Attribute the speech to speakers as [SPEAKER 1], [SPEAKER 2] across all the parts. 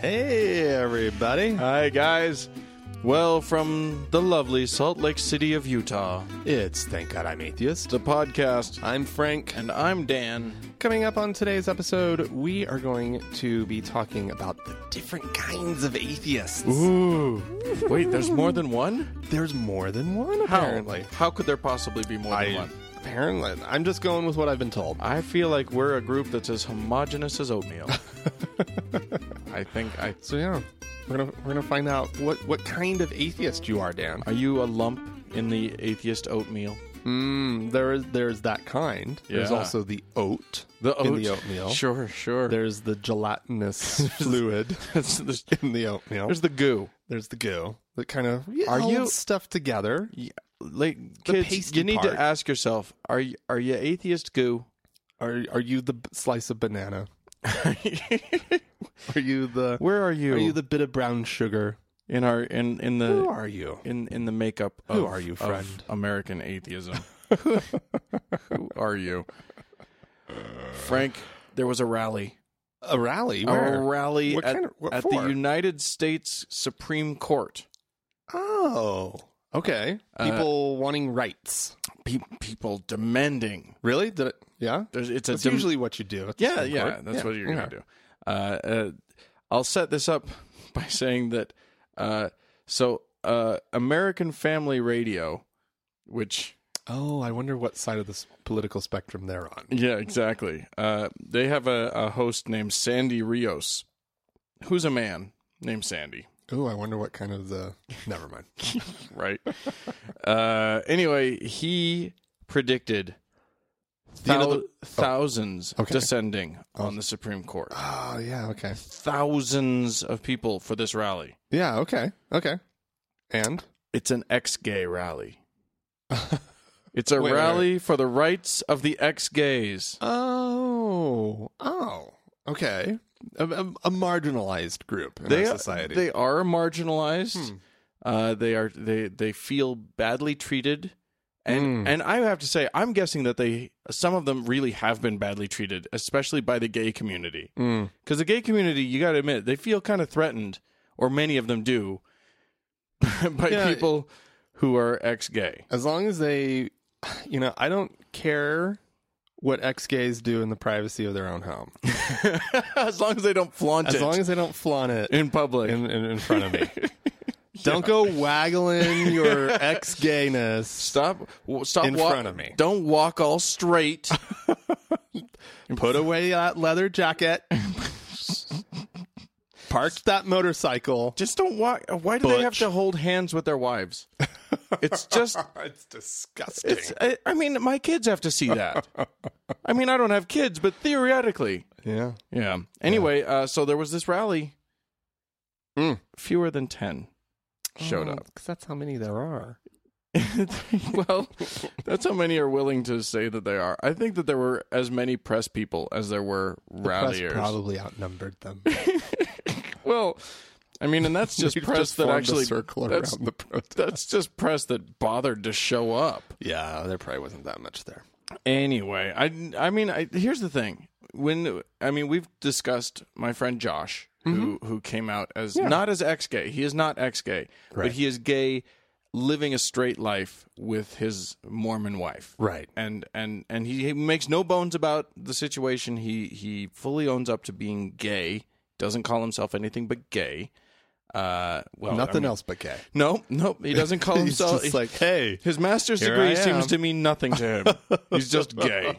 [SPEAKER 1] Hey, everybody.
[SPEAKER 2] Hi, guys. Well, from the lovely Salt Lake City of Utah,
[SPEAKER 1] It's Thank God I'm Atheist.
[SPEAKER 2] the podcast,
[SPEAKER 1] I'm Frank.
[SPEAKER 2] and I'm Dan.
[SPEAKER 1] Coming up on today's episode, we are going to be talking about the different kinds of atheists.
[SPEAKER 2] Ooh. Wait, there's more than one?
[SPEAKER 1] There's more than one, apparently.
[SPEAKER 2] How could there possibly be more than
[SPEAKER 1] I,
[SPEAKER 2] one?
[SPEAKER 1] apparently. I'm just going with what I've been told.
[SPEAKER 2] I feel like we're a group that's as homogenous as oatmeal. I think I.
[SPEAKER 1] So, yeah. We're gonna, we're gonna find out what, what kind of atheist you are, Dan.
[SPEAKER 2] Are you a lump in the atheist oatmeal?
[SPEAKER 1] Mm, there is there's that kind. There's
[SPEAKER 2] Yeah.
[SPEAKER 1] also the oat
[SPEAKER 2] The
[SPEAKER 1] in the oatmeal.
[SPEAKER 2] Sure, sure.
[SPEAKER 1] There's the gelatinous fluid
[SPEAKER 2] There's, there's,
[SPEAKER 1] in the oatmeal.
[SPEAKER 2] the goo.
[SPEAKER 1] There's the goo that kind of
[SPEAKER 2] Are
[SPEAKER 1] are
[SPEAKER 2] you-
[SPEAKER 1] you stuff together.
[SPEAKER 2] Yeah, like
[SPEAKER 1] The
[SPEAKER 2] kids,
[SPEAKER 1] pasty
[SPEAKER 2] you need
[SPEAKER 1] part.
[SPEAKER 2] to ask yourself: Are you are you atheist goo?
[SPEAKER 1] Are are you the b- slice of banana? Are you the
[SPEAKER 2] Where are you?
[SPEAKER 1] are you the bit of brown sugar?
[SPEAKER 2] in our in in
[SPEAKER 1] Who
[SPEAKER 2] the
[SPEAKER 1] are you?
[SPEAKER 2] in in the makeup? Of,
[SPEAKER 1] Who are you,
[SPEAKER 2] of
[SPEAKER 1] friend?
[SPEAKER 2] American atheism. Who are you, Frank? There was a rally.
[SPEAKER 1] A rally?
[SPEAKER 2] A
[SPEAKER 1] Where?
[SPEAKER 2] rally
[SPEAKER 1] What
[SPEAKER 2] at,
[SPEAKER 1] kind of- what
[SPEAKER 2] at
[SPEAKER 1] for?
[SPEAKER 2] the United States Supreme Court.
[SPEAKER 1] Oh, okay. People wanting rights.
[SPEAKER 2] Pe- people demanding.
[SPEAKER 1] Really? Did it? Yeah.
[SPEAKER 2] There's, it's a
[SPEAKER 1] That's
[SPEAKER 2] dem-
[SPEAKER 1] usually what you do. at the
[SPEAKER 2] Yeah,
[SPEAKER 1] Supreme
[SPEAKER 2] yeah,
[SPEAKER 1] Court.
[SPEAKER 2] that's
[SPEAKER 1] Yeah,
[SPEAKER 2] what you're
[SPEAKER 1] okay.
[SPEAKER 2] gonna do. Uh, uh, I'll set this up by saying that uh, so uh, American Family Radio, which
[SPEAKER 1] Oh, I wonder what side of the s- political spectrum they're on.
[SPEAKER 2] yeah, exactly. Uh, they have a, a host named Sandy Rios, who's a man named Sandy,
[SPEAKER 1] Oh, I wonder what kind of the. Never mind.
[SPEAKER 2] right? uh, anyway, he predicted.
[SPEAKER 1] Do you know
[SPEAKER 2] thou-
[SPEAKER 1] the-
[SPEAKER 2] thousands
[SPEAKER 1] oh. Okay.
[SPEAKER 2] descending on the Supreme Court.
[SPEAKER 1] Oh, yeah. Okay.
[SPEAKER 2] Thousands of people for this rally.
[SPEAKER 1] Yeah. Okay. Okay. And
[SPEAKER 2] It's an ex gay rally. it's a
[SPEAKER 1] Wait, wait,
[SPEAKER 2] rally for the rights of the ex gays.
[SPEAKER 1] oh, oh, okay. A, a, a marginalized group in
[SPEAKER 2] They,
[SPEAKER 1] our society.
[SPEAKER 2] they are marginalized. Uh, they are they they feel badly treated. And and I have to say, I'm guessing that they some of them really have been badly treated, especially by the gay community. Because the gay community, you got to admit, they feel kind of threatened, or many of them do, by
[SPEAKER 1] Yeah.
[SPEAKER 2] people who are ex-gay.
[SPEAKER 1] as long as they, you know, I don't care what ex gays do in the privacy of their own home,
[SPEAKER 2] as long as they don't flaunt
[SPEAKER 1] as
[SPEAKER 2] it
[SPEAKER 1] long as they don't flaunt it
[SPEAKER 2] in public.
[SPEAKER 1] in, in, in front of me. Don't go waggling your ex gayness.
[SPEAKER 2] Stop! w- Stop!
[SPEAKER 1] In
[SPEAKER 2] wa-
[SPEAKER 1] front of me.
[SPEAKER 2] Don't walk all straight.
[SPEAKER 1] Put away that leather jacket. Park that motorcycle.
[SPEAKER 2] just don't walk. Why do they have
[SPEAKER 1] Butch.
[SPEAKER 2] to hold hands with their wives? It's just.
[SPEAKER 1] It's disgusting.
[SPEAKER 2] It's. I, I mean, my kids have to see that. I mean, I don't have kids, but theoretically,
[SPEAKER 1] yeah.
[SPEAKER 2] yeah. Anyway, Uh, so there was this rally. Hmm.
[SPEAKER 1] Mm.
[SPEAKER 2] Fewer than ten showed up.
[SPEAKER 1] Because Mm, that's how many there are.
[SPEAKER 2] well, that's how many are willing to say that they are. I think that there were as many press people as there were
[SPEAKER 1] Press
[SPEAKER 2] ralliers.
[SPEAKER 1] probably outnumbered them.
[SPEAKER 2] Well, I mean, and that's just
[SPEAKER 1] They've
[SPEAKER 2] press that
[SPEAKER 1] formed a
[SPEAKER 2] actually
[SPEAKER 1] circle
[SPEAKER 2] that's,
[SPEAKER 1] around the protest.
[SPEAKER 2] that's just press that bothered to show up.
[SPEAKER 1] Yeah, there probably wasn't that much there.
[SPEAKER 2] Anyway, I I mean, I, here's the thing. When I mean, we've discussed my friend Josh, who
[SPEAKER 1] Mm-hmm.
[SPEAKER 2] who came out as not as ex gay. He is not ex gay, but
[SPEAKER 1] Right.
[SPEAKER 2] he is gay, living a straight life with his Mormon wife.
[SPEAKER 1] Right.
[SPEAKER 2] And and and he, he makes no bones about the situation. He he fully owns up to being gay. Doesn't call himself anything but gay. Uh, well,
[SPEAKER 1] Nothing
[SPEAKER 2] I mean-
[SPEAKER 1] else but gay.
[SPEAKER 2] No, no, he doesn't call
[SPEAKER 1] He's
[SPEAKER 2] himself.
[SPEAKER 1] just like, hey.
[SPEAKER 2] His master's
[SPEAKER 1] Here I
[SPEAKER 2] degree
[SPEAKER 1] am.
[SPEAKER 2] seems to mean nothing to him. He's just gay.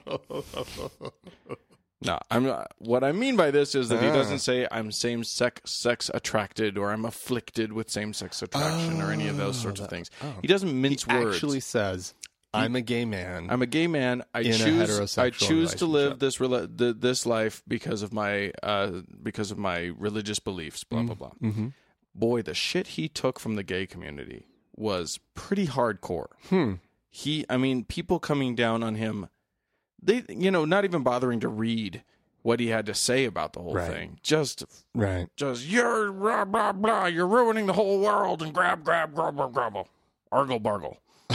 [SPEAKER 2] No, I'm not. What I mean by this is that
[SPEAKER 1] Ah.
[SPEAKER 2] he doesn't say I'm same sex sex attracted or I'm afflicted with same sex attraction or any of
[SPEAKER 1] Ah,
[SPEAKER 2] those sorts of things. He doesn't mince words.
[SPEAKER 1] oh. Actually says, I'm a gay man.
[SPEAKER 2] I'm a gay man. I
[SPEAKER 1] In a
[SPEAKER 2] choose.
[SPEAKER 1] heterosexual
[SPEAKER 2] I choose to live
[SPEAKER 1] relationship.
[SPEAKER 2] this rela- th- this life because of my uh, because of my religious beliefs. Blah blah blah. Boy, the shit he took from the gay community was pretty hardcore. He, I mean, people coming down on him. They, you know, not even bothering to read what he had to say about the whole
[SPEAKER 1] Right.
[SPEAKER 2] thing. Just,
[SPEAKER 1] right.
[SPEAKER 2] just you're blah blah blah. You're ruining the whole world and grab grab grumble grumble, argle bargle.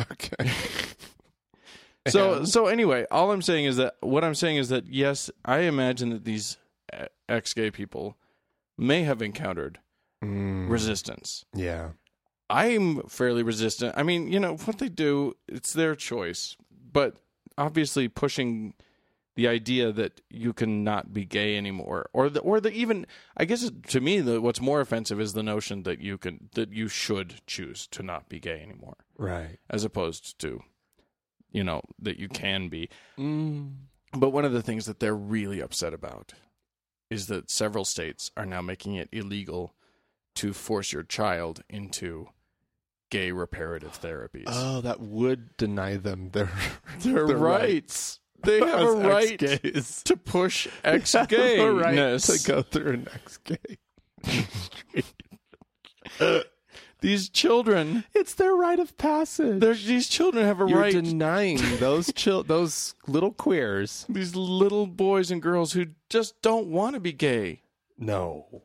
[SPEAKER 1] Okay.
[SPEAKER 2] So so anyway, all I'm saying is that what I'm saying is that yes, I imagine that these ex gay uh, people may have encountered resistance.
[SPEAKER 1] Mm, yeah.
[SPEAKER 2] I'm fairly resistant. I mean, you know, what they do, it's their choice. But obviously pushing the idea that you can not be gay anymore or the, or the even I guess to me the, what's more offensive is the notion that you can that you should choose to not be gay anymore
[SPEAKER 1] Right.
[SPEAKER 2] as opposed to you know that you can be.
[SPEAKER 1] Mm.
[SPEAKER 2] But one of the things that they're really upset about is that several states are now making it illegal to force your child into gay reparative therapies.
[SPEAKER 1] Oh, that would deny them their
[SPEAKER 2] their,
[SPEAKER 1] their
[SPEAKER 2] rights. They have a
[SPEAKER 1] as
[SPEAKER 2] right
[SPEAKER 1] ex-gays.
[SPEAKER 2] to push ex
[SPEAKER 1] Have
[SPEAKER 2] gayness.
[SPEAKER 1] a right to go through an ex gay.
[SPEAKER 2] These children,
[SPEAKER 1] It's their rite of passage.
[SPEAKER 2] they're- these children have a
[SPEAKER 1] You're
[SPEAKER 2] right.
[SPEAKER 1] denying those chil- those little queers.
[SPEAKER 2] these little boys and girls who just don't want to be gay
[SPEAKER 1] No.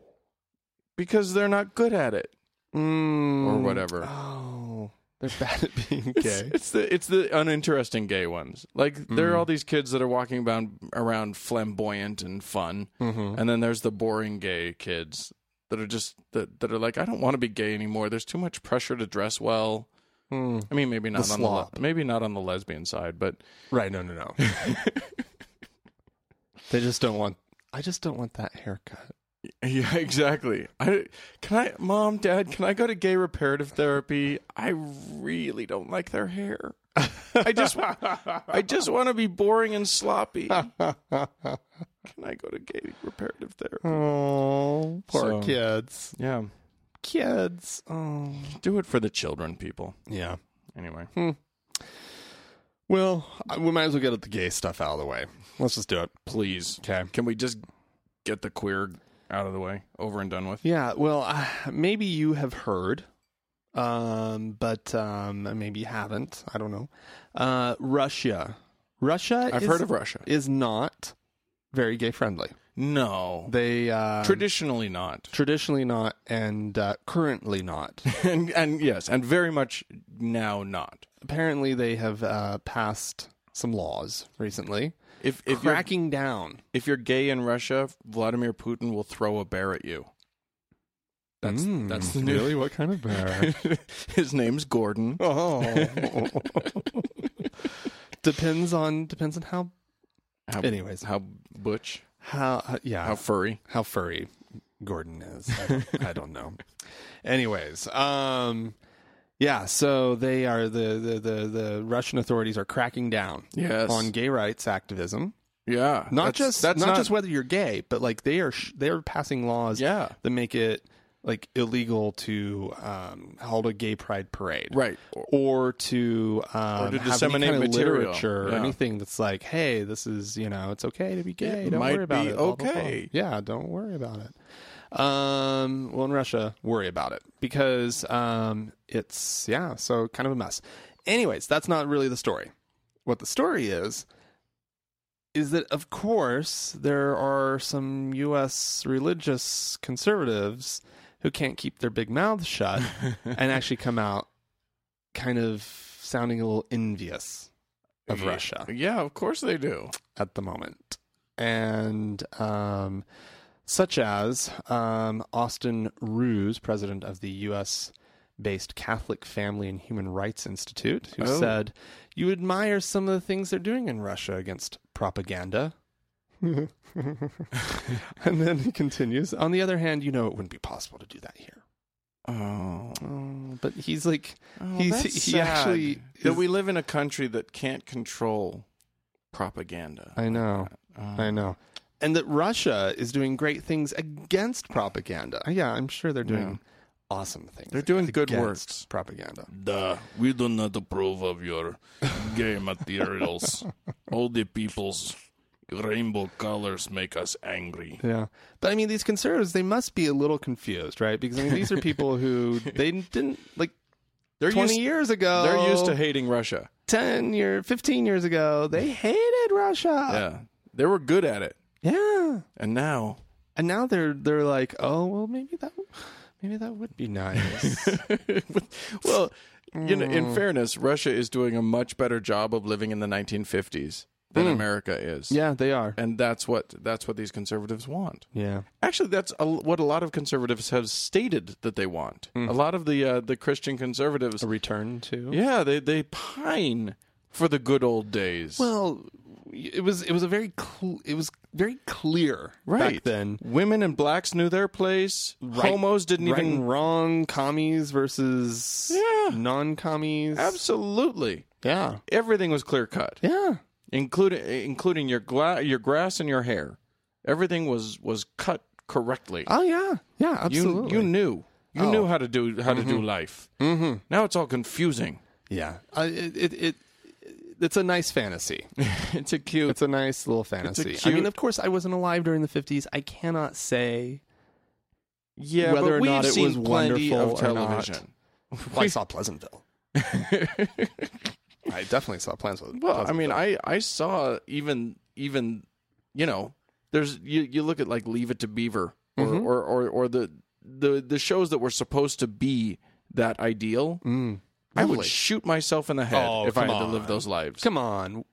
[SPEAKER 2] because they're not good at it or whatever.
[SPEAKER 1] Mm. Oh, they're bad at being
[SPEAKER 2] It's-
[SPEAKER 1] gay.
[SPEAKER 2] It's the it's the uninteresting gay ones. Like there are all these kids that are walking around around flamboyant and fun,
[SPEAKER 1] Mm-hmm.
[SPEAKER 2] and then there's the boring gay kids that are just that that are like, I don't want to be gay anymore. There's too much pressure to dress well.
[SPEAKER 1] Mm.
[SPEAKER 2] I mean, maybe not on
[SPEAKER 1] slop.
[SPEAKER 2] the le- maybe not on the lesbian side, but
[SPEAKER 1] Right? No, no, no. they just don't want. I just don't want that haircut.
[SPEAKER 2] yeah, exactly. I can I, mom, dad, can I go to gay reparative therapy? I really don't like their hair. I just I just want to be boring and sloppy. Can I go to gay reparative therapy?
[SPEAKER 1] Oh, poor
[SPEAKER 2] So-
[SPEAKER 1] kids.
[SPEAKER 2] Yeah.
[SPEAKER 1] Kids. Oh,
[SPEAKER 2] Do it for the children, people.
[SPEAKER 1] yeah.
[SPEAKER 2] Anyway.
[SPEAKER 1] Well, I- we might as well get the gay stuff out of the way. Let's just do it.
[SPEAKER 2] Please.
[SPEAKER 1] Okay.
[SPEAKER 2] Can we just get the queer out of the way, over and done with?
[SPEAKER 1] Yeah, well, uh, maybe you have heard, um, but um, maybe you haven't. I don't know. Uh, Russia, Russia.
[SPEAKER 2] I've
[SPEAKER 1] is,
[SPEAKER 2] heard of Russia.
[SPEAKER 1] is not very gay friendly.
[SPEAKER 2] No.
[SPEAKER 1] They uh,
[SPEAKER 2] Traditionally not.
[SPEAKER 1] traditionally not, and uh, currently not.
[SPEAKER 2] and and yes, and very much now not.
[SPEAKER 1] Apparently, they have uh, passed some laws recently,
[SPEAKER 2] If if you're
[SPEAKER 1] cracking down.
[SPEAKER 2] if you're gay in Russia, Vladimir Putin will throw a bear at you. That's
[SPEAKER 1] Hmm.
[SPEAKER 2] that's the new
[SPEAKER 1] What kind of
[SPEAKER 2] uh,
[SPEAKER 1] bear?
[SPEAKER 2] His name's Gordon.
[SPEAKER 1] oh. depends on depends on how
[SPEAKER 2] How,
[SPEAKER 1] Anyways.
[SPEAKER 2] how butch,
[SPEAKER 1] how uh, yeah
[SPEAKER 2] how furry.
[SPEAKER 1] how furry Gordon is. I don't, I don't know. Anyways, um, yeah. So they are the, the the the Russian authorities are cracking down
[SPEAKER 2] Yes.
[SPEAKER 1] on gay rights activism.
[SPEAKER 2] yeah.
[SPEAKER 1] Not
[SPEAKER 2] That's-
[SPEAKER 1] just
[SPEAKER 2] that's
[SPEAKER 1] not, just whether you're gay, but like they are sh- they are passing laws
[SPEAKER 2] Yeah.
[SPEAKER 1] that make it like illegal to um, hold a gay pride parade,
[SPEAKER 2] Right.
[SPEAKER 1] Or to, um,
[SPEAKER 2] Or to
[SPEAKER 1] have any
[SPEAKER 2] disseminate
[SPEAKER 1] kind of
[SPEAKER 2] material.
[SPEAKER 1] literature or
[SPEAKER 2] Yeah.
[SPEAKER 1] anything that's like, hey, this is you know, it's okay to be gay.
[SPEAKER 2] It
[SPEAKER 1] don't
[SPEAKER 2] might
[SPEAKER 1] worry about
[SPEAKER 2] be
[SPEAKER 1] it. blah, blah, blah.
[SPEAKER 2] okay.
[SPEAKER 1] Yeah, don't worry about it. Um, well, in Russia, worry about it because um, it's yeah, so kind of a mess. Anyways, that's not really the story. What the story is is that of course there are some US religious conservatives who can't keep their big mouths shut and actually come out kind of sounding a little envious of
[SPEAKER 2] Yeah.
[SPEAKER 1] Russia
[SPEAKER 2] Yeah, of course they do.
[SPEAKER 1] at the moment. And um, such as um, Austin Ruse, president of the U.S. based Catholic Family and Human Rights Institute, who
[SPEAKER 2] Oh.
[SPEAKER 1] said, You admire some of the things they're doing in Russia against propaganda. and then he continues, On the other hand, you know it wouldn't be possible to do that here.
[SPEAKER 2] Oh,
[SPEAKER 1] Oh, but he's like, he's,
[SPEAKER 2] that's
[SPEAKER 1] he
[SPEAKER 2] sad
[SPEAKER 1] actually.
[SPEAKER 2] that
[SPEAKER 1] is-
[SPEAKER 2] we live in a country that can't control propaganda.
[SPEAKER 1] I know.
[SPEAKER 2] Uh,
[SPEAKER 1] I know. And that Russia is doing great things against propaganda. Yeah, I'm sure they're doing awesome things.
[SPEAKER 2] They're doing good
[SPEAKER 1] against
[SPEAKER 2] works. Mm-hmm.
[SPEAKER 1] Propaganda.
[SPEAKER 3] Duh, we do not approve of your gay materials. All the people's rainbow colors make us angry.
[SPEAKER 1] Yeah. But I mean, these conservatives, they must be a little confused, right? Because I mean, these are people who they didn't like
[SPEAKER 2] They're
[SPEAKER 1] 20
[SPEAKER 2] used,
[SPEAKER 1] years ago.
[SPEAKER 2] they're used to hating Russia.
[SPEAKER 1] 10 year, 15 years ago. They hated Russia.
[SPEAKER 2] yeah, they were good at it,
[SPEAKER 1] Yeah.
[SPEAKER 2] and now
[SPEAKER 1] And now they're they're like, oh well, maybe that maybe that would be nice.
[SPEAKER 2] well, you know, in fairness, Russia is doing a much better job of living in the 1950s than America is.
[SPEAKER 1] Yeah, they are.
[SPEAKER 2] And that's what that's what these conservatives want.
[SPEAKER 1] Yeah.
[SPEAKER 2] Actually, that's a, what a lot of conservatives have stated that they want. A lot of the uh, the Christian conservatives,
[SPEAKER 1] return to.
[SPEAKER 2] yeah, they they pine for the good old days.
[SPEAKER 1] Well, it was it was a very cl- it was very clear back then.
[SPEAKER 2] women and blacks knew their place. Homos didn't
[SPEAKER 1] Right
[SPEAKER 2] even
[SPEAKER 1] and wrong commies versus
[SPEAKER 2] Yeah.
[SPEAKER 1] non-commies.
[SPEAKER 2] absolutely.
[SPEAKER 1] yeah.
[SPEAKER 2] Everything was clear cut,
[SPEAKER 1] Yeah.
[SPEAKER 2] including including your gla- your grass and your hair. Everything was was cut correctly.
[SPEAKER 1] Oh yeah. Yeah,
[SPEAKER 2] you
[SPEAKER 1] absolutely.
[SPEAKER 2] you knew you knew how to do how to do life. Oh. Mm-hmm. Now it's all confusing.
[SPEAKER 1] yeah. I it, it it it's a nice fantasy.
[SPEAKER 2] it's a cute.
[SPEAKER 1] It's a nice little fantasy. I mean,
[SPEAKER 2] cute-
[SPEAKER 1] of course, I wasn't alive during the 50s. I cannot say.
[SPEAKER 2] yeah,
[SPEAKER 1] whether
[SPEAKER 2] but
[SPEAKER 1] or
[SPEAKER 2] we've
[SPEAKER 1] not it
[SPEAKER 2] seen
[SPEAKER 1] was
[SPEAKER 2] plenty
[SPEAKER 1] wonderful
[SPEAKER 2] of
[SPEAKER 1] or not.
[SPEAKER 2] television.
[SPEAKER 1] I saw Pleasantville. I definitely saw Pleasantville.
[SPEAKER 2] Well, I mean, I I saw even even you know, there's you you look at like Leave It to Beaver or
[SPEAKER 1] Mm-hmm.
[SPEAKER 2] or, or or the the the shows that were supposed to be that ideal. I would
[SPEAKER 1] Lovely.
[SPEAKER 2] shoot myself in the head
[SPEAKER 1] Mm. Oh,
[SPEAKER 2] if I
[SPEAKER 1] come
[SPEAKER 2] had to live
[SPEAKER 1] on.
[SPEAKER 2] those lives.
[SPEAKER 1] Come on.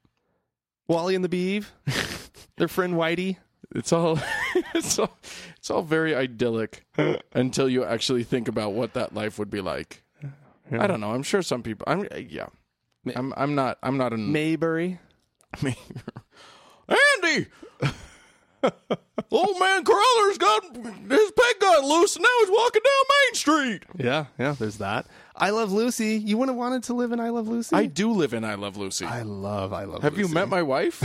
[SPEAKER 1] Wally and the Beeve, their friend Whitey.
[SPEAKER 2] It's all it's all it's all very idyllic until you actually think about what that life would be like. I don't know. I'm sure some people. I'm yeah. I'm I'm not I'm not an
[SPEAKER 1] Mayberry.
[SPEAKER 2] Andy. Old man Crawler's got his peg got loose and now he's walking down Main Street.
[SPEAKER 1] Yeah, yeah, there's that. I Love Lucy. You wouldn't have wanted to live in I Love Lucy?
[SPEAKER 2] I do live in I Love Lucy.
[SPEAKER 1] I love I Love
[SPEAKER 2] Have you met my wife?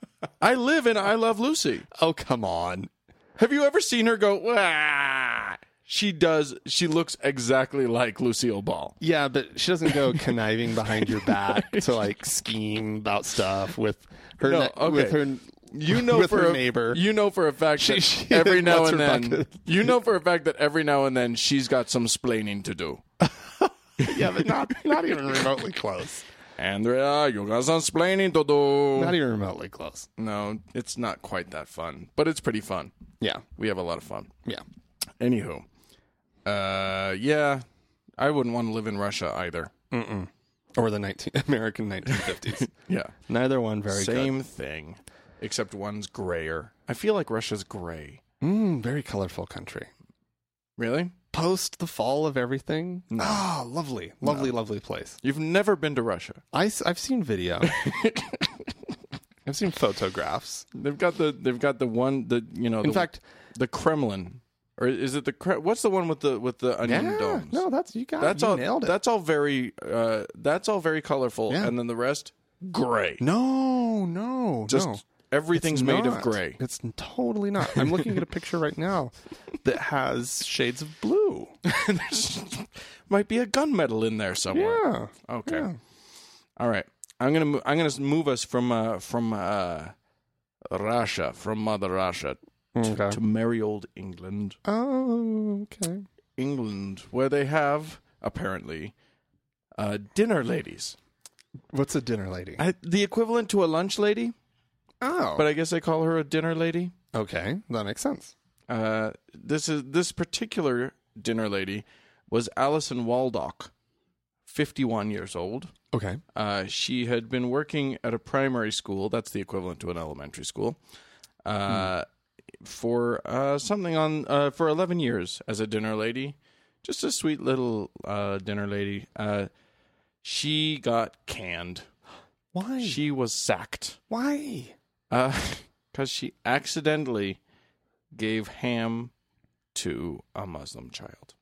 [SPEAKER 2] I live in I Love Lucy.
[SPEAKER 1] Oh, come on.
[SPEAKER 2] Have you ever seen her go? Wah? She does. She looks exactly like Lucille Ball.
[SPEAKER 1] Yeah, but she doesn't go conniving behind your back to like scheme about stuff with her,
[SPEAKER 2] No,
[SPEAKER 1] ne-
[SPEAKER 2] okay.
[SPEAKER 1] with her
[SPEAKER 2] You know
[SPEAKER 1] with
[SPEAKER 2] for
[SPEAKER 1] her
[SPEAKER 2] a,
[SPEAKER 1] neighbor.
[SPEAKER 2] You know for a fact
[SPEAKER 1] She-
[SPEAKER 2] that
[SPEAKER 1] she-
[SPEAKER 2] every now
[SPEAKER 1] what's
[SPEAKER 2] and
[SPEAKER 1] her
[SPEAKER 2] then
[SPEAKER 1] bucket?
[SPEAKER 2] you know for a fact that every now and then she's got some splaining to do.
[SPEAKER 1] yeah, but not not even remotely close.
[SPEAKER 2] Andrea, you got some splaining to do.
[SPEAKER 1] Not even remotely close.
[SPEAKER 2] no, it's not quite that fun, but it's pretty fun.
[SPEAKER 1] Yeah,
[SPEAKER 2] We have a lot of fun.
[SPEAKER 1] yeah.
[SPEAKER 2] Anywho, uh, yeah, I wouldn't want to live in Russia either.
[SPEAKER 1] Or the 19 American 1950s.
[SPEAKER 2] Yeah,
[SPEAKER 1] Neither one very
[SPEAKER 2] same thing, except one's grayer. I feel like Russia's gray.
[SPEAKER 1] good. Mm, very colorful country.
[SPEAKER 2] Really?
[SPEAKER 1] Post the fall of everything. Ah, lovely, lovely, lovely place.
[SPEAKER 2] You've never been to Russia?
[SPEAKER 1] I, have seen video. I've seen photographs.
[SPEAKER 2] They've got the they've got the one the you know
[SPEAKER 1] In
[SPEAKER 2] the,
[SPEAKER 1] fact,
[SPEAKER 2] the Kremlin or is it the Kre- what's the one with the with the onion
[SPEAKER 1] yeah,
[SPEAKER 2] domes?
[SPEAKER 1] no, that's you got
[SPEAKER 2] that's
[SPEAKER 1] you
[SPEAKER 2] all
[SPEAKER 1] nailed it.
[SPEAKER 2] that's all very uh that's all very colorful
[SPEAKER 1] Yeah.
[SPEAKER 2] and then the rest gray.
[SPEAKER 1] no, no,
[SPEAKER 2] Just
[SPEAKER 1] no.
[SPEAKER 2] everything's
[SPEAKER 1] It's
[SPEAKER 2] made of
[SPEAKER 1] not.
[SPEAKER 2] gray.
[SPEAKER 1] It's totally not. I'm looking at a picture right now that has shades of blue.
[SPEAKER 2] There's might be a gunmetal in there somewhere.
[SPEAKER 1] Yeah.
[SPEAKER 2] Okay.
[SPEAKER 1] Yeah.
[SPEAKER 2] All right. I'm going to mo- I'm going to move us from uh from uh Russia, from Mother Russia
[SPEAKER 1] Okay.
[SPEAKER 2] to merry old England.
[SPEAKER 1] Oh, okay.
[SPEAKER 2] England where they have apparently uh dinner ladies.
[SPEAKER 1] What's a dinner lady?
[SPEAKER 2] I, the equivalent to a lunch lady,
[SPEAKER 1] oh,
[SPEAKER 2] but I guess I call her a dinner lady.
[SPEAKER 1] okay. That makes sense.
[SPEAKER 2] Uh, this is this particular dinner lady was Alison Waldock, fifty-one years old.
[SPEAKER 1] Okay.
[SPEAKER 2] Uh, she had been working at a primary school. That's the equivalent to an elementary school. Uh, For uh, something on uh, for eleven years as a dinner lady, just a sweet little uh, dinner lady. Uh, she got canned.
[SPEAKER 1] Why?
[SPEAKER 2] She was sacked.
[SPEAKER 1] Why?
[SPEAKER 2] because she accidentally gave ham to a Muslim child.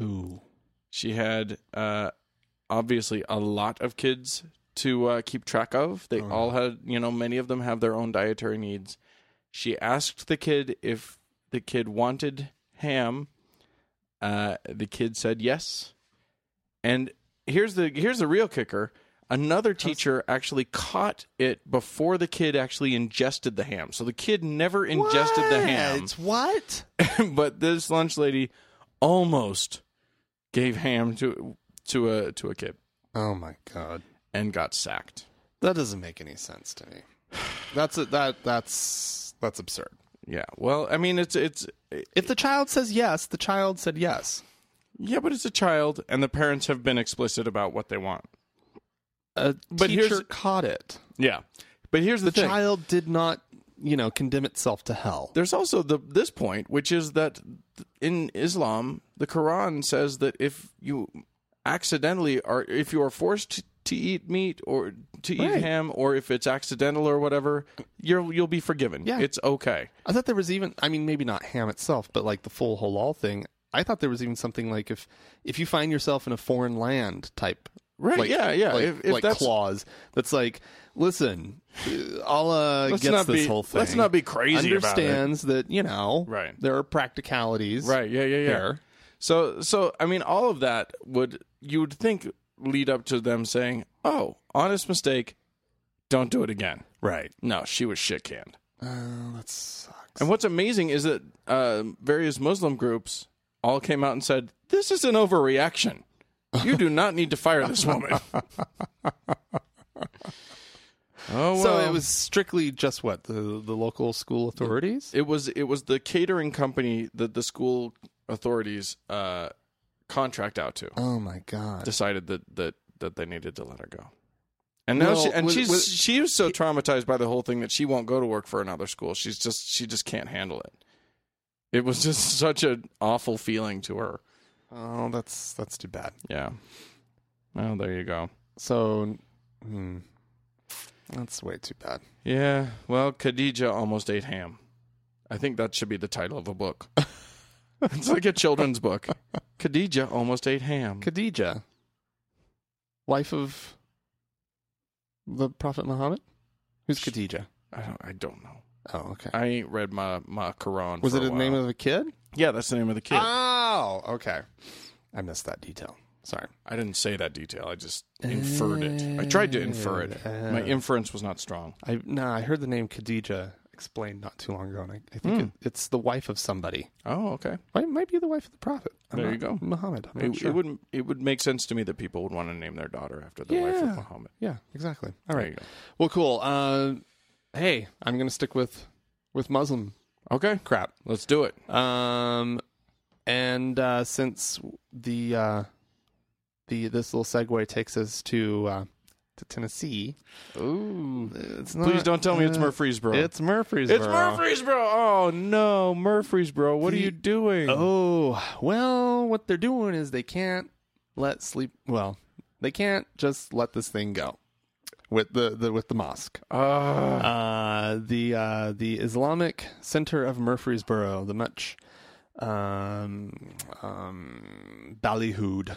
[SPEAKER 1] Ooh.
[SPEAKER 2] She had uh, obviously a lot of kids to uh, keep track of. They all had, you know, many of them have their own dietary needs. She asked the kid if the kid wanted ham. Uh, the kid said yes. And here's the here's the real kicker. Another teacher actually caught it before the kid actually ingested the ham. So the kid never ingested the ham
[SPEAKER 1] What?
[SPEAKER 2] but this lunch lady almost gave ham to to a to a kid
[SPEAKER 1] Oh my god.
[SPEAKER 2] and got sacked.
[SPEAKER 1] That doesn't make any sense to me. That's a, that that's that's absurd.
[SPEAKER 2] Yeah. Well, I mean, it's it's
[SPEAKER 1] If the child says yes, the child said yes.
[SPEAKER 2] yeah, but it's a child, and the parents have been explicit about what they want.
[SPEAKER 1] A
[SPEAKER 2] But
[SPEAKER 1] teacher
[SPEAKER 2] here's-
[SPEAKER 1] caught it.
[SPEAKER 2] Yeah. But here's the,
[SPEAKER 1] The
[SPEAKER 2] thing.
[SPEAKER 1] child did not, you know, condemn itself to hell.
[SPEAKER 2] There's also the this point, which is that th- in Islam, the Quran says that if you accidentally are, if you are forced to eat meat or to
[SPEAKER 1] Right.
[SPEAKER 2] eat ham, or if it's accidental or whatever, you'll you'll be forgiven.
[SPEAKER 1] Yeah.
[SPEAKER 2] it's okay.
[SPEAKER 1] I thought there was even I mean maybe not ham itself, but like the full halal thing. I thought there was even something like if if you find yourself in a foreign land type
[SPEAKER 2] Right,
[SPEAKER 1] like-
[SPEAKER 2] yeah, yeah.
[SPEAKER 1] like,
[SPEAKER 2] If- if
[SPEAKER 1] like
[SPEAKER 2] that's-
[SPEAKER 1] clause that's like listen uh, Allah
[SPEAKER 2] Let's
[SPEAKER 1] gets
[SPEAKER 2] not
[SPEAKER 1] this
[SPEAKER 2] be-
[SPEAKER 1] whole thing
[SPEAKER 2] let's not be crazy about it.
[SPEAKER 1] understands that you know
[SPEAKER 2] Right.
[SPEAKER 1] there are practicalities
[SPEAKER 2] Right, yeah, yeah, yeah.
[SPEAKER 1] there
[SPEAKER 2] So so I mean, all of that would you would think lead up to them saying, "Oh, honest mistake, don't do it again."
[SPEAKER 1] right
[SPEAKER 2] No, she was shit canned.
[SPEAKER 1] uh, that sucks
[SPEAKER 2] And what's amazing is that uh, various Muslim groups all came out and said, "This is an overreaction. You do not need to fire this woman." oh, Oh, well.
[SPEAKER 1] so it was strictly just what the the local school authorities
[SPEAKER 2] it was it was the catering company that the school authorities uh, contract out to
[SPEAKER 1] oh my god
[SPEAKER 2] decided that that that they needed to let her go. And now
[SPEAKER 1] Well,
[SPEAKER 2] she, and
[SPEAKER 1] with-
[SPEAKER 2] she's
[SPEAKER 1] with-
[SPEAKER 2] she was so traumatized by the whole thing that she won't go to work for another school. She's just she just can't handle it. It was just such an awful feeling to her.
[SPEAKER 1] oh that's that's too bad
[SPEAKER 2] Yeah. Well, there you go.
[SPEAKER 1] So, hmm, that's way too bad.
[SPEAKER 2] Yeah. Well, Khadija almost ate ham. I think that should be the title of a book. it's like a children's book. Khadija almost ate ham.
[SPEAKER 1] Khadija, wife of the Prophet Muhammad. Who's Khadija?
[SPEAKER 2] I don't. I don't know.
[SPEAKER 1] Oh, okay.
[SPEAKER 2] I ain't read my my Quran.
[SPEAKER 1] Was
[SPEAKER 2] for
[SPEAKER 1] it the
[SPEAKER 2] a
[SPEAKER 1] name
[SPEAKER 2] while.
[SPEAKER 1] of a kid?
[SPEAKER 2] Yeah, that's the name of the kid.
[SPEAKER 1] Oh, okay. I missed that detail. Sorry.
[SPEAKER 2] I didn't say that detail. I just inferred it. I tried to infer it.
[SPEAKER 1] Oh.
[SPEAKER 2] My inference was not strong.
[SPEAKER 1] I no, I heard the name Khadija explained not too long ago, and I, I
[SPEAKER 2] Hmm.
[SPEAKER 1] think it, it's the wife of somebody.
[SPEAKER 2] Oh, okay.
[SPEAKER 1] Well, it might be the wife of the Prophet. I'm
[SPEAKER 2] There you
[SPEAKER 1] not- oh,
[SPEAKER 2] go.
[SPEAKER 1] Muhammad. I'm
[SPEAKER 2] It,
[SPEAKER 1] not sure.
[SPEAKER 2] it would it would make sense to me that people would want to name their daughter after the wife
[SPEAKER 1] Yeah.
[SPEAKER 2] of Muhammad.
[SPEAKER 1] yeah, exactly. All
[SPEAKER 2] There
[SPEAKER 1] right.
[SPEAKER 2] you go.
[SPEAKER 1] Well, cool. Uh, hey, I'm gonna stick with with Muslim
[SPEAKER 2] Okay,
[SPEAKER 1] crap.
[SPEAKER 2] let's do it.
[SPEAKER 1] Um, and uh, since the uh, the this little segue takes us to uh, to Tennessee, uh,
[SPEAKER 2] Ooh.
[SPEAKER 1] it's
[SPEAKER 2] Please don't tell me it's
[SPEAKER 1] uh,
[SPEAKER 2] Murfreesboro.
[SPEAKER 1] It's Murfreesboro.
[SPEAKER 2] It's Murfreesboro. Oh no, Murfreesboro. What are
[SPEAKER 1] The-
[SPEAKER 2] you doing?
[SPEAKER 1] Oh well, what they're doing is they can't let sleep. Well, they can't just let this thing go with the, the with the mosque.
[SPEAKER 2] Ah.
[SPEAKER 1] Uh, the uh, the Islamic Center of Murfreesboro, the much um, um, ballyhooed.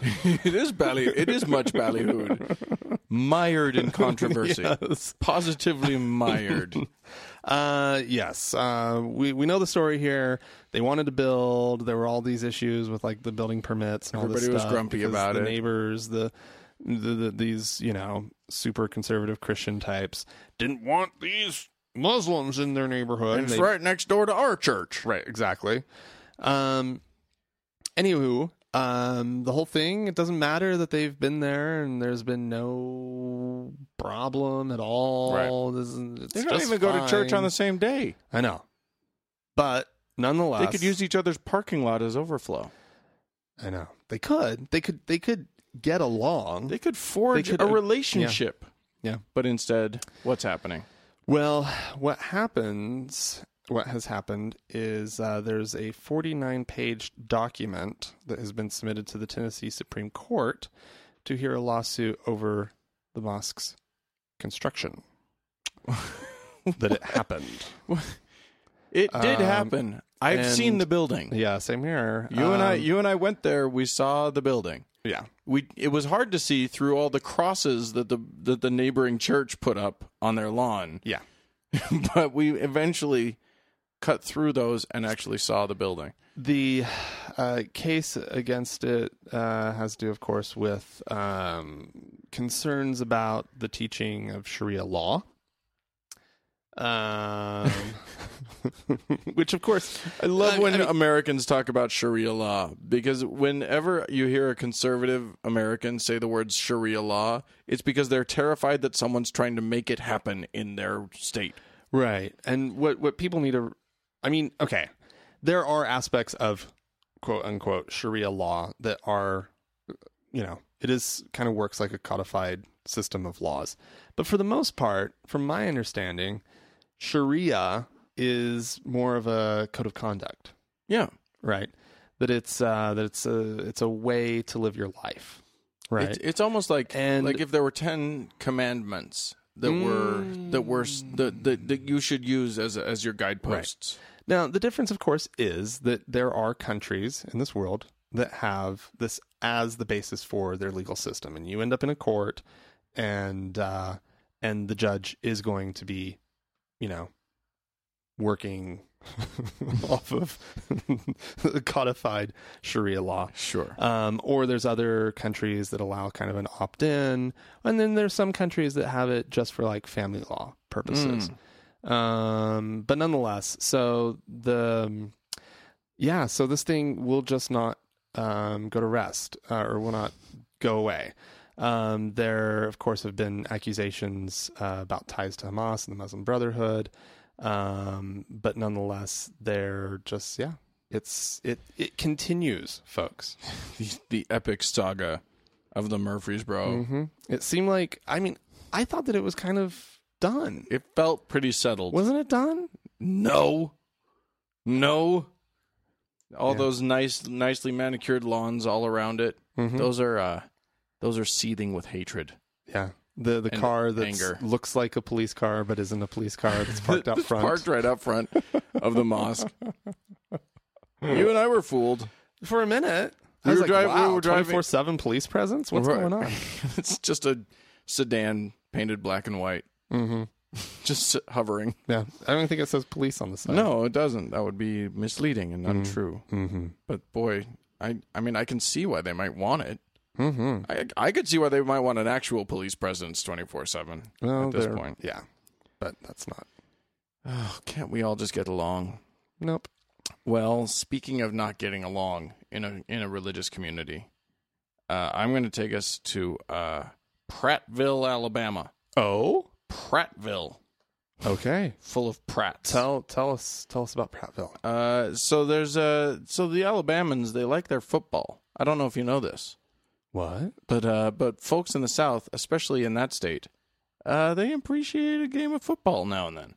[SPEAKER 2] it is bally. It is much ballyhooed, mired in controversy, positively mired.
[SPEAKER 1] Uh, yes, uh, we we know the story here. They wanted to build. There were all these issues with like the building permits. And all
[SPEAKER 2] Everybody
[SPEAKER 1] this
[SPEAKER 2] was
[SPEAKER 1] stuff
[SPEAKER 2] grumpy
[SPEAKER 1] because
[SPEAKER 2] about
[SPEAKER 1] the
[SPEAKER 2] it.
[SPEAKER 1] Neighbors, the, the, the these you know super conservative Christian types didn't want these Muslims in their neighborhood.
[SPEAKER 2] it's
[SPEAKER 1] They-
[SPEAKER 2] right next door to our church.
[SPEAKER 1] Right, exactly. Um anywho, um the whole thing, it doesn't matter that they've been there and there's been no problem at all.
[SPEAKER 2] Right.
[SPEAKER 1] This is- it's
[SPEAKER 2] They don't
[SPEAKER 1] just
[SPEAKER 2] even go to church
[SPEAKER 1] fine.
[SPEAKER 2] on the same day.
[SPEAKER 1] I know. But nonetheless
[SPEAKER 2] They could use each other's parking lot as overflow.
[SPEAKER 1] I know. They could. They could they could get along.
[SPEAKER 2] They could forge
[SPEAKER 1] could-
[SPEAKER 2] a
[SPEAKER 1] uh, yeah.
[SPEAKER 2] relationship.
[SPEAKER 1] Yeah.
[SPEAKER 2] But instead, what's happening?
[SPEAKER 1] Well, what happens, what has happened, is uh, there's a 49 page document that has been submitted to the Tennessee Supreme Court to hear a lawsuit over the mosque's construction. that it happened.
[SPEAKER 2] It did
[SPEAKER 1] Um,
[SPEAKER 2] happen. I've seen
[SPEAKER 1] and-
[SPEAKER 2] the building.
[SPEAKER 1] Yeah, same here.
[SPEAKER 2] You and I
[SPEAKER 1] Um,
[SPEAKER 2] you and I went there, we saw the building.
[SPEAKER 1] yeah.
[SPEAKER 2] We it was hard to see through all the crosses that the that the neighboring church put up on their lawn,
[SPEAKER 1] Yeah.
[SPEAKER 2] but we eventually cut through those and actually saw the building.
[SPEAKER 1] The uh, case against it uh, has to do, of course, with um, concerns about the teaching of Sharia law. Um, which, of course,
[SPEAKER 2] I love
[SPEAKER 1] I-
[SPEAKER 2] when
[SPEAKER 1] I mean-
[SPEAKER 2] Americans talk about Sharia law because whenever you hear a conservative American say the words Sharia law, it's because they're terrified that someone's trying to make it happen in their state.
[SPEAKER 1] right, and what what people need to, I mean, okay, there are aspects of quote unquote Sharia law that are, you know, it is kind of works like a codified system of laws. But for the most part, from my understanding, Sharia is more of a code of conduct,
[SPEAKER 2] Yeah.
[SPEAKER 1] right? That it's uh, that it's a it's a way to live your life, right?
[SPEAKER 2] It's, it's almost like
[SPEAKER 1] And-
[SPEAKER 2] like if there were ten commandments that were that were s- that, that that you should use as as your guideposts.
[SPEAKER 1] Now, the difference, of course, is that there are countries in this world that have this as the basis for their legal system, and you end up in a court, and uh, and the judge is going to be, you know, working off of codified Sharia law.
[SPEAKER 2] Sure.
[SPEAKER 1] Um, or there's other countries that allow kind of an opt in. And then there's some countries that have it just for like family law purposes. Um, but nonetheless, so the, yeah, so this thing will just not um, go to rest uh, or will not go away. Um, there, of course, have been accusations uh, about ties to Hamas and the Muslim Brotherhood. Um, but nonetheless, they're just, yeah, it's, it, it continues, folks.
[SPEAKER 2] The, the epic saga of the Murfreesboro.
[SPEAKER 1] hmm It seemed like I mean I thought that it was kind of done.
[SPEAKER 2] It felt pretty settled.
[SPEAKER 1] Wasn't it done?
[SPEAKER 2] No. No. All
[SPEAKER 1] Yeah.
[SPEAKER 2] those nice nicely manicured lawns all around it.
[SPEAKER 1] Mm-hmm.
[SPEAKER 2] Those are uh those are seething with hatred.
[SPEAKER 1] Yeah. The the car that
[SPEAKER 2] anger.
[SPEAKER 1] looks like a police car but isn't a police car that's parked out front.
[SPEAKER 2] Parked right up front of the mosque. you and I were fooled.
[SPEAKER 1] For a minute.
[SPEAKER 2] We were driv- we were driving-
[SPEAKER 1] 24/7 police presence. What's
[SPEAKER 2] Right.
[SPEAKER 1] going on?
[SPEAKER 2] it's just a sedan painted black and white. Mm-hmm. Just hovering.
[SPEAKER 1] Yeah. I don't think it says police on the side.
[SPEAKER 2] No, it doesn't. That would be misleading and untrue. Mm-hmm. But boy, I I mean, I can see why they might want it. Mm-hmm. I I could see why they might want an actual police presence twenty four seven
[SPEAKER 1] Well,
[SPEAKER 2] at this
[SPEAKER 1] they're-
[SPEAKER 2] point.
[SPEAKER 1] Yeah. But that's not.
[SPEAKER 2] Oh, can't we all just get along?
[SPEAKER 1] Nope.
[SPEAKER 2] Well, speaking of not getting along in a in a religious community, uh, I'm going to take us to uh, Prattville, Alabama.
[SPEAKER 1] Oh.
[SPEAKER 2] Prattville,
[SPEAKER 1] Okay.
[SPEAKER 2] full of Pratts.
[SPEAKER 1] Tell tell us tell us about Prattville.
[SPEAKER 2] Uh, so there's a so the Alabamans they like their football. I don't know if you know this,
[SPEAKER 1] What?
[SPEAKER 2] but uh, but folks in the South, especially in that state, uh, they appreciate a game of football now and then.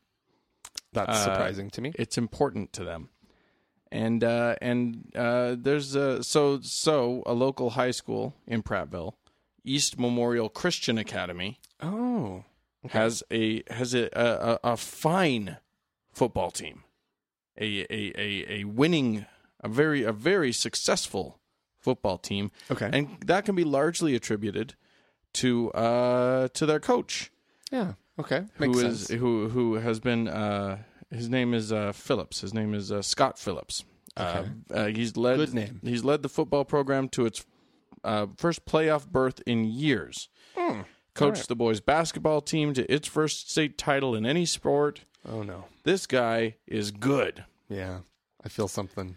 [SPEAKER 1] That's
[SPEAKER 2] Uh,
[SPEAKER 1] surprising to me.
[SPEAKER 2] It's important to them. And uh, and uh, there's a so so a local high school in Prattville, East Memorial Christian Academy,
[SPEAKER 1] Oh.
[SPEAKER 2] has a has a a, a, a fine football team, a, a a a winning a very a very successful football team,
[SPEAKER 1] Okay.
[SPEAKER 2] and that can be largely attributed to uh to their coach
[SPEAKER 1] yeah. Okay.
[SPEAKER 2] who
[SPEAKER 1] Makes
[SPEAKER 2] is
[SPEAKER 1] sense.
[SPEAKER 2] who who has been uh his name is uh Phillips. His name is uh, Scott Phillips. Uh, uh, he's led
[SPEAKER 1] Good name.
[SPEAKER 2] he's led the football program to its uh, first playoff berth in years.
[SPEAKER 1] Hmm.
[SPEAKER 2] Coached the boys basketball team to its first state title in any sport.
[SPEAKER 1] oh no.
[SPEAKER 2] This guy is good.
[SPEAKER 1] Yeah, I feel something.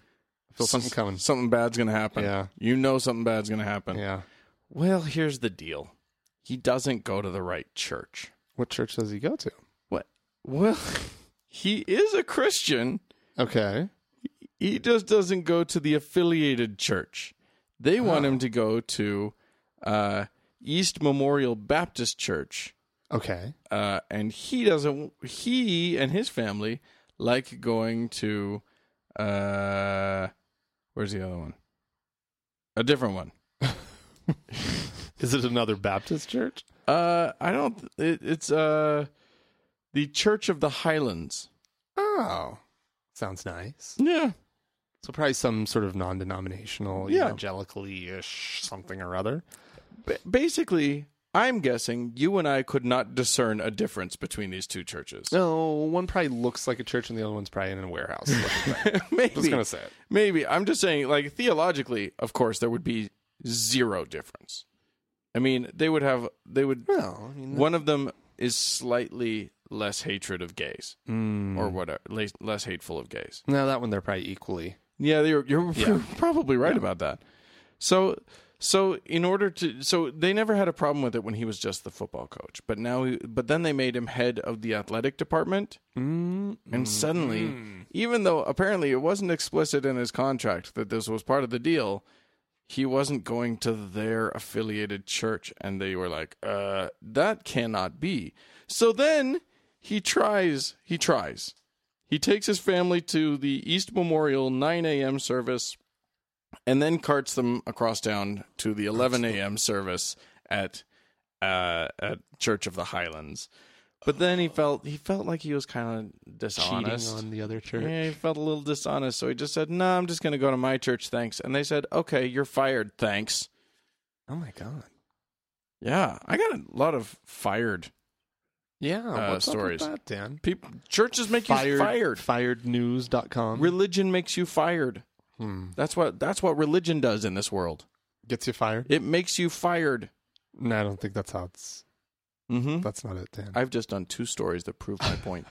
[SPEAKER 1] I feel something coming.
[SPEAKER 2] Something bad's going to happen.
[SPEAKER 1] Yeah.
[SPEAKER 2] You know something bad's going to happen.
[SPEAKER 1] Yeah.
[SPEAKER 2] Well, here's the deal. He doesn't go to the right church.
[SPEAKER 1] What church does he go to?
[SPEAKER 2] What? Well, he is a Christian.
[SPEAKER 1] Okay.
[SPEAKER 2] he just doesn't go to the affiliated church. They want him to go to uh, East Memorial Baptist Church,
[SPEAKER 1] Okay.
[SPEAKER 2] uh, and he doesn't. He and his family like going to uh, where's the other one? A different one.
[SPEAKER 1] Is it another Baptist church?
[SPEAKER 2] Uh, I don't. It, it's uh, the Church of the Highlands.
[SPEAKER 1] Oh, sounds nice.
[SPEAKER 2] Yeah,
[SPEAKER 1] So probably some sort of non-denominational,
[SPEAKER 2] Yeah.
[SPEAKER 1] evangelically-ish something or other.
[SPEAKER 2] ba- basically. I'm guessing you and I could not discern a difference between these two churches.
[SPEAKER 1] No, one probably looks like a church, and the other one's probably in a warehouse. I'm
[SPEAKER 2] Maybe.
[SPEAKER 1] just gonna say it.
[SPEAKER 2] Maybe. I'm just saying, like, theologically, of course, there would be zero difference. I mean, they would have, they would,
[SPEAKER 1] Well, I mean,
[SPEAKER 2] one of them is slightly less hatred of gays or whatever, less, less hateful of gays.
[SPEAKER 1] no, that one they're probably equally.
[SPEAKER 2] Yeah, you're, you're, you're probably right about that. So, so in order to, so they never had a problem with it when he was just the football coach, but now, he, but then they made him head of the athletic department, and suddenly, even though apparently it wasn't explicit in his contract that this was part of the deal, he wasn't going to their affiliated church and they were like uh that cannot be so then he tries he tries he takes his family to the east memorial 9 a.m service and then carts them across town to the 11 a.m service at uh at church of the highlands but then he felt he felt like he was kind of dishonest
[SPEAKER 1] Cheating on the other church.
[SPEAKER 2] yeah, he felt a little dishonest, so he just said, "No, I'm just going to go to my church, thanks." And they said, "Okay, you're fired, thanks."
[SPEAKER 1] Oh my god.
[SPEAKER 2] Yeah, I got a lot of fired
[SPEAKER 1] Yeah. what's up with
[SPEAKER 2] stories.
[SPEAKER 1] that, Dan?
[SPEAKER 2] people. Churches make you fired.
[SPEAKER 1] Fired. Firednews.com.
[SPEAKER 2] Religion makes you fired.
[SPEAKER 1] Hmm.
[SPEAKER 2] That's what that's what religion does in this world.
[SPEAKER 1] Gets you fired?
[SPEAKER 2] It makes you fired.
[SPEAKER 1] No, I don't think that's how it's.
[SPEAKER 2] Mm-hmm.
[SPEAKER 1] That's not it, Dan.
[SPEAKER 2] I've just done two stories that prove my point.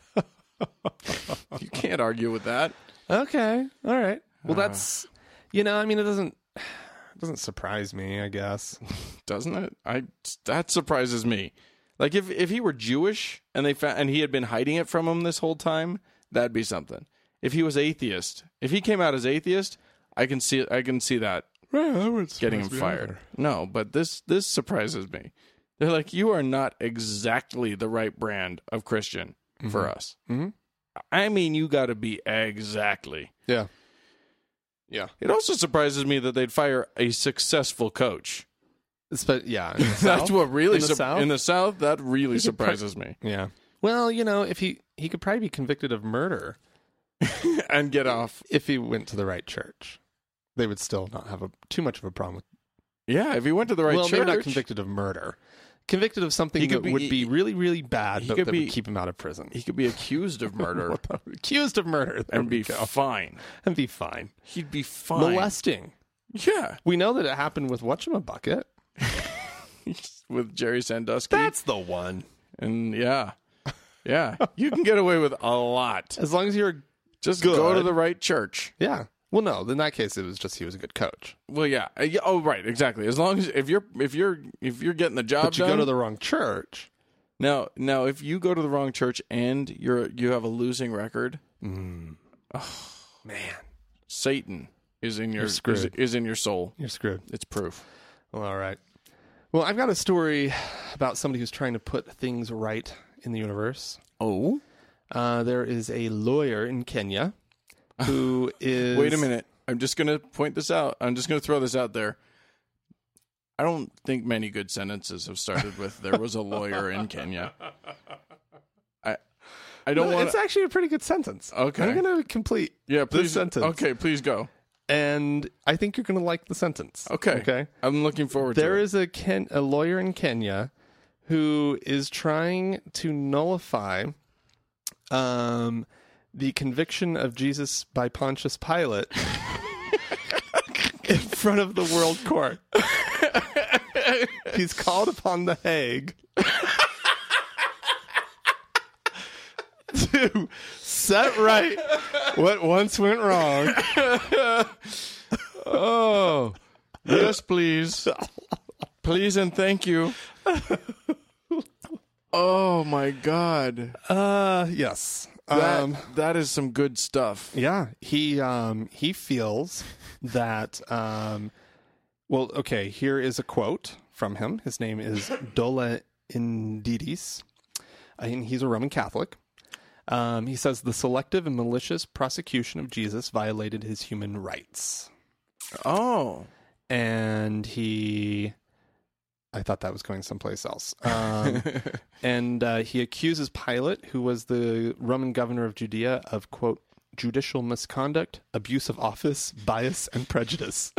[SPEAKER 2] you can't argue with that.
[SPEAKER 1] Okay. All right. Well,
[SPEAKER 2] Uh.
[SPEAKER 1] that's you know, I mean, it doesn't it doesn't surprise me. I guess.
[SPEAKER 2] doesn't it? I that surprises me. Like if if he were Jewish and they fa- and he had been hiding it from him this whole time, that'd be something. If he was atheist, if he came out as atheist, I can see I can see that getting him fired. No, but this this surprises me. They're like, you are not exactly the right brand of Christian for us.
[SPEAKER 1] Mhm.
[SPEAKER 2] I mean, you got to be exactly.
[SPEAKER 1] Yeah. Yeah.
[SPEAKER 2] It also surprises me that they'd fire a successful coach.
[SPEAKER 1] But yeah. in the South.
[SPEAKER 2] That's what really
[SPEAKER 1] In the
[SPEAKER 2] sup-
[SPEAKER 1] South?
[SPEAKER 2] in the South that really surprises me.
[SPEAKER 1] Yeah. Well, you know, if he he could probably be convicted of murder
[SPEAKER 2] and get off.
[SPEAKER 1] if he went to the right church. They would still not have a, too much of a problem with.
[SPEAKER 2] Yeah, if he went to the right
[SPEAKER 1] well,
[SPEAKER 2] church,
[SPEAKER 1] maybe not convicted of murder. Convicted of something
[SPEAKER 2] He
[SPEAKER 1] that
[SPEAKER 2] could be-
[SPEAKER 1] would be really, really bad,
[SPEAKER 2] he
[SPEAKER 1] but
[SPEAKER 2] could
[SPEAKER 1] that
[SPEAKER 2] be-
[SPEAKER 1] would keep him out of prison.
[SPEAKER 2] he could be accused of murder
[SPEAKER 1] Accused of murder there
[SPEAKER 2] and
[SPEAKER 1] we
[SPEAKER 2] be
[SPEAKER 1] go.
[SPEAKER 2] fine.
[SPEAKER 1] and be fine.
[SPEAKER 2] He'd be fine.
[SPEAKER 1] Molesting.
[SPEAKER 2] yeah,
[SPEAKER 1] We know that it happened with Whatchamabucket.
[SPEAKER 2] with Jerry Sandusky,
[SPEAKER 1] That's the one.
[SPEAKER 2] and yeah, yeah, you can get away with a lot.
[SPEAKER 1] As long as you're,
[SPEAKER 2] Just
[SPEAKER 1] Good.
[SPEAKER 2] go to the right church.
[SPEAKER 1] yeah. Well, no, in that case, it was just he was a good coach.
[SPEAKER 2] Well, yeah. Uh, yeah, Oh, right, exactly. As long as if you're if you're if you're getting the job
[SPEAKER 1] But you
[SPEAKER 2] done.
[SPEAKER 1] go to the wrong church.
[SPEAKER 2] now, now, if you go to the wrong church and you're you have a losing record,
[SPEAKER 1] Man,
[SPEAKER 2] Satan is in your is,
[SPEAKER 1] screwed.
[SPEAKER 2] is in your soul.
[SPEAKER 1] you're screwed.
[SPEAKER 2] It's proof.
[SPEAKER 1] Well, all right. Well, I've got a story about somebody who's trying to put things right in the universe.
[SPEAKER 2] Oh,
[SPEAKER 1] Uh, there is a lawyer in Kenya who is.
[SPEAKER 2] Wait a minute. I'm just going to point this out. I'm just going to throw this out there. I don't think many good sentences have started with "there was a lawyer in Kenya." I, I don't
[SPEAKER 1] No,
[SPEAKER 2] want.
[SPEAKER 1] it's actually a pretty good sentence.
[SPEAKER 2] Okay.
[SPEAKER 1] I'm going to complete.
[SPEAKER 2] yeah, please.
[SPEAKER 1] sentence.
[SPEAKER 2] Okay, please go.
[SPEAKER 1] And I think you're going to like the sentence.
[SPEAKER 2] Okay,
[SPEAKER 1] Okay.
[SPEAKER 2] I'm looking forward
[SPEAKER 1] There
[SPEAKER 2] to
[SPEAKER 1] is a Ken- a lawyer in Kenya who is trying to nullify um, the conviction of Jesus by Pontius Pilate in front of the world court. He's called upon the Hague to set right what once went wrong.
[SPEAKER 2] Oh, yes, please, please, and thank you. Oh my God,
[SPEAKER 1] Uh, yes. Um,
[SPEAKER 2] that, that is some good stuff.
[SPEAKER 1] Yeah, he um, he feels that. Um, well, okay. Here is a quote from him. His name is Dola Indidis, and he's a Roman Catholic. Um, he says the selective and malicious prosecution of Jesus violated his human rights,
[SPEAKER 2] Oh,
[SPEAKER 1] and he. I thought that was going someplace else. Um, and uh, he accuses Pilate, who was the Roman governor of Judea, of quote judicial misconduct, abuse of office, bias, and prejudice.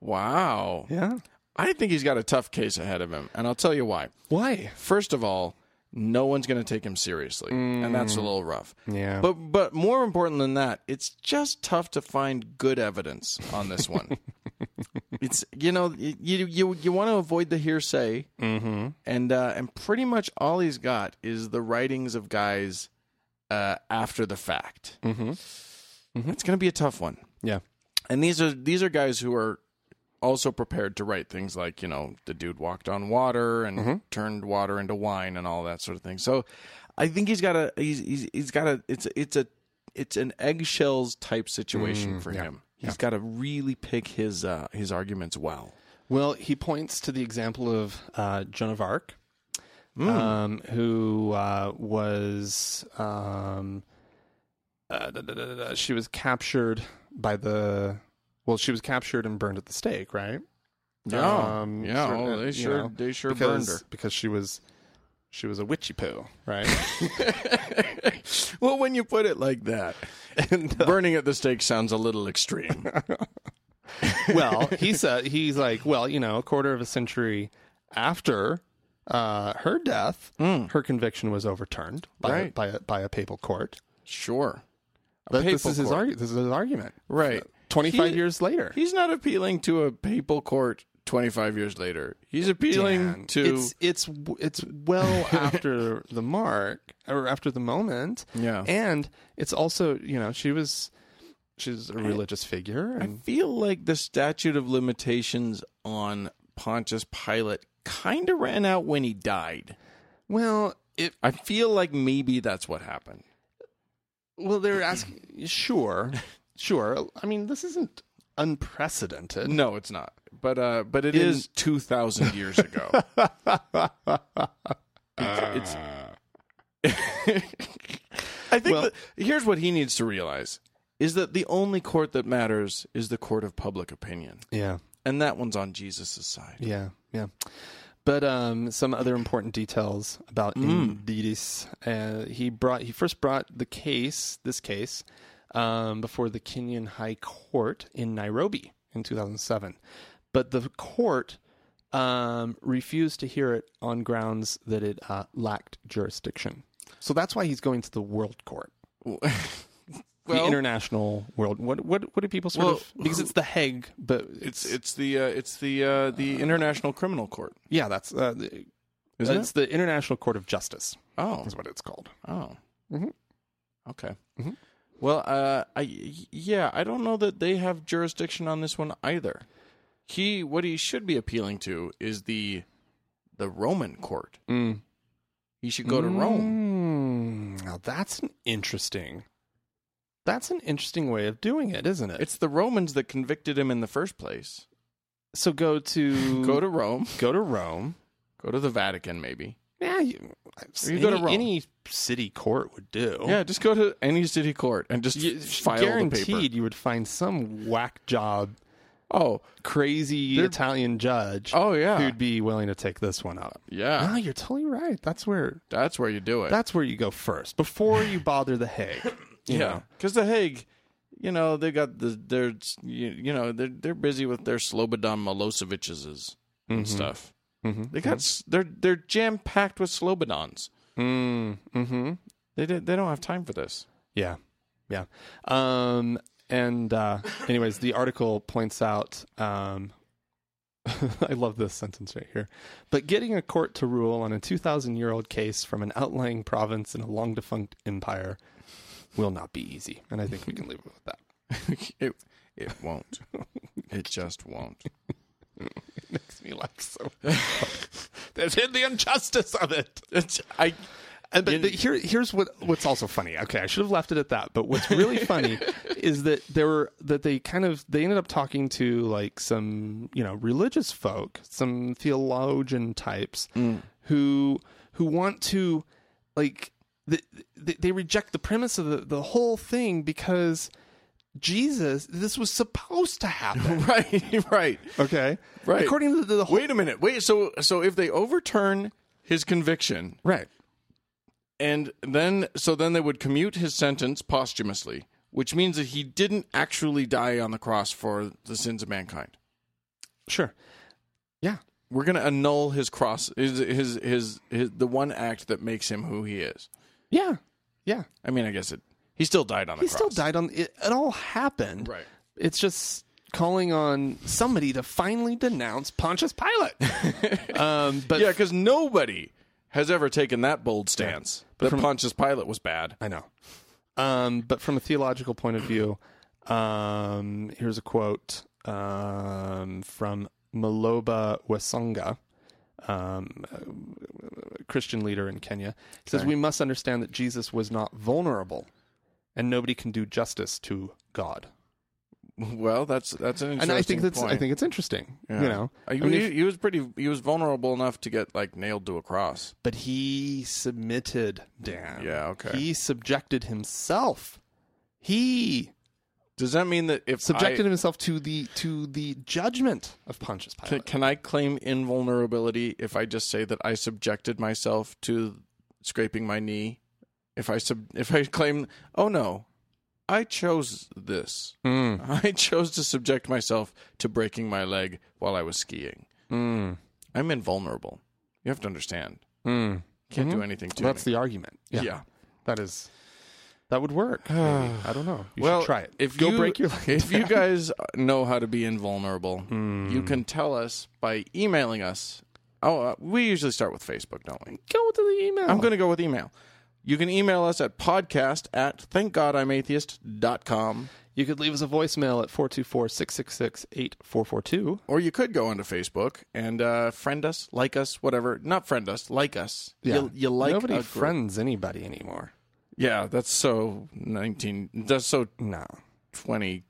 [SPEAKER 2] wow.
[SPEAKER 1] Yeah,
[SPEAKER 2] I think he's got a tough case ahead of him, and I'll tell you why.
[SPEAKER 1] why?
[SPEAKER 2] First of all, no one's going to take him seriously, and that's a little rough.
[SPEAKER 1] Mm. Yeah,
[SPEAKER 2] But but more important than that, it's just tough to find good evidence on this one. it's you know y- you you you want to avoid the hearsay,
[SPEAKER 1] mm-hmm.
[SPEAKER 2] and uh, and pretty much all he's got is the writings of guys uh, after the fact.
[SPEAKER 1] Mhm.
[SPEAKER 2] It's going to be a tough one.
[SPEAKER 1] yeah,
[SPEAKER 2] And these are these are guys who are also prepared to write things like, you know, the dude walked on water and
[SPEAKER 1] Mm-hmm.
[SPEAKER 2] turned water into wine and all that sort of thing. So I think he's got
[SPEAKER 1] Mm,
[SPEAKER 2] a he's he's, he's got a it's it's a it's an eggshells type situation for him. He's got to really pick his uh, his arguments well.
[SPEAKER 1] Well, he points to the example of uh, Joan of Arc,
[SPEAKER 2] Hmm.
[SPEAKER 1] um, who uh, was um, uh, da, da, da, da, da, she was captured by the well, she was captured and burned at the stake, right?
[SPEAKER 2] Yeah,
[SPEAKER 1] Um,
[SPEAKER 2] yeah.
[SPEAKER 1] certain-
[SPEAKER 2] oh, they
[SPEAKER 1] you
[SPEAKER 2] sure,
[SPEAKER 1] know,
[SPEAKER 2] they sure
[SPEAKER 1] because,
[SPEAKER 2] burned her.
[SPEAKER 1] because she was she was a witchy poo, right?
[SPEAKER 2] well, when you put it like that,
[SPEAKER 1] uh,
[SPEAKER 2] burning at the stake sounds a little extreme.
[SPEAKER 1] well, he said he's like, well, you know, a quarter of a century after uh, her death, her conviction was overturned by
[SPEAKER 2] Right.
[SPEAKER 1] by, a, by a papal court.
[SPEAKER 2] sure, A
[SPEAKER 1] But this
[SPEAKER 2] papal
[SPEAKER 1] is his
[SPEAKER 2] court.
[SPEAKER 1] argument. This is his argument.
[SPEAKER 2] right.
[SPEAKER 1] Twenty five
[SPEAKER 2] He-
[SPEAKER 1] years later,
[SPEAKER 2] He's not appealing to a papal court twenty five years later. He's appealing
[SPEAKER 1] Dan,
[SPEAKER 2] to
[SPEAKER 1] it's it's w- it's well after the mark or after the moment.
[SPEAKER 2] Yeah.
[SPEAKER 1] and it's also you know she was she's a religious figure
[SPEAKER 2] I
[SPEAKER 1] and
[SPEAKER 2] feel like the statute of limitations on Pontius Pilate kind of ran out when he died.
[SPEAKER 1] well it
[SPEAKER 2] I feel like maybe that's what happened.
[SPEAKER 1] well they're asking sure sure I mean this isn't unprecedented.
[SPEAKER 2] No, it's not. But uh, but it
[SPEAKER 1] In-
[SPEAKER 2] is two thousand years ago. it's. I think
[SPEAKER 1] Well-
[SPEAKER 2] that- here's what he needs to realize is that the only court that matters is the court of public opinion,
[SPEAKER 1] Yeah,
[SPEAKER 2] and that one's on Jesus' side.
[SPEAKER 1] yeah, yeah. But um, some other important details about
[SPEAKER 2] Hmm.
[SPEAKER 1] Indidis. Uh, he brought he first brought the case, this case, um, before the Kenyan High Court in Nairobi in 2007, but the court um, refused to hear it on grounds that it uh, lacked jurisdiction. So that's why he's going to the World Court. the international world. What what what do people sort
[SPEAKER 2] Well,
[SPEAKER 1] of because it's the Hague, but
[SPEAKER 2] It's it's the uh, it's the uh, the International Criminal Court,
[SPEAKER 1] Yeah, that's uh, the-
[SPEAKER 2] isn't
[SPEAKER 1] it's the International Court of Justice.
[SPEAKER 2] it? Oh,
[SPEAKER 1] Is what it's called.
[SPEAKER 2] oh,
[SPEAKER 1] Mm-hmm.
[SPEAKER 2] okay. Well, uh, I yeah, I don't know that they have jurisdiction on this one either. He what he should be appealing to is the the Roman court.
[SPEAKER 1] Mm.
[SPEAKER 2] He should go to Rome.
[SPEAKER 1] Mm, now that's an interesting. That's an interesting way of doing it, isn't it?
[SPEAKER 2] It's the Romans that convicted him in the first place.
[SPEAKER 1] so go to
[SPEAKER 2] Go to Rome.
[SPEAKER 1] go to Rome.
[SPEAKER 2] Go to the Vatican, maybe.
[SPEAKER 1] Yeah, you,
[SPEAKER 2] You go to
[SPEAKER 1] any-
[SPEAKER 2] Rome.
[SPEAKER 1] Any city court would do.
[SPEAKER 2] Yeah, just go to any city court and just
[SPEAKER 1] You-
[SPEAKER 2] file the paper.
[SPEAKER 1] guaranteed you would find some whack job,
[SPEAKER 2] Oh,
[SPEAKER 1] crazy Italian judge.
[SPEAKER 2] oh yeah,
[SPEAKER 1] who'd be willing to take this one up?
[SPEAKER 2] yeah.
[SPEAKER 1] Ah, you're totally right. That's where
[SPEAKER 2] That's where you do it.
[SPEAKER 1] that's where you go first before you bother the Hague. you
[SPEAKER 2] Yeah,
[SPEAKER 1] know.
[SPEAKER 2] because the Hague, you know, they got the they're you, you know they're they're busy with their Slobodan Milosevic's and stuff.
[SPEAKER 1] Mhm.
[SPEAKER 2] They got s they're they're jam packed with Slobodans.
[SPEAKER 1] Mm, hmm
[SPEAKER 2] They did, they don't have time for this.
[SPEAKER 1] Yeah. Yeah. Um, and uh, anyways, the article points out. Um, I love this sentence right here. But getting a court to rule on a 2,000 year old case from an outlying province in a long defunct empire will not be easy. And I think we can leave it with that.
[SPEAKER 2] it it won't. it just won't.
[SPEAKER 1] Makes me laugh so much. There's in the injustice of it.
[SPEAKER 2] It's, I
[SPEAKER 1] And but, but here, here's what what's also funny. Okay, I should have left it at that. But what's really funny is that there were that they kind of they ended up talking to like some you know religious folk, some theologian types
[SPEAKER 2] Mm.
[SPEAKER 1] who who want to like th- th- they reject the premise of the, the whole thing because Jesus, this was supposed to happen.
[SPEAKER 2] right right
[SPEAKER 1] Okay,
[SPEAKER 2] Right.
[SPEAKER 1] According to the, the whole
[SPEAKER 2] Wait a minute. Wait. So so if they overturn his conviction
[SPEAKER 1] right,
[SPEAKER 2] and then so then they would commute his sentence posthumously which means that he didn't actually die on the cross for the sins of mankind
[SPEAKER 1] sure, yeah,
[SPEAKER 2] we're going to annul his cross his, his his his the one act that makes him who he is
[SPEAKER 1] yeah, yeah.
[SPEAKER 2] i mean i guess it he still died on the
[SPEAKER 1] He
[SPEAKER 2] cross
[SPEAKER 1] still died on it. It all happened.
[SPEAKER 2] right
[SPEAKER 1] It's just calling on somebody to finally denounce Pontius Pilate. um, but
[SPEAKER 2] yeah cuz nobody has ever taken that bold stance that Pontius Pilate was bad.
[SPEAKER 1] I know. Um, but from a theological point of view, um, here's a quote um, from Maloba Wesonga, um, a Christian leader in Kenya. He says, We must understand that Jesus was not vulnerable, and nobody can do justice to God.
[SPEAKER 2] Well, that's that's an
[SPEAKER 1] and
[SPEAKER 2] interesting
[SPEAKER 1] I think that's
[SPEAKER 2] point.
[SPEAKER 1] I think it's interesting. You know,
[SPEAKER 2] Uh, he,
[SPEAKER 1] I mean, if-
[SPEAKER 2] he- he was pretty. He was vulnerable enough to get like nailed to a cross.
[SPEAKER 1] but he submitted Dan.
[SPEAKER 2] Yeah, okay.
[SPEAKER 1] He subjected himself. He
[SPEAKER 2] Does that mean that if
[SPEAKER 1] subjected
[SPEAKER 2] I,
[SPEAKER 1] himself to the to the judgment of Pontius
[SPEAKER 2] can,
[SPEAKER 1] Pilate.
[SPEAKER 2] can I claim invulnerability if I just say that I subjected myself to scraping my knee? If I sub, if I claim, oh no, I chose this. I chose to subject myself to breaking my leg while I was skiing. Hmm. I'm invulnerable. You have to understand. Can't do anything to
[SPEAKER 1] Hmm. That's
[SPEAKER 2] me.
[SPEAKER 1] the argument. Yeah,
[SPEAKER 2] Hmm. yeah.
[SPEAKER 1] that is that would work. maybe. I don't know. You
[SPEAKER 2] well,
[SPEAKER 1] should try it.
[SPEAKER 2] If
[SPEAKER 1] Go
[SPEAKER 2] you,
[SPEAKER 1] break your leg.
[SPEAKER 2] If you guys know how to be invulnerable,
[SPEAKER 1] Hmm.
[SPEAKER 2] you can tell us by emailing us. Oh, uh, we usually start with Facebook, don't we?
[SPEAKER 1] go to the email.
[SPEAKER 2] I'm going to go with email. You can email us at podcast at thankgodimatheist.com,
[SPEAKER 1] You could leave us a voicemail at 424-666-8442.
[SPEAKER 2] or you could go onto Facebook and uh, friend us, like us, whatever. Not friend us, like us. You, you like
[SPEAKER 1] nobody
[SPEAKER 2] a group.
[SPEAKER 1] friends anybody anymore.
[SPEAKER 2] Yeah, that's so 19. That's so
[SPEAKER 1] No.
[SPEAKER 2] 20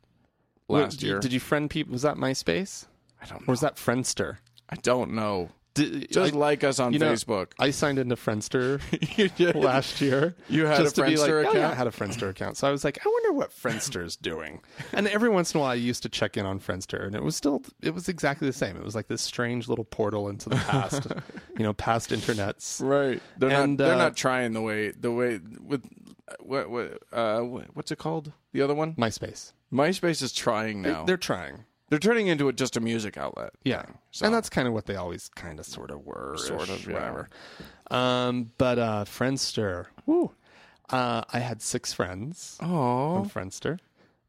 [SPEAKER 1] Wait,
[SPEAKER 2] last
[SPEAKER 1] did you-
[SPEAKER 2] year.
[SPEAKER 1] Did you friend people? Was that MySpace?
[SPEAKER 2] I don't
[SPEAKER 1] Or
[SPEAKER 2] know.
[SPEAKER 1] was that Friendster?
[SPEAKER 2] I don't know.
[SPEAKER 1] Did,
[SPEAKER 2] Just
[SPEAKER 1] I-
[SPEAKER 2] like us on
[SPEAKER 1] you know-
[SPEAKER 2] Facebook.
[SPEAKER 1] I signed into Friendster
[SPEAKER 2] you did.
[SPEAKER 1] last year.
[SPEAKER 2] You had
[SPEAKER 1] just
[SPEAKER 2] a
[SPEAKER 1] to be like,
[SPEAKER 2] Friendster
[SPEAKER 1] "Oh, yeah, I
[SPEAKER 2] account?"
[SPEAKER 1] had a Friendster account. So I was like, I wonder what Friendster's doing. And every once in a while, I used to check in on Friendster, and it was still, it was exactly the same. It was like this strange little portal into the past, you know, past internets.
[SPEAKER 2] Right. They're
[SPEAKER 1] And,
[SPEAKER 2] not. They're
[SPEAKER 1] uh,
[SPEAKER 2] not trying the way the way with what what uh wh- what's it called? The other one?
[SPEAKER 1] MySpace.
[SPEAKER 2] MySpace is trying now.
[SPEAKER 1] They're trying.
[SPEAKER 2] They're turning into it just a music outlet.
[SPEAKER 1] Yeah.
[SPEAKER 2] So-
[SPEAKER 1] And that's kind of what they always kind of sort of were.
[SPEAKER 2] Sort of, yeah.
[SPEAKER 1] whatever. Um, but uh, Friendster, woo. Uh, I had six friends
[SPEAKER 2] Oh.
[SPEAKER 1] on Friendster.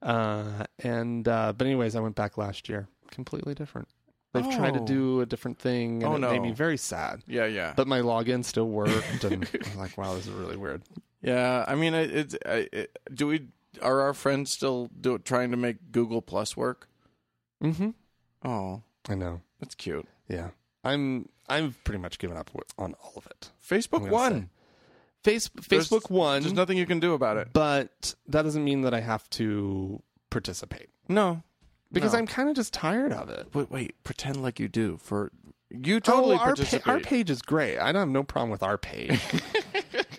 [SPEAKER 1] Uh, and uh, but anyways, I went back last year. Completely different. They've tried to
[SPEAKER 2] Oh.
[SPEAKER 1] do a different thing and
[SPEAKER 2] Oh,
[SPEAKER 1] it made
[SPEAKER 2] no.
[SPEAKER 1] me very sad.
[SPEAKER 2] Yeah, yeah.
[SPEAKER 1] But my login still worked and I was like, wow, this is really weird.
[SPEAKER 2] yeah, I mean it, it's I it, do we are our friends still do trying to make Google Plus work?
[SPEAKER 1] Mm-hmm.
[SPEAKER 2] Oh,
[SPEAKER 1] I know.
[SPEAKER 2] that's cute.
[SPEAKER 1] Yeah. I'm I'm pretty much given up wi- on all of it.
[SPEAKER 2] Facebook
[SPEAKER 1] gonna
[SPEAKER 2] won.
[SPEAKER 1] Face,
[SPEAKER 2] There's-
[SPEAKER 1] Facebook one.
[SPEAKER 2] There's nothing you can do about it.
[SPEAKER 1] but that doesn't mean that I have to participate
[SPEAKER 2] No.
[SPEAKER 1] because
[SPEAKER 2] No.
[SPEAKER 1] I'm kind of just tired of it.
[SPEAKER 2] But wait, pretend like you do for you totally
[SPEAKER 1] oh, our, pa-
[SPEAKER 2] participate.
[SPEAKER 1] our page is great. I don't have no problem with our page.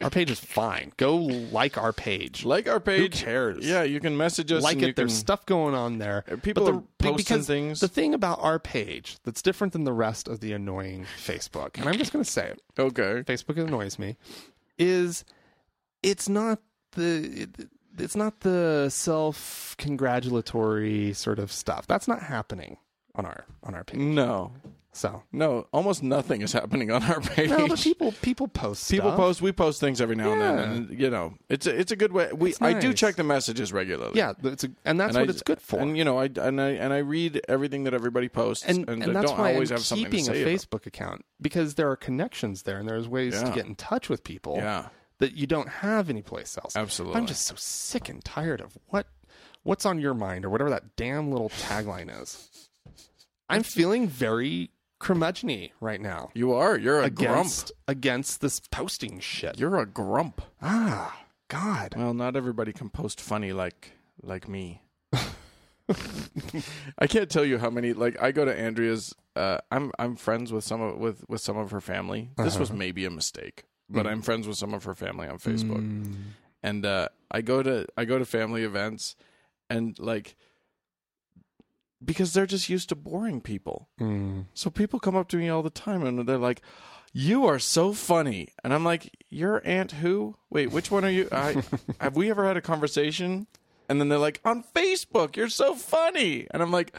[SPEAKER 1] our page is fine. Go like our page.
[SPEAKER 2] like our page.
[SPEAKER 1] cares?
[SPEAKER 2] Yeah, you can message us.
[SPEAKER 1] like
[SPEAKER 2] and
[SPEAKER 1] it.
[SPEAKER 2] you
[SPEAKER 1] There's
[SPEAKER 2] can- Uh,
[SPEAKER 1] stuff going on there.
[SPEAKER 2] people
[SPEAKER 1] But
[SPEAKER 2] are posting
[SPEAKER 1] because
[SPEAKER 2] things.
[SPEAKER 1] The thing about our page that's different than the rest of the annoying Facebook, and I'm just going to say it.
[SPEAKER 2] Okay.
[SPEAKER 1] Facebook annoys me is it's not the it- it's not the self congratulatory sort of stuff. That's not happening on our on our
[SPEAKER 2] Mm.
[SPEAKER 1] page.
[SPEAKER 2] No,
[SPEAKER 1] So
[SPEAKER 2] no, almost nothing is happening on our page.
[SPEAKER 1] no, but people people post
[SPEAKER 2] People
[SPEAKER 1] stuff.
[SPEAKER 2] post, we post things every now
[SPEAKER 1] Yeah.
[SPEAKER 2] and then, and you know, it's a, it's a good way. We
[SPEAKER 1] It's
[SPEAKER 2] I do
[SPEAKER 1] nice.
[SPEAKER 2] check the messages regularly.
[SPEAKER 1] Yeah, it's a, and that's
[SPEAKER 2] And
[SPEAKER 1] what
[SPEAKER 2] I-
[SPEAKER 1] it's good for.
[SPEAKER 2] And you know, I and I and I read everything that everybody posts, and,
[SPEAKER 1] and, and,
[SPEAKER 2] I
[SPEAKER 1] that's
[SPEAKER 2] don't
[SPEAKER 1] why
[SPEAKER 2] always
[SPEAKER 1] I'm
[SPEAKER 2] have something to
[SPEAKER 1] keeping a
[SPEAKER 2] say. about-
[SPEAKER 1] Facebook account because there are connections there and there's ways to
[SPEAKER 2] Yeah.
[SPEAKER 1] get in touch with people
[SPEAKER 2] Yeah.
[SPEAKER 1] that you don't have anyplace else.
[SPEAKER 2] Absolutely.
[SPEAKER 1] I'm just so sick and tired of what what's on your mind or whatever that damn little tagline is. I'm feeling very curmudgeony right now
[SPEAKER 2] You are. You're a grump.
[SPEAKER 1] against against this posting shit.
[SPEAKER 2] You're a grump.
[SPEAKER 1] ah, God.
[SPEAKER 2] Well, not everybody can post funny like like me. I can't tell you how many like I go to Andrea's uh I'm I'm friends with some of with with some of her family. This was maybe a mistake, but I'm friends with some of her family on Facebook. And uh I go to I go to family events and like because they're just used to boring people. So people come up to me all the time and they're like, "You are so funny," and I'm like, "Your aunt who? Wait, which one are you? I, have we ever had a conversation?" And then they're like, "On Facebook, you're so funny," and I'm like,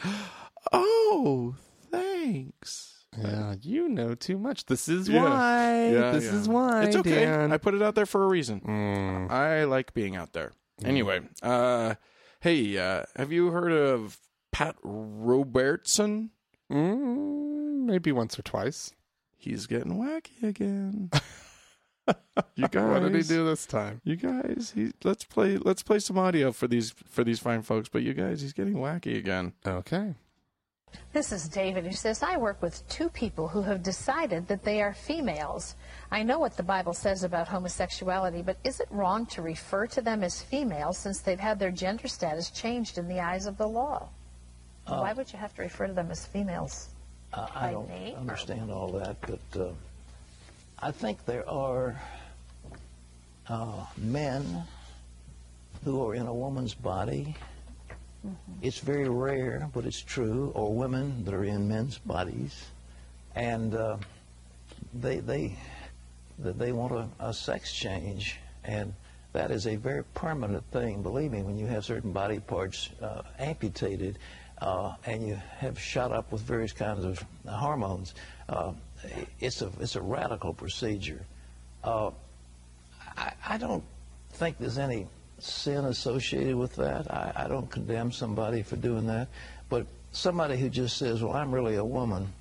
[SPEAKER 2] "Oh, thanks."
[SPEAKER 1] Yeah, you know too much. This is
[SPEAKER 2] Yeah.
[SPEAKER 1] why.
[SPEAKER 2] Yeah,
[SPEAKER 1] this
[SPEAKER 2] yeah.
[SPEAKER 1] is why.
[SPEAKER 2] it's okay.
[SPEAKER 1] Dan. Mm.
[SPEAKER 2] I put it out there for a reason. I like being out there. Anyway, uh, hey, uh, have you heard of Pat Robertson?
[SPEAKER 1] Mm, maybe once or twice.
[SPEAKER 2] He's getting wacky again. you guys,
[SPEAKER 1] What did he do this time?
[SPEAKER 2] You guys, he, let's play. Let's play some audio for these for these fine folks. But you guys, he's getting wacky again.
[SPEAKER 1] Okay.
[SPEAKER 4] This is David who says, I work with two people who have decided that they are females. I know what the Bible says about homosexuality, but is it wrong to refer to them as females since they've had their gender status changed in the eyes of the law? Why would you have to refer to them as females?
[SPEAKER 5] Uh, I
[SPEAKER 4] by
[SPEAKER 5] don't
[SPEAKER 4] name or-
[SPEAKER 5] understand all that, but uh, I think there are uh, men who are in a woman's body. It's very rare, but it's true, or women that are in men's bodies, and uh, they they that they want a, a sex change, and that is a very permanent thing. Believe me, when you have certain body parts uh, amputated uh, and you have shot up with various kinds of hormones, uh, it's a it's a radical procedure. Uh, I, I don't think there's any sin associated with that. I, I don't condemn somebody for doing that, but somebody who just says, "Well, I'm really a woman,"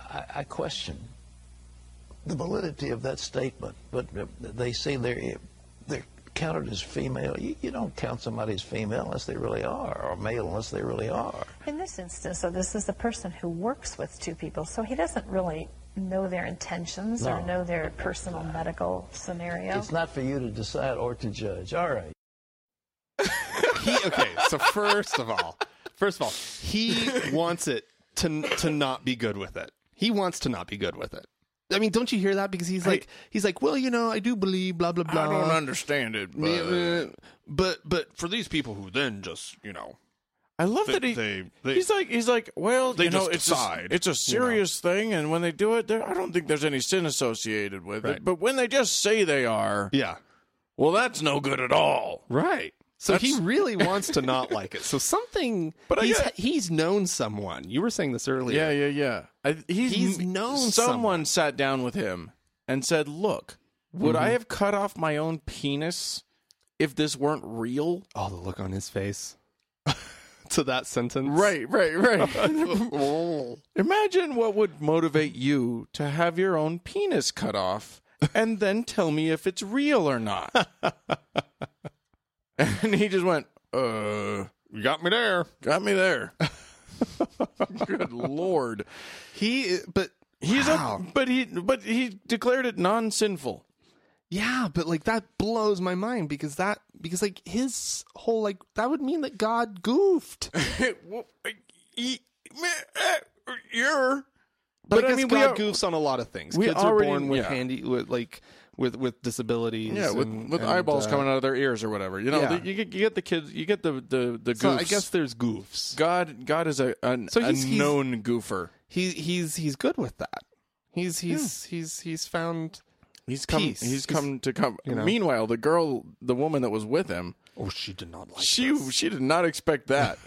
[SPEAKER 5] I, I question the validity of that statement, but uh, they say they're, they're counted as female. You, you don't count somebody as female unless they really are, or male unless they really are.
[SPEAKER 4] In this instance, so this is the person who works with two people, so he doesn't really know their intentions or
[SPEAKER 5] No.
[SPEAKER 4] know their personal medical scenario.
[SPEAKER 5] It's not for you to decide or to judge. All right.
[SPEAKER 1] He okay. So first of all, first of all, he wants it to to not be good with it. He wants to not be good with it. I mean, don't you hear that? Because he's like, he's like, well, you know, I do believe, blah blah blah.
[SPEAKER 3] I don't understand it, but
[SPEAKER 1] Yeah, uh,
[SPEAKER 3] but but for these people who then just you know
[SPEAKER 2] I love
[SPEAKER 3] They-
[SPEAKER 2] that he,
[SPEAKER 3] they- they-
[SPEAKER 2] he's like he's like well
[SPEAKER 3] They
[SPEAKER 2] you know
[SPEAKER 3] just
[SPEAKER 2] it's
[SPEAKER 3] decide,
[SPEAKER 2] a, it's a serious thing and when they do it there I don't think there's any sin associated with
[SPEAKER 1] Right.
[SPEAKER 2] it but when they just say they are
[SPEAKER 1] yeah,
[SPEAKER 3] well that's no good at all.
[SPEAKER 1] right. So he
[SPEAKER 2] That's-
[SPEAKER 1] really wants to not like it. So something,
[SPEAKER 2] But I
[SPEAKER 1] he's
[SPEAKER 2] get-
[SPEAKER 1] he's known someone. You were saying this earlier.
[SPEAKER 2] yeah yeah yeah I, he's,
[SPEAKER 1] He's known
[SPEAKER 2] someone,
[SPEAKER 1] someone.
[SPEAKER 2] sat down with him and said look would
[SPEAKER 1] Mm-hmm.
[SPEAKER 2] I have cut off my own penis if this weren't real
[SPEAKER 1] Oh, the look on his face to that sentence.
[SPEAKER 2] right right imagine what would motivate you to have your own penis cut off and then tell me if it's real or not. and he just went, uh,
[SPEAKER 1] You got me there.
[SPEAKER 2] got me there. Good lord.
[SPEAKER 1] He, but
[SPEAKER 2] He's
[SPEAKER 1] Wow.
[SPEAKER 2] a but he but he declared it non sinful.
[SPEAKER 1] Yeah, but like that blows my mind because that because like his whole like that would mean that God goofed.
[SPEAKER 2] eh, You're
[SPEAKER 1] But,
[SPEAKER 2] I
[SPEAKER 1] I, mean,
[SPEAKER 2] mean,
[SPEAKER 1] God
[SPEAKER 2] we are-
[SPEAKER 1] goofs on a lot of things.
[SPEAKER 2] we
[SPEAKER 1] Kids
[SPEAKER 2] already-
[SPEAKER 1] are born with
[SPEAKER 2] yeah.
[SPEAKER 1] handy with like with with disabilities.
[SPEAKER 2] yeah, with,
[SPEAKER 1] and-
[SPEAKER 2] with
[SPEAKER 1] and,
[SPEAKER 2] eyeballs
[SPEAKER 1] uh,
[SPEAKER 2] coming out of their ears or whatever. You know,
[SPEAKER 1] yeah.
[SPEAKER 2] the- you, get, you get the kids, you get the the the
[SPEAKER 1] So I
[SPEAKER 2] goofs.
[SPEAKER 1] guess there's goofs.
[SPEAKER 2] God, God is a an,
[SPEAKER 1] So he's-
[SPEAKER 2] a
[SPEAKER 1] he's-
[SPEAKER 2] known goofer.
[SPEAKER 1] He he's he's good with that. He's he's he's he's found.
[SPEAKER 2] He's come.
[SPEAKER 1] Peace.
[SPEAKER 2] He's
[SPEAKER 1] He's-
[SPEAKER 2] come to come.
[SPEAKER 1] know.
[SPEAKER 2] Meanwhile, the girl, the woman that was with him,
[SPEAKER 1] Oh, she did not like.
[SPEAKER 2] she she did not expect that.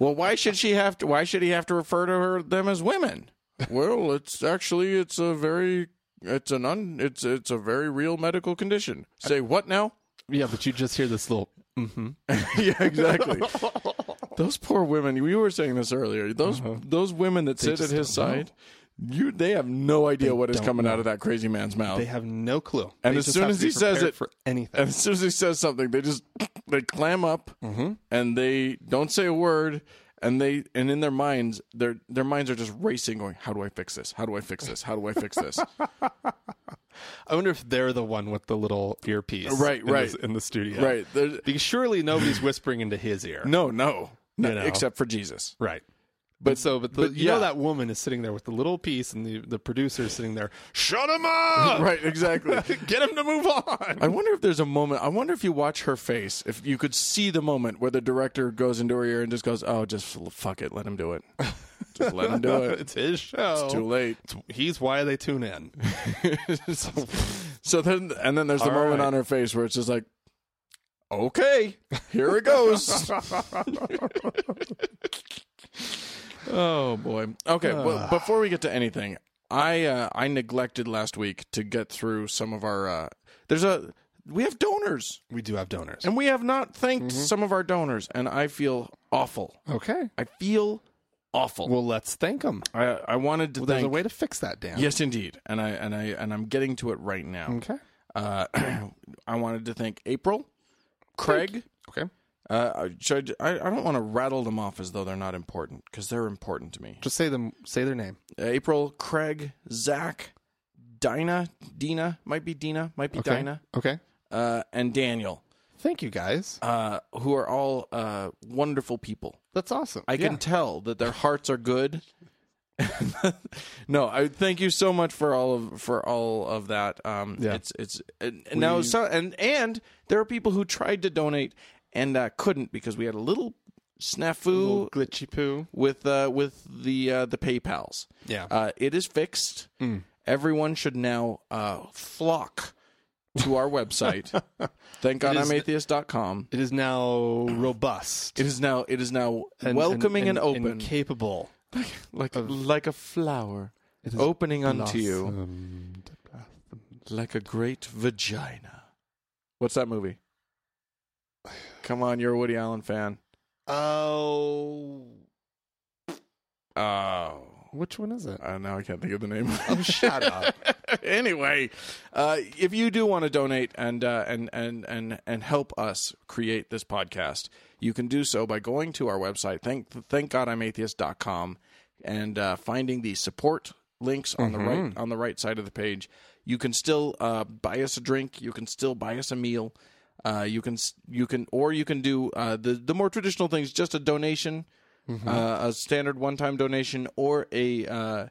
[SPEAKER 2] well, why should she have to? Why should he have to refer to her them as women? well, it's actually it's a very it's an un it's it's a very real medical condition. Say what now?
[SPEAKER 1] Yeah, but you just hear this little.
[SPEAKER 2] yeah, exactly. those poor women. You were saying this earlier. Those those women that sit at
[SPEAKER 1] Uh-huh. just
[SPEAKER 2] his
[SPEAKER 1] don't know.
[SPEAKER 2] side. You, they have no idea what is
[SPEAKER 1] don't
[SPEAKER 2] coming
[SPEAKER 1] know.
[SPEAKER 2] out of that crazy man's mouth.
[SPEAKER 1] They have no clue.
[SPEAKER 2] And
[SPEAKER 1] They
[SPEAKER 2] as
[SPEAKER 1] just
[SPEAKER 2] soon
[SPEAKER 1] have
[SPEAKER 2] as
[SPEAKER 1] to be
[SPEAKER 2] he says
[SPEAKER 1] prepared
[SPEAKER 2] it-
[SPEAKER 1] for anything,
[SPEAKER 2] And as soon as he says something, they just they clam up
[SPEAKER 1] Mm-hmm.
[SPEAKER 2] and they don't say a word. And they and in their minds, their their minds are just racing, going, "How do I fix this? How do I fix this? How do I fix this?"
[SPEAKER 1] I wonder if they're the one with the little earpiece,
[SPEAKER 2] Right,
[SPEAKER 1] in the-
[SPEAKER 2] right.
[SPEAKER 1] in the studio,
[SPEAKER 2] right? There's,
[SPEAKER 1] Because surely nobody's whispering into his ear.
[SPEAKER 2] no, no, no
[SPEAKER 1] You know.
[SPEAKER 2] except for Jesus.
[SPEAKER 1] Right. But so, but, the,
[SPEAKER 2] but
[SPEAKER 1] you
[SPEAKER 2] yeah.
[SPEAKER 1] know that woman is sitting there with the little piece, and the the producer is sitting there. Shut him up!
[SPEAKER 2] Right, exactly.
[SPEAKER 1] Get him to move on.
[SPEAKER 2] I wonder if there's a moment. I wonder if you watch her face, if you could see the moment where the director goes into her ear and just goes, "Oh, just f- fuck it, let him do it. Just let him do it.
[SPEAKER 1] it's his show.
[SPEAKER 2] It's too late."
[SPEAKER 1] He's why they tune in.
[SPEAKER 2] So then, and then there's the
[SPEAKER 1] All
[SPEAKER 2] moment
[SPEAKER 1] right.
[SPEAKER 2] on her face where it's just like, okay, here it goes. oh boy. Okay.
[SPEAKER 1] Ah.
[SPEAKER 2] Well, before we get to anything, I uh, I neglected last week to get through some of our. Uh, there's a we have donors,
[SPEAKER 1] We do have donors.
[SPEAKER 2] and we have not thanked
[SPEAKER 1] Mm-hmm.
[SPEAKER 2] some of our donors, and I feel awful.
[SPEAKER 1] Okay.
[SPEAKER 2] I feel awful.
[SPEAKER 1] Well, let's thank him.
[SPEAKER 2] I I wanted to
[SPEAKER 1] Well, there's
[SPEAKER 2] thank.
[SPEAKER 1] a way to fix that, Dan.
[SPEAKER 2] yes, indeed, and I and I and I'm getting to it right now
[SPEAKER 1] Okay.
[SPEAKER 2] uh, I wanted to thank April, Craig,
[SPEAKER 1] Okay.
[SPEAKER 2] Uh, should I, I don't want to rattle them off as though they're not important because they're important to me.
[SPEAKER 1] Just say them. Say their name.
[SPEAKER 2] April, Craig, Zach, Dinah, Dina, might be Dina, might be
[SPEAKER 1] Okay?
[SPEAKER 2] Dinah,
[SPEAKER 1] Okay.
[SPEAKER 2] uh, and Daniel,
[SPEAKER 1] Thank you guys.
[SPEAKER 2] uh, who are all uh, wonderful people.
[SPEAKER 1] That's awesome.
[SPEAKER 2] I can
[SPEAKER 1] Yeah.
[SPEAKER 2] tell that their hearts are good. no, I thank you so much for all of for all of that. Um,
[SPEAKER 1] Yeah.
[SPEAKER 2] it's it's and, and now so and and there are people who tried to donate and uh, couldn't because we had a little snafu
[SPEAKER 1] Little glitchy poo.
[SPEAKER 2] with uh, with the uh, the PayPal's.
[SPEAKER 1] Yeah. Mm.
[SPEAKER 2] uh, it is fixed. Everyone should now uh, flock to our website. Thank God
[SPEAKER 1] It
[SPEAKER 2] I'm
[SPEAKER 1] is-
[SPEAKER 2] atheist.com.
[SPEAKER 1] It is now robust.
[SPEAKER 2] It is now it is now welcoming and, open.
[SPEAKER 1] capable.
[SPEAKER 2] like like a flower opening unto you like a great vagina. What's that movie? Come on, you're a Woody Allen fan.
[SPEAKER 1] Oh,
[SPEAKER 2] Oh,
[SPEAKER 1] which one is it?
[SPEAKER 2] uh, now I can't think of the name.
[SPEAKER 1] Oh, shut up.
[SPEAKER 2] anyway, uh, if you do want to donate and uh, and and and and help us create this podcast, you can do so by going to our website. Thank thankgodimatheist.com and uh, finding the support links on the right on the right side of the page. You can still uh, buy us a drink. You can still buy us a meal. Uh, you can s- you can or you can do uh, the the more traditional things, just a donation, uh, a standard one time donation, or a uh,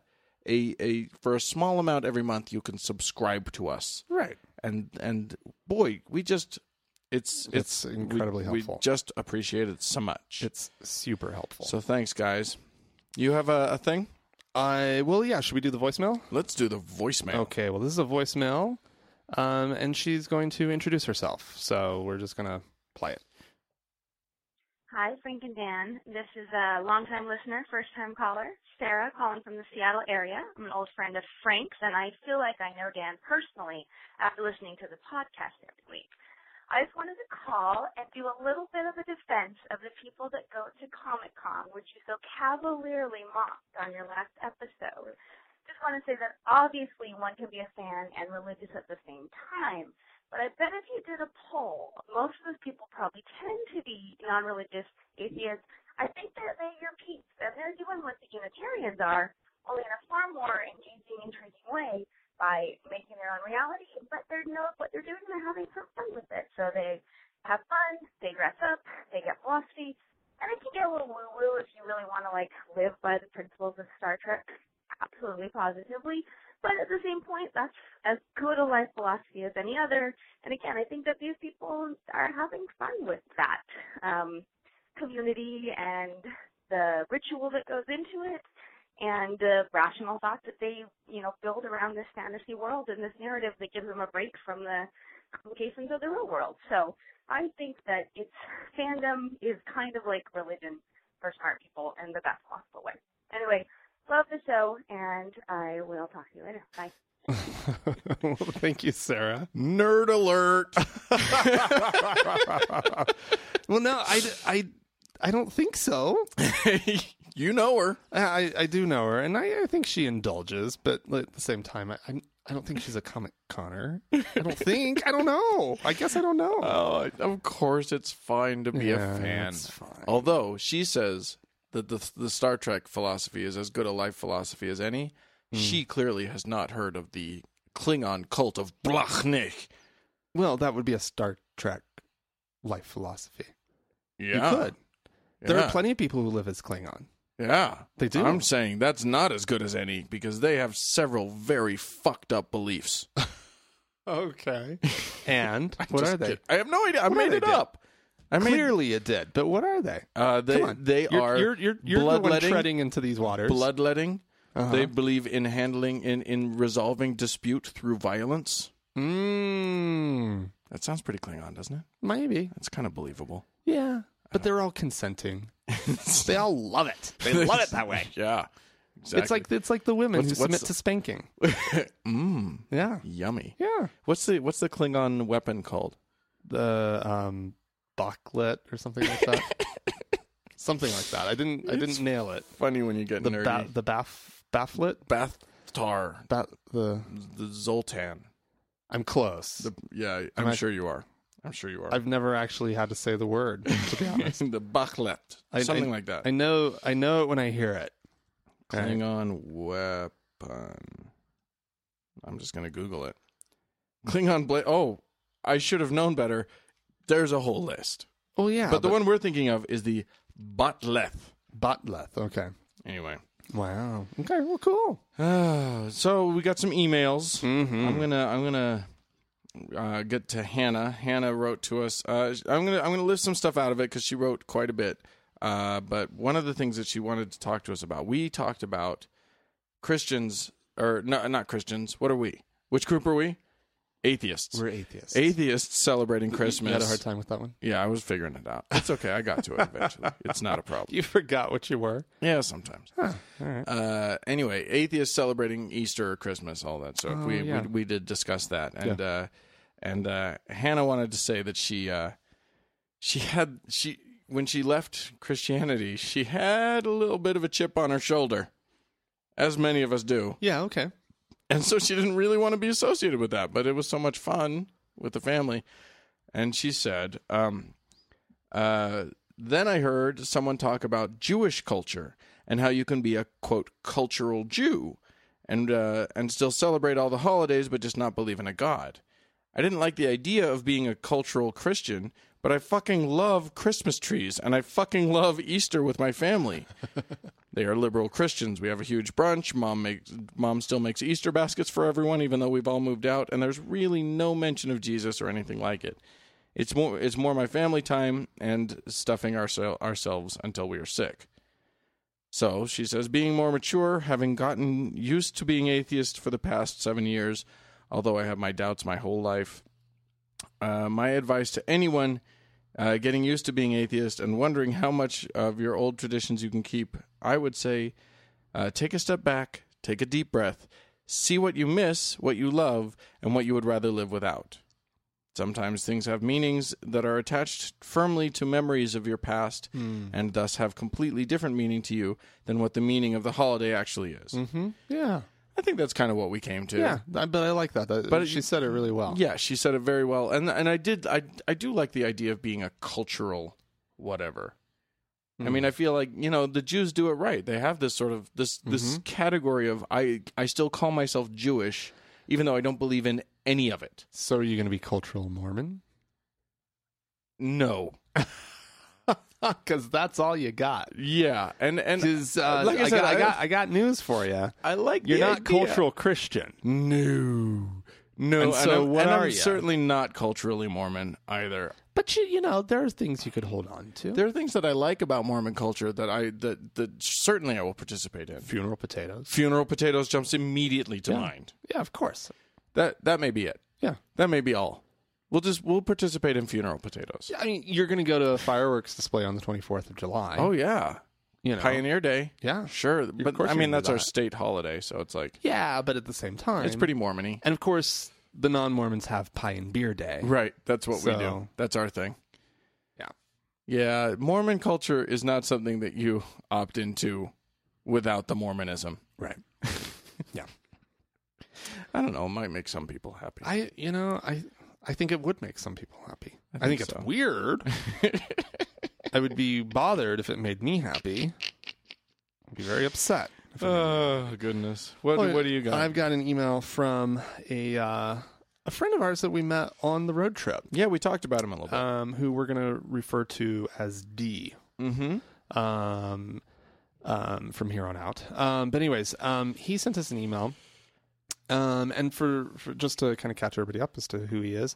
[SPEAKER 2] a a for a small amount every month you can subscribe to us.
[SPEAKER 1] Right.
[SPEAKER 2] And and boy, we just it's
[SPEAKER 1] That's
[SPEAKER 2] it's
[SPEAKER 1] incredibly
[SPEAKER 2] we,
[SPEAKER 1] helpful.
[SPEAKER 2] We just appreciate it so much.
[SPEAKER 1] It's super helpful.
[SPEAKER 2] so thanks, guys. You have a, a thing?
[SPEAKER 1] I well, yeah. Should we do the voicemail?
[SPEAKER 2] Let's do the voicemail.
[SPEAKER 1] Okay. Well, this is a voicemail, um, and she's going to introduce herself. So we're just gonna play it.
[SPEAKER 6] Hi, Frank and Dan. This is a longtime listener, first time caller, Sarah, calling from the Seattle area. I'm an old friend of Frank's, and I feel like I know Dan personally after listening to the podcast every week. I just wanted to call and do a little bit of a defense of the people that go to Comic Con, which you so cavalierly mocked on your last episode. Just want to say that obviously one can be a fan and religious at the same time. But I bet if you did a poll, most of those people probably tend to be non religious atheists. I think that they're your peeps, and they're doing what the Unitarians are, only in a far more engaging, intriguing way by making their own reality, but they know what they're doing and they're having some fun with it. So they have fun, they dress up, they get philosophy, and it can get a little woo woo if you really want to like live by the principles of Star Trek, absolutely positively. But at the same point, that's as good a life philosophy as any other. And again, I think that these people are having fun with that um, community and the ritual that goes into it and the rational thought that they, you know, build around this fantasy world and this narrative that gives them a break from the complications of the real world. So I think that it's fandom is kind of like religion for smart people in the best possible way. Anyway, love the show and I will talk to you later. Bye.
[SPEAKER 1] well, thank you, Sarah.
[SPEAKER 2] Nerd alert.
[SPEAKER 1] Well, no, I, I, I don't think so.
[SPEAKER 2] you know her.
[SPEAKER 1] I, I do know her, and I, I think she indulges, but at the same time, I, I'm- I don't think she's a comic conner. I don't think. I don't know. I guess I don't know.
[SPEAKER 2] Oh, of course it's fine to be
[SPEAKER 1] Yeah,
[SPEAKER 2] a fan.
[SPEAKER 1] it's fine.
[SPEAKER 2] Although she says that the the Star Trek philosophy is as good a life philosophy as any,
[SPEAKER 1] Hmm.
[SPEAKER 2] she clearly has not heard of the Klingon cult of Blachnik.
[SPEAKER 1] well, that would be a Star Trek life philosophy.
[SPEAKER 2] Yeah.
[SPEAKER 1] You could. There
[SPEAKER 2] Yeah.
[SPEAKER 1] are plenty of people who live as Klingon.
[SPEAKER 2] Yeah.
[SPEAKER 1] They do.
[SPEAKER 2] I'm saying that's not as good as any because they have several very fucked up beliefs.
[SPEAKER 1] Okay. And what
[SPEAKER 2] Just
[SPEAKER 1] are they?
[SPEAKER 2] kid- I have no idea. I
[SPEAKER 1] What are
[SPEAKER 2] made
[SPEAKER 1] they
[SPEAKER 2] it
[SPEAKER 1] did?
[SPEAKER 2] up. I made
[SPEAKER 1] Clearly, it did. But what are they?
[SPEAKER 2] uh, they
[SPEAKER 1] Come on.
[SPEAKER 2] they
[SPEAKER 1] You're-
[SPEAKER 2] are
[SPEAKER 1] You're you're, you're the one
[SPEAKER 2] bloodletting.
[SPEAKER 1] treading into these waters.
[SPEAKER 2] bloodletting.
[SPEAKER 1] Uh-huh.
[SPEAKER 2] They believe in handling in in resolving dispute through violence.
[SPEAKER 1] Mm,
[SPEAKER 2] That sounds pretty Klingon, doesn't it?
[SPEAKER 1] maybe.
[SPEAKER 2] That's kind of believable.
[SPEAKER 1] Yeah. But they're all consenting. they all love it. They love it that way.
[SPEAKER 2] Yeah, exactly.
[SPEAKER 1] It's like it's like the women
[SPEAKER 2] What's-
[SPEAKER 1] who submit
[SPEAKER 2] what's- Mm.
[SPEAKER 1] to spanking. Yeah.
[SPEAKER 2] yummy.
[SPEAKER 1] Yeah.
[SPEAKER 2] What's the what's the Klingon weapon called?
[SPEAKER 1] The um bocklet or something like that. something like that. I didn't I didn't nail it.
[SPEAKER 2] Funny when you get
[SPEAKER 1] The
[SPEAKER 2] nerdy.
[SPEAKER 1] ba- the baff bafflet?
[SPEAKER 2] Bath tar
[SPEAKER 1] Ba- the
[SPEAKER 2] the Zoltan.
[SPEAKER 1] I'm close.
[SPEAKER 2] The, yeah,
[SPEAKER 1] Am
[SPEAKER 2] I'm
[SPEAKER 1] I-
[SPEAKER 2] sure you are. I'm sure you are.
[SPEAKER 1] I've never actually had to say the word, to be honest.
[SPEAKER 2] the Bachlet,
[SPEAKER 1] I-
[SPEAKER 2] something
[SPEAKER 1] I-
[SPEAKER 2] like that.
[SPEAKER 1] I know I know it when I hear it. Right?
[SPEAKER 2] Klingon weapon. I'm just gonna Google it. Klingon blade. Oh, I should have known better. There's a whole list,
[SPEAKER 1] Oh yeah.
[SPEAKER 2] but, the one we're thinking of is the Botleth.
[SPEAKER 1] Botleth. Okay.
[SPEAKER 2] Anyway,
[SPEAKER 1] Wow. Okay, well cool.
[SPEAKER 2] uh, so we got some emails.
[SPEAKER 1] Mm-hmm.
[SPEAKER 2] I'm gonna I'm gonna uh, get to Hannah. Hannah wrote to us. Uh, I'm gonna I'm gonna lift some stuff out of it because she wrote quite a bit. Uh, but one of the things that she wanted to talk to us about, we talked about Christians or no, not Christians. What are we? Which group are we? Atheists.
[SPEAKER 1] We're atheists.
[SPEAKER 2] atheists celebrating
[SPEAKER 1] You
[SPEAKER 2] Christmas.
[SPEAKER 1] had a hard time with that one.
[SPEAKER 2] Yeah, I was figuring it out. It's okay. I got to it eventually. it's not a problem.
[SPEAKER 1] You forgot what you were.
[SPEAKER 2] Yeah, sometimes. Uh, anyway, atheists celebrating Easter or Christmas, all that stuff. we,
[SPEAKER 1] yeah.
[SPEAKER 2] we we did discuss that, and uh, and uh, Hannah wanted to say that she uh, she had she when she left Christianity, she had a little bit of a chip on her shoulder, as many of us do,
[SPEAKER 1] Yeah, okay.
[SPEAKER 2] and so she didn't really want to be associated with that. But it was so much fun with the family, and she said. Um, uh, then I heard someone talk about Jewish culture and how you can be a quote cultural Jew and uh, and still celebrate all the holidays, but just not believe in a god. I didn't like the idea of being a cultural Christian, but I fucking love Christmas trees and I fucking love Easter with my family. they are liberal Christians. We have a huge brunch. Mom makes mom still makes Easter baskets for everyone, even though we've all moved out. And there's really no mention of Jesus or anything like it. It's more it's more my family time and stuffing oursel- ourselves until we are sick. So she says, being more mature, having gotten used to being atheist for the past seven years, although I have my doubts my whole life. Uh, my advice to anyone uh, getting used to being atheist and wondering how much of your old traditions you can keep, I would say uh, take a step back, take a deep breath, see what you miss, what you love, and what you would rather live without. Sometimes things have meanings that are attached firmly to memories of your past and thus have completely different meaning to you than what the meaning of the holiday actually is.
[SPEAKER 1] Mm-hmm. Yeah.
[SPEAKER 2] I think that's kind of what we came to.
[SPEAKER 1] Yeah, I- but I like that. that
[SPEAKER 2] But
[SPEAKER 1] but
[SPEAKER 2] it-
[SPEAKER 1] she said it really well.
[SPEAKER 2] Yeah, she said it very well. And and I did I I do like the idea of being a cultural whatever. I
[SPEAKER 1] Hmm.
[SPEAKER 2] mean, I feel like, you know, the Jews do it right. They have this sort of this this
[SPEAKER 1] Mm-hmm.
[SPEAKER 2] category of I I still call myself Jewish even though I don't believe in any of it.
[SPEAKER 1] So are you going to be cultural Mormon?
[SPEAKER 2] No.
[SPEAKER 1] Because that's all you got.
[SPEAKER 2] Yeah. And and
[SPEAKER 1] 'Cause, uh,
[SPEAKER 2] like I, said,
[SPEAKER 1] got, I, got, I got news for you.
[SPEAKER 2] I like
[SPEAKER 1] You're
[SPEAKER 2] the
[SPEAKER 1] not
[SPEAKER 2] idea.
[SPEAKER 1] cultural Christian.
[SPEAKER 2] No. No, and
[SPEAKER 1] And so
[SPEAKER 2] I'm,
[SPEAKER 1] what
[SPEAKER 2] and
[SPEAKER 1] are
[SPEAKER 2] I'm
[SPEAKER 1] ya?
[SPEAKER 2] certainly not culturally Mormon either.
[SPEAKER 1] But you, you know, there are things you could hold on to.
[SPEAKER 2] There are things that I like about Mormon culture that I that that certainly I will participate in.
[SPEAKER 1] funeral potatoes.
[SPEAKER 2] Funeral potatoes jumps immediately to mind.
[SPEAKER 1] Yeah, of course.
[SPEAKER 2] That that may be it.
[SPEAKER 1] Yeah.
[SPEAKER 2] That may be all. We'll just we'll participate in funeral potatoes.
[SPEAKER 1] I mean, you're going to go to a fireworks display on the 24th of July.
[SPEAKER 2] Oh yeah.
[SPEAKER 1] you know.
[SPEAKER 2] Pioneer Day.
[SPEAKER 1] Yeah.
[SPEAKER 2] Sure.
[SPEAKER 1] Of
[SPEAKER 2] But
[SPEAKER 1] course
[SPEAKER 2] I
[SPEAKER 1] you're
[SPEAKER 2] mean
[SPEAKER 1] into
[SPEAKER 2] that's our
[SPEAKER 1] that.
[SPEAKER 2] state holiday, so it's like
[SPEAKER 1] Yeah, but at the same time,
[SPEAKER 2] it's pretty Mormony.
[SPEAKER 1] And of course, the non-Mormons have Pie and Beer Day.
[SPEAKER 2] Right. That's what we do.
[SPEAKER 1] So-
[SPEAKER 2] That's our thing.
[SPEAKER 1] Yeah.
[SPEAKER 2] Yeah. Mormon culture is not something that you opt into without the Mormonism.
[SPEAKER 1] Right. yeah.
[SPEAKER 2] I don't know, it might make some people happy.
[SPEAKER 1] I, you know, I, I think it would make some people happy. I think,
[SPEAKER 2] think so.
[SPEAKER 1] it's weird. I would be bothered if it made me happy. I'd be very upset. if it made me
[SPEAKER 2] Oh goodness. What
[SPEAKER 1] Well,
[SPEAKER 2] what do you got?
[SPEAKER 1] I've got an email from a uh, a friend of ours that we met on the road trip,
[SPEAKER 2] yeah, we talked about him a little bit.
[SPEAKER 1] um, who we're going to refer to as D. Mm-hmm. Um, um, from here on out. Um, but anyways, um, he sent us an email. Um, and for, for just to kind of catch everybody up as to who he is,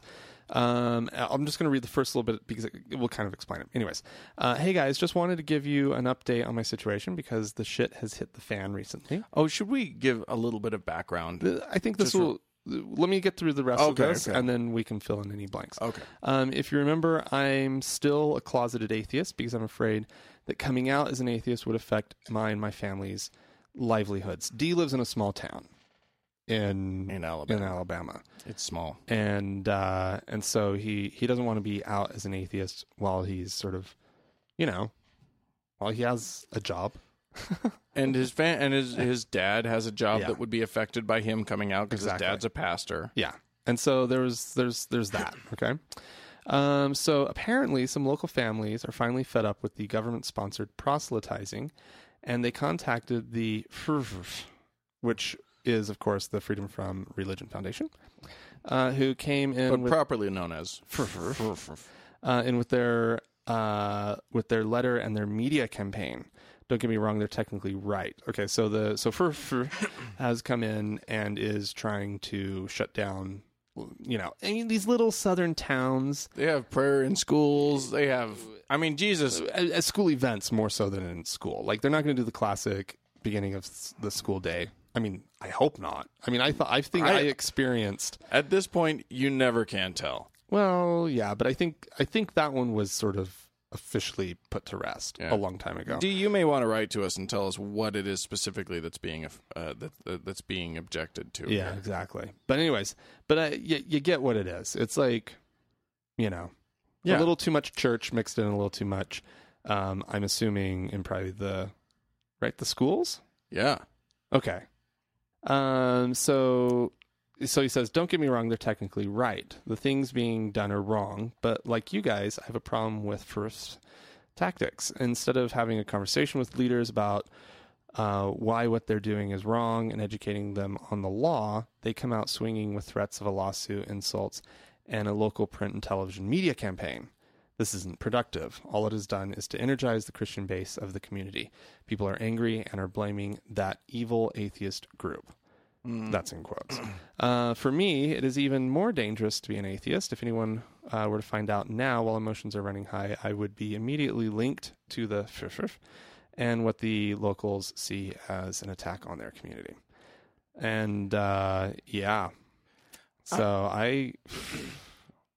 [SPEAKER 1] um, I'm just going to read the first little bit because it, it will kind of explain it. Anyways, uh, hey guys, just wanted to give you an update on my situation because the shit has hit the fan recently.
[SPEAKER 2] oh, should we give a little bit of background?
[SPEAKER 1] Uh, I think this
[SPEAKER 2] Just re-
[SPEAKER 1] will. Let me get through the rest
[SPEAKER 2] Okay,
[SPEAKER 1] of this,
[SPEAKER 2] okay.
[SPEAKER 1] and then we can fill in any blanks.
[SPEAKER 2] Okay.
[SPEAKER 1] Um, if you remember, I'm still a closeted atheist because I'm afraid that coming out as an atheist would affect my and my family's livelihoods. D lives in a small town in
[SPEAKER 2] In Alabama.
[SPEAKER 1] in Alabama,
[SPEAKER 2] It's small.
[SPEAKER 1] and uh, and so he he doesn't want to be out as an atheist while he's sort of, you know, while he has a job.
[SPEAKER 2] And his fan and his his dad has a job
[SPEAKER 1] Yeah.
[SPEAKER 2] that would be affected by him coming out because
[SPEAKER 1] Exactly.
[SPEAKER 2] his dad's a pastor.
[SPEAKER 1] Yeah. And so there's there's there's that. Okay. Um, so apparently, some local families are finally fed up with the government sponsored proselytizing, and they contacted the FRV, which is, of course, the Freedom from Religion Foundation, uh, who came in
[SPEAKER 2] but
[SPEAKER 1] with,
[SPEAKER 2] properly known as.
[SPEAKER 1] uh, in with their uh, with their letter and their media campaign. Don't get me wrong; they're technically right. Okay, so the so FRF has come in and is trying to shut down. You know, I mean, these little southern towns
[SPEAKER 2] They have prayer in schools. They have. I mean, Jesus.
[SPEAKER 1] at, at school events more so than in school. Like they're not going to do the classic beginning of s- the school day. I mean, I hope not. I mean, I thought I think I
[SPEAKER 2] I-
[SPEAKER 1] experienced.
[SPEAKER 2] At this point, you never can tell.
[SPEAKER 1] Well, yeah, but I think I think that one was sort of officially put to rest
[SPEAKER 2] Yeah.
[SPEAKER 1] a long time ago.
[SPEAKER 2] D, you may want to write to us and tell us what it is specifically that's being uh, that, that that's being objected to.
[SPEAKER 1] Yeah, exactly. But anyways, but I, you, you get what it is. It's like, you know,
[SPEAKER 2] Yeah.
[SPEAKER 1] a little too much church mixed in a little too much. Um, I'm assuming in probably the right the schools.
[SPEAKER 2] yeah.
[SPEAKER 1] Okay. Um, so so he says, don't get me wrong, they're technically right. The things being done are wrong, but like you guys, I have a problem with first tactics. Instead of having a conversation with leaders about uh, why what they're doing is wrong and educating them on the law, they come out swinging with threats of a lawsuit, insults, and a local print and television media campaign. This isn't productive. All it has done is to energize the Christian base of the community. People are angry and are blaming that evil atheist group. That's in quotes. Uh, for me, it is even more dangerous to be an atheist. If anyone uh, were to find out now while emotions are running high, I would be immediately linked to the and what the locals see as an attack on their community. And uh, yeah. So I,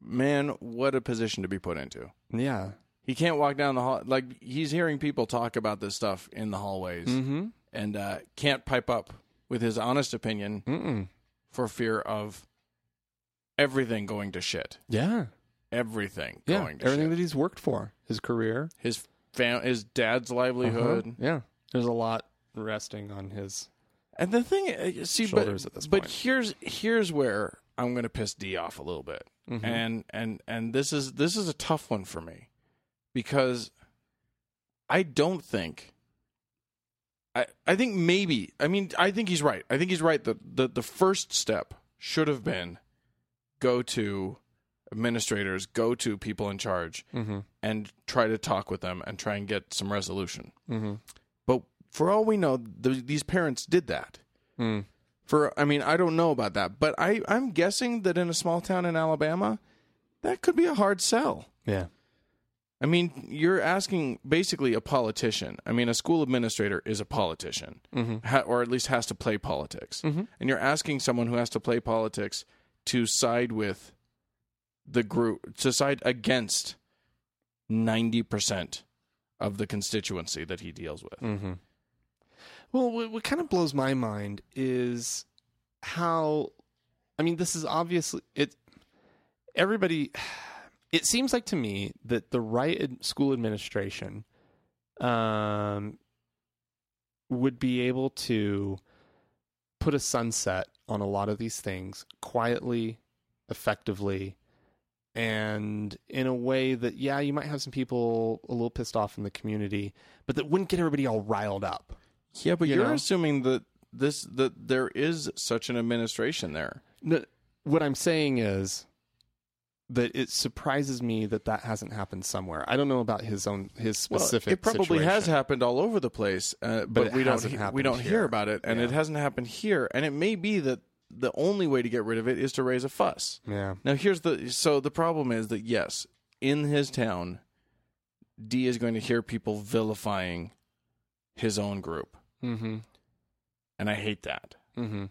[SPEAKER 2] Man, what a position to be put into.
[SPEAKER 1] yeah.
[SPEAKER 2] He can't walk down the hall. Like he's hearing people talk about this stuff in the hallways,
[SPEAKER 1] Mm-hmm.
[SPEAKER 2] and uh, can't pipe up with his honest opinion
[SPEAKER 1] Mm-mm.
[SPEAKER 2] for fear of everything going to shit.
[SPEAKER 1] Yeah.
[SPEAKER 2] Everything
[SPEAKER 1] Yeah.
[SPEAKER 2] going to
[SPEAKER 1] Everything
[SPEAKER 2] shit.
[SPEAKER 1] that he's worked for, his career,
[SPEAKER 2] his fam- his dad's livelihood.
[SPEAKER 1] Uh-huh. Yeah. There's a lot resting on his.
[SPEAKER 2] And the thing, uh, see, but,
[SPEAKER 1] Shoulders at this
[SPEAKER 2] but
[SPEAKER 1] point.
[SPEAKER 2] here's here's where I'm going to piss D off a little bit,
[SPEAKER 1] Mm-hmm.
[SPEAKER 2] and and and this is this is a tough one for me because I don't think. I, I think maybe I mean I think he's right. I think he's right. The the, the first step should have been go to administrators, go to people in charge,
[SPEAKER 1] Mm-hmm.
[SPEAKER 2] and try to talk with them and try and get some resolution.
[SPEAKER 1] Mm-hmm.
[SPEAKER 2] But for all we know, th- these parents did that.
[SPEAKER 1] Mm.
[SPEAKER 2] For I mean, I don't know about that, but I I'm guessing that in a small town in Alabama, that could be a hard sell.
[SPEAKER 1] Yeah.
[SPEAKER 2] I mean, you're asking basically a politician. I mean, a school administrator is a politician,
[SPEAKER 1] Mm-hmm.
[SPEAKER 2] ha- or at least has to play politics. And you're asking someone who has to play politics to side with the group, to side against 90% of the constituency that he deals with.
[SPEAKER 1] Mm. Mm-hmm. Well, what, what kind of blows my mind is how. I mean, this is obviously it. Everybody, it seems like to me that the right ad- school administration, um, would be able to put a sunset on a lot of these things quietly, effectively, and in a way that yeah, you might have some people a little pissed off in the community, but that wouldn't get everybody all riled up.
[SPEAKER 2] Yeah, but
[SPEAKER 1] you
[SPEAKER 2] you are
[SPEAKER 1] know?
[SPEAKER 2] assuming that this that there is such an administration there.
[SPEAKER 1] No, what I'm saying is that it surprises me that that hasn't happened somewhere. I don't know about his own his specific.
[SPEAKER 2] Well, it probably has
[SPEAKER 1] situation.
[SPEAKER 2] happened all over the place, uh, but,
[SPEAKER 1] it
[SPEAKER 2] we don't
[SPEAKER 1] hasn't
[SPEAKER 2] he- we
[SPEAKER 1] happened
[SPEAKER 2] don't
[SPEAKER 1] here.
[SPEAKER 2] hear about it, and
[SPEAKER 1] Yeah.
[SPEAKER 2] it hasn't happened here. And it may be that the only way to get rid of it is to raise a fuss.
[SPEAKER 1] Yeah.
[SPEAKER 2] Now here's the so the problem is that yes, in his town, D is going to hear people vilifying his own group,
[SPEAKER 1] Mm-hmm.
[SPEAKER 2] and I hate that.
[SPEAKER 1] Mm-hmm.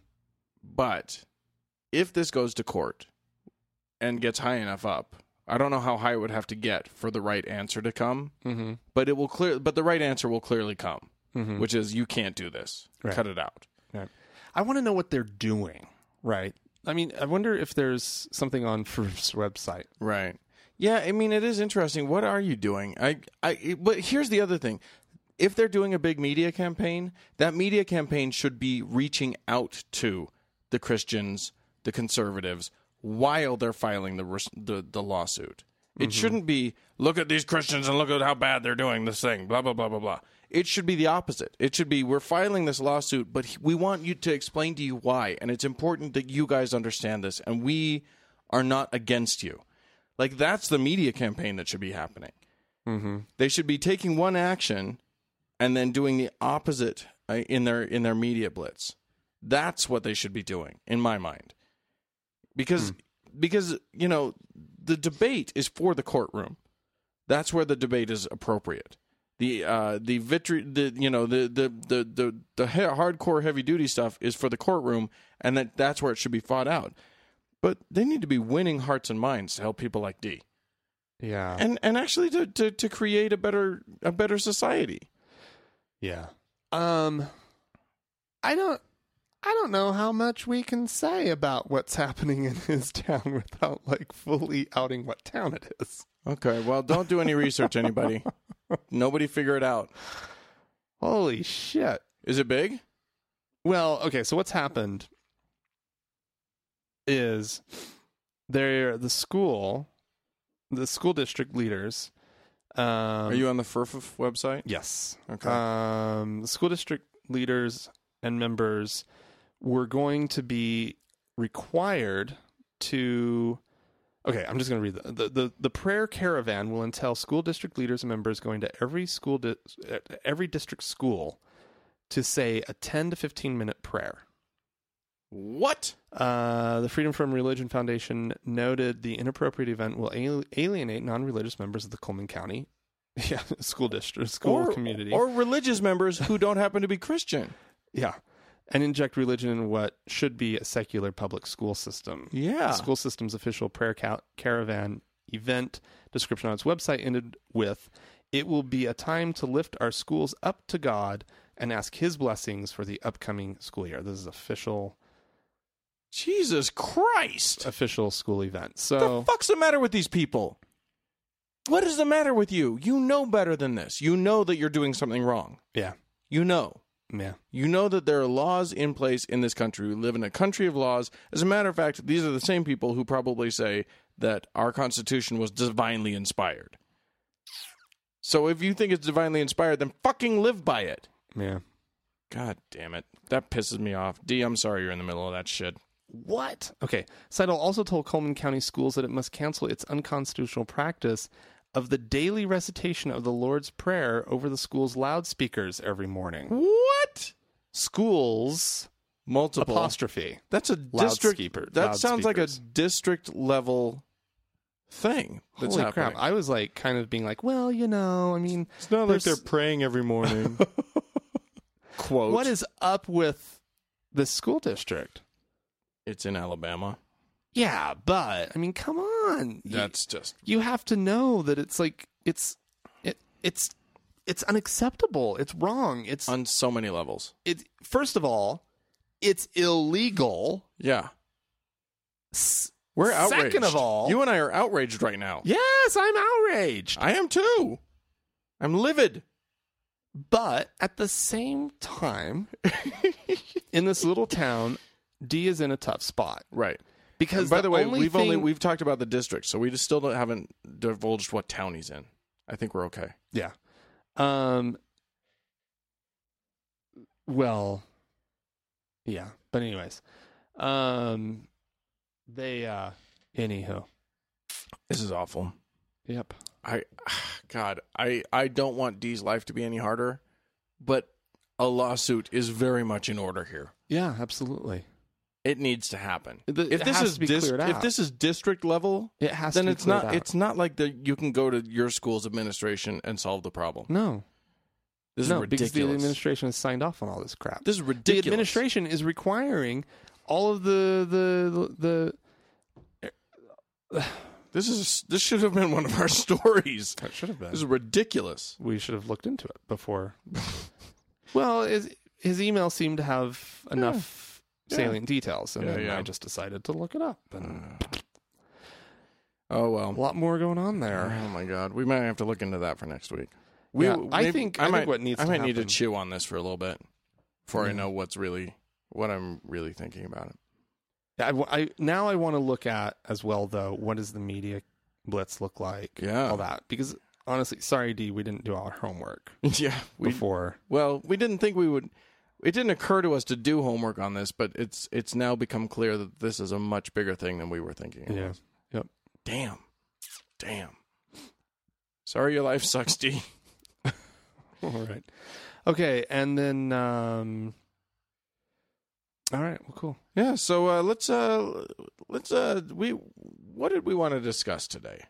[SPEAKER 2] But if this goes to court and gets high enough up, I don't know how high it would have to get for the right answer to come,
[SPEAKER 1] Mm-hmm.
[SPEAKER 2] but it will clear but the right answer will clearly come,
[SPEAKER 1] Mhm.
[SPEAKER 2] which is you can't do this.
[SPEAKER 1] Right.
[SPEAKER 2] Cut it out.
[SPEAKER 1] Right. I want to know what they're doing. Right. I mean, I wonder if there's something on Fruit's website.
[SPEAKER 2] Right. Yeah, I mean it is interesting. What are you doing? I I but here's the other thing. If they're doing a big media campaign, that media campaign should be reaching out to the Christians, the conservatives while they're filing the res- the, the lawsuit It shouldn't be look at these Christians and look at how bad they're doing this thing, blah blah blah blah blah. It should be the opposite. It should be we're filing this lawsuit, but he- we want you to explain to you why, and it's important that you guys understand this, and we are not against you. Like that's the media campaign that should be happening. They should be taking one action and then doing the opposite uh, in their in their media blitz. That's what they should be doing, in my mind, because because you know the debate is for the courtroom. That's where the debate is appropriate. The uh, the vitri the you know the the the the, the he- hardcore heavy duty stuff is for the courtroom, and that that's where it should be fought out. But they need to be winning hearts and minds to help people like D,
[SPEAKER 1] Yeah.
[SPEAKER 2] and and actually to to, to create a better a better society.
[SPEAKER 1] Yeah. Um I don't I don't know how much we can say about what's happening in his town without like fully outing what town it is.
[SPEAKER 2] Okay, well, don't do any research, anybody. Nobody figure it out.
[SPEAKER 1] Holy shit.
[SPEAKER 2] Is it big?
[SPEAKER 1] Well, okay, so what's happened is there the school the school district leaders um
[SPEAKER 2] Are you on the FurFuf website?
[SPEAKER 1] Yes.
[SPEAKER 2] Okay.
[SPEAKER 1] Um, the school district leaders and members were going to be required to. Okay, I'm just going to read the, the the the prayer caravan will entail school district leaders and members going to every school di- uh, every district school to say a 10 to 15 minute prayer.
[SPEAKER 2] What?
[SPEAKER 1] Uh, the Freedom from Religion Foundation noted the inappropriate event will al- alienate non-religious members of the Coleman County, yeah, school district, school
[SPEAKER 2] or,
[SPEAKER 1] community,
[SPEAKER 2] or religious members who don't happen to be Christian.
[SPEAKER 1] Yeah. And inject religion in what should be a secular public school system.
[SPEAKER 2] Yeah.
[SPEAKER 1] The school system's official prayer ca- caravan event description on its website ended with It will be a time to lift our schools up to God and ask His blessings for the upcoming school year. This is official
[SPEAKER 2] Jesus Christ!
[SPEAKER 1] official school event.
[SPEAKER 2] What the
[SPEAKER 1] So
[SPEAKER 2] fuck's the matter with these people? What is the matter with you? You know better than this. You know that you're doing something wrong.
[SPEAKER 1] yeah,
[SPEAKER 2] You know.
[SPEAKER 1] yeah,
[SPEAKER 2] You know that there are laws in place in this country. We live in a country of laws. As a matter of fact, these are the same people who probably say that our Constitution was divinely inspired. So if you think it's divinely inspired, then fucking live by it.
[SPEAKER 1] yeah.
[SPEAKER 2] God damn it. That pisses me off. D, I'm sorry you're in the middle of that shit.
[SPEAKER 1] What? Okay. Seidel also told Coleman County schools that it must cancel its unconstitutional practice of the daily recitation of the Lord's Prayer over the school's loudspeakers every morning.
[SPEAKER 2] What?
[SPEAKER 1] Schools
[SPEAKER 2] Multiple.
[SPEAKER 1] apostrophe.
[SPEAKER 2] That's a
[SPEAKER 1] Loudspeaker-
[SPEAKER 2] district. That sounds like a
[SPEAKER 1] loudspeakers.
[SPEAKER 2] district level thing. That's
[SPEAKER 1] Holy
[SPEAKER 2] happening.
[SPEAKER 1] crap! I was like, kind of being like, well, you know, I mean,
[SPEAKER 2] it's not
[SPEAKER 1] like they're
[SPEAKER 2] praying every morning. Quote.
[SPEAKER 1] what is up with this school district?
[SPEAKER 2] It's in Alabama.
[SPEAKER 1] Yeah, but I mean, come on. You-
[SPEAKER 2] That's just
[SPEAKER 1] you have to know that it's like it's it, it's it's unacceptable. It's wrong. It's
[SPEAKER 2] on so many levels.
[SPEAKER 1] it first of all, it's illegal.
[SPEAKER 2] Yeah.
[SPEAKER 1] S-
[SPEAKER 2] We're outraged.
[SPEAKER 1] Second of all,
[SPEAKER 2] you and I are outraged right now.
[SPEAKER 1] yes, I'm outraged.
[SPEAKER 2] I am too. I'm livid.
[SPEAKER 1] But at the same time, in this little town, D is in a tough spot
[SPEAKER 2] Right.
[SPEAKER 1] because
[SPEAKER 2] by the, way,
[SPEAKER 1] only
[SPEAKER 2] we've
[SPEAKER 1] thing-
[SPEAKER 2] only we've talked about the district, so we just still don't, haven't divulged what town he's in. I think we're okay.
[SPEAKER 1] yeah. Um. Well, yeah. But anyways, um, they uh, anywho,
[SPEAKER 2] This is awful.
[SPEAKER 1] yep.
[SPEAKER 2] I God, I I don't want D's life to be any harder, but a lawsuit is very much in order here.
[SPEAKER 1] Yeah, absolutely.
[SPEAKER 2] It needs to happen.
[SPEAKER 1] It- it
[SPEAKER 2] if this
[SPEAKER 1] has
[SPEAKER 2] is
[SPEAKER 1] to be
[SPEAKER 2] dis-
[SPEAKER 1] cleared
[SPEAKER 2] if
[SPEAKER 1] out.
[SPEAKER 2] this is district level,
[SPEAKER 1] It has
[SPEAKER 2] then
[SPEAKER 1] to. be
[SPEAKER 2] it's not
[SPEAKER 1] cleared out.
[SPEAKER 2] it's not like the you can go to your school's administration and solve the problem.
[SPEAKER 1] no.
[SPEAKER 2] This
[SPEAKER 1] no,
[SPEAKER 2] is ridiculous.
[SPEAKER 1] because the administration has signed off on all this crap.
[SPEAKER 2] this is
[SPEAKER 1] the
[SPEAKER 2] ridiculous.
[SPEAKER 1] administration is requiring all of the the the.
[SPEAKER 2] This is this should have been one of our stories.
[SPEAKER 1] That should have been.
[SPEAKER 2] This is ridiculous.
[SPEAKER 1] We should have looked into it before. well, his his email seemed to have enough salient details, and
[SPEAKER 2] Yeah,
[SPEAKER 1] then
[SPEAKER 2] yeah.
[SPEAKER 1] I just decided to look it up. And
[SPEAKER 2] Oh
[SPEAKER 1] a
[SPEAKER 2] well.
[SPEAKER 1] lot more going on there.
[SPEAKER 2] Oh my god. We might have to look into that for next week. We,
[SPEAKER 1] Yeah, I
[SPEAKER 2] maybe-
[SPEAKER 1] think- I think
[SPEAKER 2] might,
[SPEAKER 1] what needs
[SPEAKER 2] I
[SPEAKER 1] to
[SPEAKER 2] might need to Mm.
[SPEAKER 1] happen-
[SPEAKER 2] chew on this for a little bit before I know what's really what I'm really thinking about it.
[SPEAKER 1] I, w- I- now I want to look at as well though. What is the media Blitz look like?
[SPEAKER 2] Yeah.
[SPEAKER 1] all that. Because honestly, sorry, D, we didn't do our homework
[SPEAKER 2] yeah, we
[SPEAKER 1] before.
[SPEAKER 2] Well, we didn't think we would. It didn't occur to us to do homework on this, but it's it's now become clear that this is a much bigger thing than we were thinking. it was.
[SPEAKER 1] Yep.
[SPEAKER 2] Damn. Damn. Sorry, your life sucks, D.
[SPEAKER 1] All right. Okay, and then um All right, well cool.
[SPEAKER 2] Yeah. So uh, let's uh let's uh we what did we want to discuss today?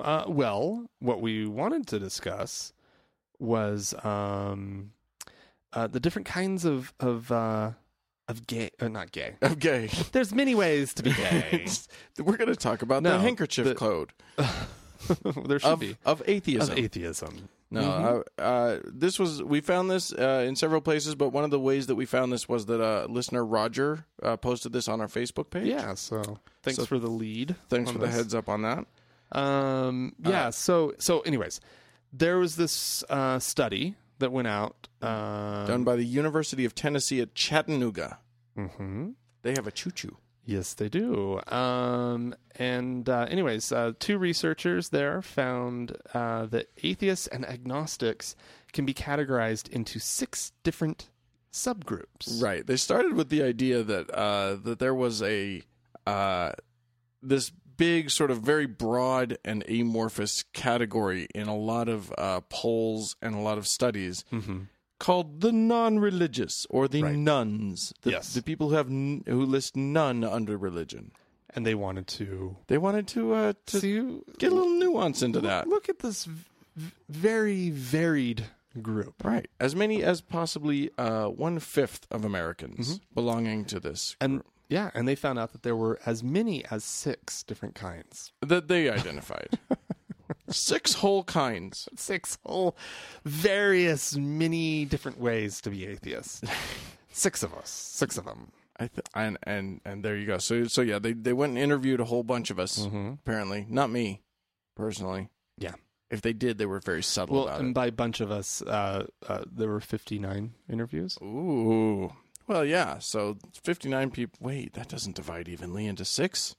[SPEAKER 1] Uh, well, what we wanted to discuss was um uh the different kinds of of uh of gay uh, not gay.
[SPEAKER 2] Okay.
[SPEAKER 1] There's many ways to be gay.
[SPEAKER 2] We're going to talk about the
[SPEAKER 1] No,
[SPEAKER 2] handkerchief
[SPEAKER 1] the-
[SPEAKER 2] code
[SPEAKER 1] there should
[SPEAKER 2] of
[SPEAKER 1] be
[SPEAKER 2] of atheism.
[SPEAKER 1] of atheism.
[SPEAKER 2] No, I, uh, this was we found this uh, in several places, but one of the ways that we found this was that uh, listener Roger uh, posted this on our Facebook page.
[SPEAKER 1] Yeah, so thanks for the lead.
[SPEAKER 2] thanks
[SPEAKER 1] on
[SPEAKER 2] for the
[SPEAKER 1] this.
[SPEAKER 2] heads up Uh, on that.
[SPEAKER 1] Um, yeah. so, so, anyways, there was this uh, study that went out. Um,
[SPEAKER 2] Done by the University of Tennessee at Chattanooga.
[SPEAKER 1] mm-hmm.
[SPEAKER 2] They have a choo choo.
[SPEAKER 1] Yes, they do. Um, and, uh, anyways, uh, two researchers there found uh, that atheists and agnostics can be categorized into six different subgroups.
[SPEAKER 2] Right. They started with the idea that uh, that there was a uh, this big sort of very broad and amorphous category in a lot of uh, polls and a lot of studies
[SPEAKER 1] Mm-hmm.
[SPEAKER 2] called the non-religious or the nuns. The,
[SPEAKER 1] Yes.
[SPEAKER 2] The people who have n- who list none under religion.
[SPEAKER 1] And they wanted to.
[SPEAKER 2] They wanted to uh, to
[SPEAKER 1] to
[SPEAKER 2] get a little nuance into that.
[SPEAKER 1] look at this v- v- very varied group.
[SPEAKER 2] Right. As many as possibly uh, one fifth of Americans
[SPEAKER 1] Mm-hmm.
[SPEAKER 2] belonging to this
[SPEAKER 1] And yeah, and they found out that there were as many as six different kinds.
[SPEAKER 2] that they identified. Six whole kinds.
[SPEAKER 1] Six whole various many different ways to be atheist. six of us. Six of them.
[SPEAKER 2] I th- and and and there you go. So so yeah, they they went and interviewed a whole bunch of us.
[SPEAKER 1] Mm-hmm.
[SPEAKER 2] Apparently, not me personally.
[SPEAKER 1] Yeah.
[SPEAKER 2] If they did, they were very subtle
[SPEAKER 1] Well,
[SPEAKER 2] about
[SPEAKER 1] and
[SPEAKER 2] it.
[SPEAKER 1] by a bunch of us, uh, uh, there were 59 interviews.
[SPEAKER 2] Ooh. Well, yeah. So fifty nine people. Wait, that doesn't divide evenly into six.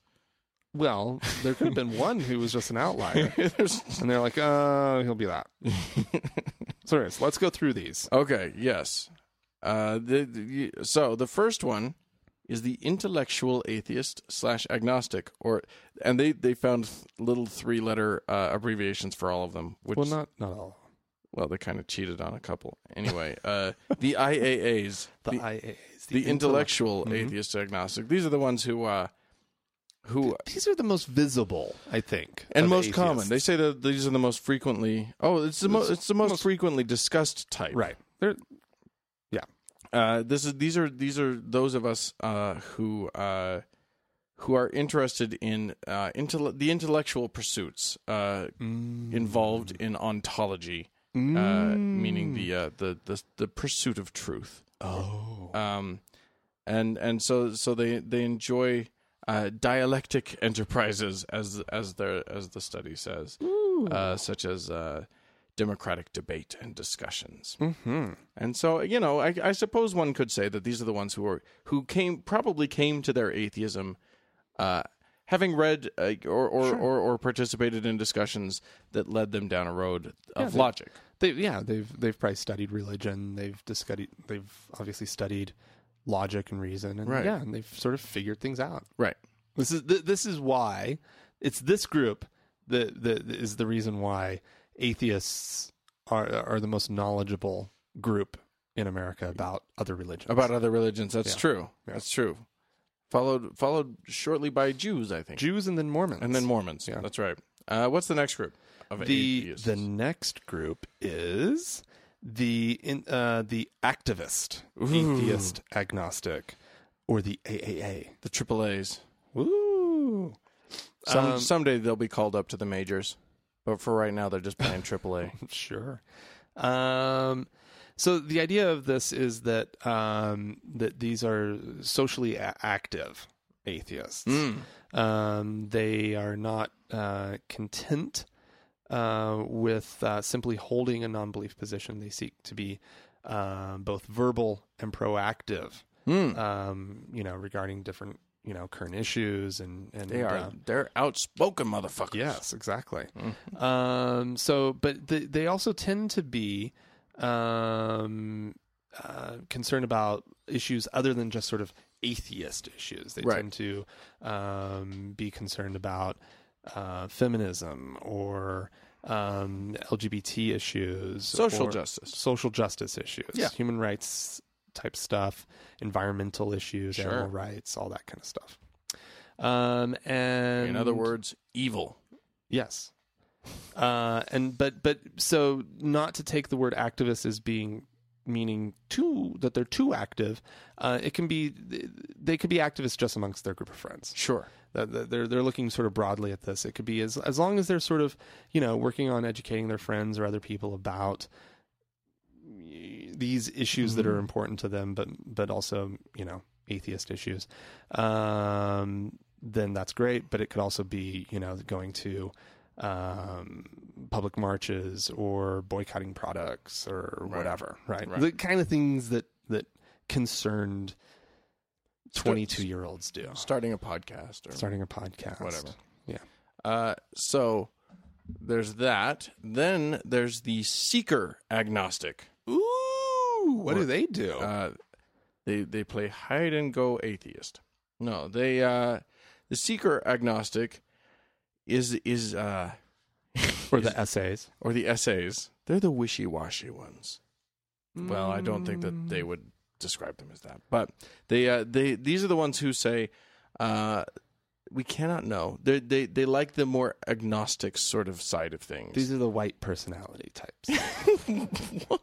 [SPEAKER 1] Well, there could have been one who was just an outlier.
[SPEAKER 2] There's-
[SPEAKER 1] And they're like, uh, he'll be that. so, anyways, let's go through these.
[SPEAKER 2] okay. Yes. Uh, the, the, so the first one is the intellectual atheist slash agnostic, or and they they found th- little three letter uh, abbreviations for all of them. Which
[SPEAKER 1] Well, not not all.
[SPEAKER 2] Well, they kind of cheated on a couple. Anyway, uh, the IAAs,
[SPEAKER 1] The, Mm-hmm.
[SPEAKER 2] the, the,
[SPEAKER 1] IAAs.
[SPEAKER 2] intellectual atheist agnostic, these are the ones who, uh, who
[SPEAKER 1] These are the most visible, I think.
[SPEAKER 2] and
[SPEAKER 1] of
[SPEAKER 2] most
[SPEAKER 1] atheists.
[SPEAKER 2] common. They say that these are the most frequently. Oh, it's the most. It's the most, frequently discussed type.
[SPEAKER 1] Right. They're,
[SPEAKER 2] Uh, this is these are these are those of us uh, who uh, who are interested in uh, intell- the intellectual pursuits uh,
[SPEAKER 1] Mm.
[SPEAKER 2] involved in ontology, uh, meaning the, uh, the the the pursuit of truth. Oh, um, and and so so they they enjoy uh, dialectic enterprises as as their as the study says, uh, such as. Uh, Democratic debate and discussions. And so, you know, I, I suppose one could say that these are the ones who are who came probably came to their atheism, uh, having read uh, or, or, or or participated in discussions that led them down a road of logic.
[SPEAKER 1] They, yeah, they've they've probably studied religion. They've discussed. They've obviously studied logic and reason, and
[SPEAKER 2] Right.
[SPEAKER 1] yeah, and they've sort of figured things out.
[SPEAKER 2] Right.
[SPEAKER 1] This is th- this is why it's this group that that is the reason why atheists are are the most knowledgeable group in America about other religions.
[SPEAKER 2] About other religions, that's true. That's true. Followed followed shortly by Jews, I think,
[SPEAKER 1] Jews and then Mormons,
[SPEAKER 2] and then Mormons. Yeah, that's right. Uh, what's the next group of
[SPEAKER 1] the
[SPEAKER 2] atheists?
[SPEAKER 1] the next group is the in, uh, the activist atheist agnostic or the AAA.
[SPEAKER 2] the triple A's.
[SPEAKER 1] Woo!
[SPEAKER 2] Some, someday they'll be called up to the majors, but for right now they're just playing triple A.
[SPEAKER 1] Sure. Um, so the idea of this is that um, that these are socially a- active atheists.
[SPEAKER 2] Mm.
[SPEAKER 1] Um, they are not uh, content uh, with uh, simply holding a non-belief position. They seek to be uh,
[SPEAKER 2] Mm.
[SPEAKER 1] um both verbal and proactive. Um, you know, regarding different you know current issues and and
[SPEAKER 2] They are
[SPEAKER 1] uh,
[SPEAKER 2] they're outspoken motherfuckers.
[SPEAKER 1] Yes, exactly.
[SPEAKER 2] Mm.
[SPEAKER 1] Um, so, but th- they also tend to be um, uh, concerned about issues other than just sort of atheist issues. They
[SPEAKER 2] Right.
[SPEAKER 1] tend to um, be concerned about uh, feminism or um, LGBT issues,
[SPEAKER 2] Social
[SPEAKER 1] or
[SPEAKER 2] justice.
[SPEAKER 1] social justice issues,
[SPEAKER 2] Yeah.
[SPEAKER 1] human rights type stuff, environmental issues,
[SPEAKER 2] Sure.
[SPEAKER 1] animal rights, all that kind of stuff. Um, and
[SPEAKER 2] In other words, evil.
[SPEAKER 1] Yes. Uh, and but but so not to take the word activist as being meaning too that they're too active. Uh, it can be they could be activists just amongst their group of friends.
[SPEAKER 2] Sure.
[SPEAKER 1] That- that They're they're looking sort of broadly at this. It could be as as long as they're sort of you know working on educating their friends or other people about these issues that are important to them, but but also you know atheist issues, um, then that's great. But it could also be you know going to um, public marches or boycotting products or whatever, right? The kind of things that that concerned twenty two year olds do.
[SPEAKER 2] Starting a podcast or
[SPEAKER 1] Starting a podcast,
[SPEAKER 2] Whatever.
[SPEAKER 1] Yeah.
[SPEAKER 2] Uh, so there's that. Then there's the seeker agnostic.
[SPEAKER 1] Ooh, what do they do?
[SPEAKER 2] Uh, they they play hide and go atheist. No, they uh, the seeker agnostic is is uh,
[SPEAKER 1] or the essays?
[SPEAKER 2] or the essays. They're the wishy washy ones. Well, I don't think that they would describe them as that, but they uh, they these are the ones who say. Uh, we cannot know. They they they like the more agnostic sort of side of things.
[SPEAKER 1] These are the white personality types.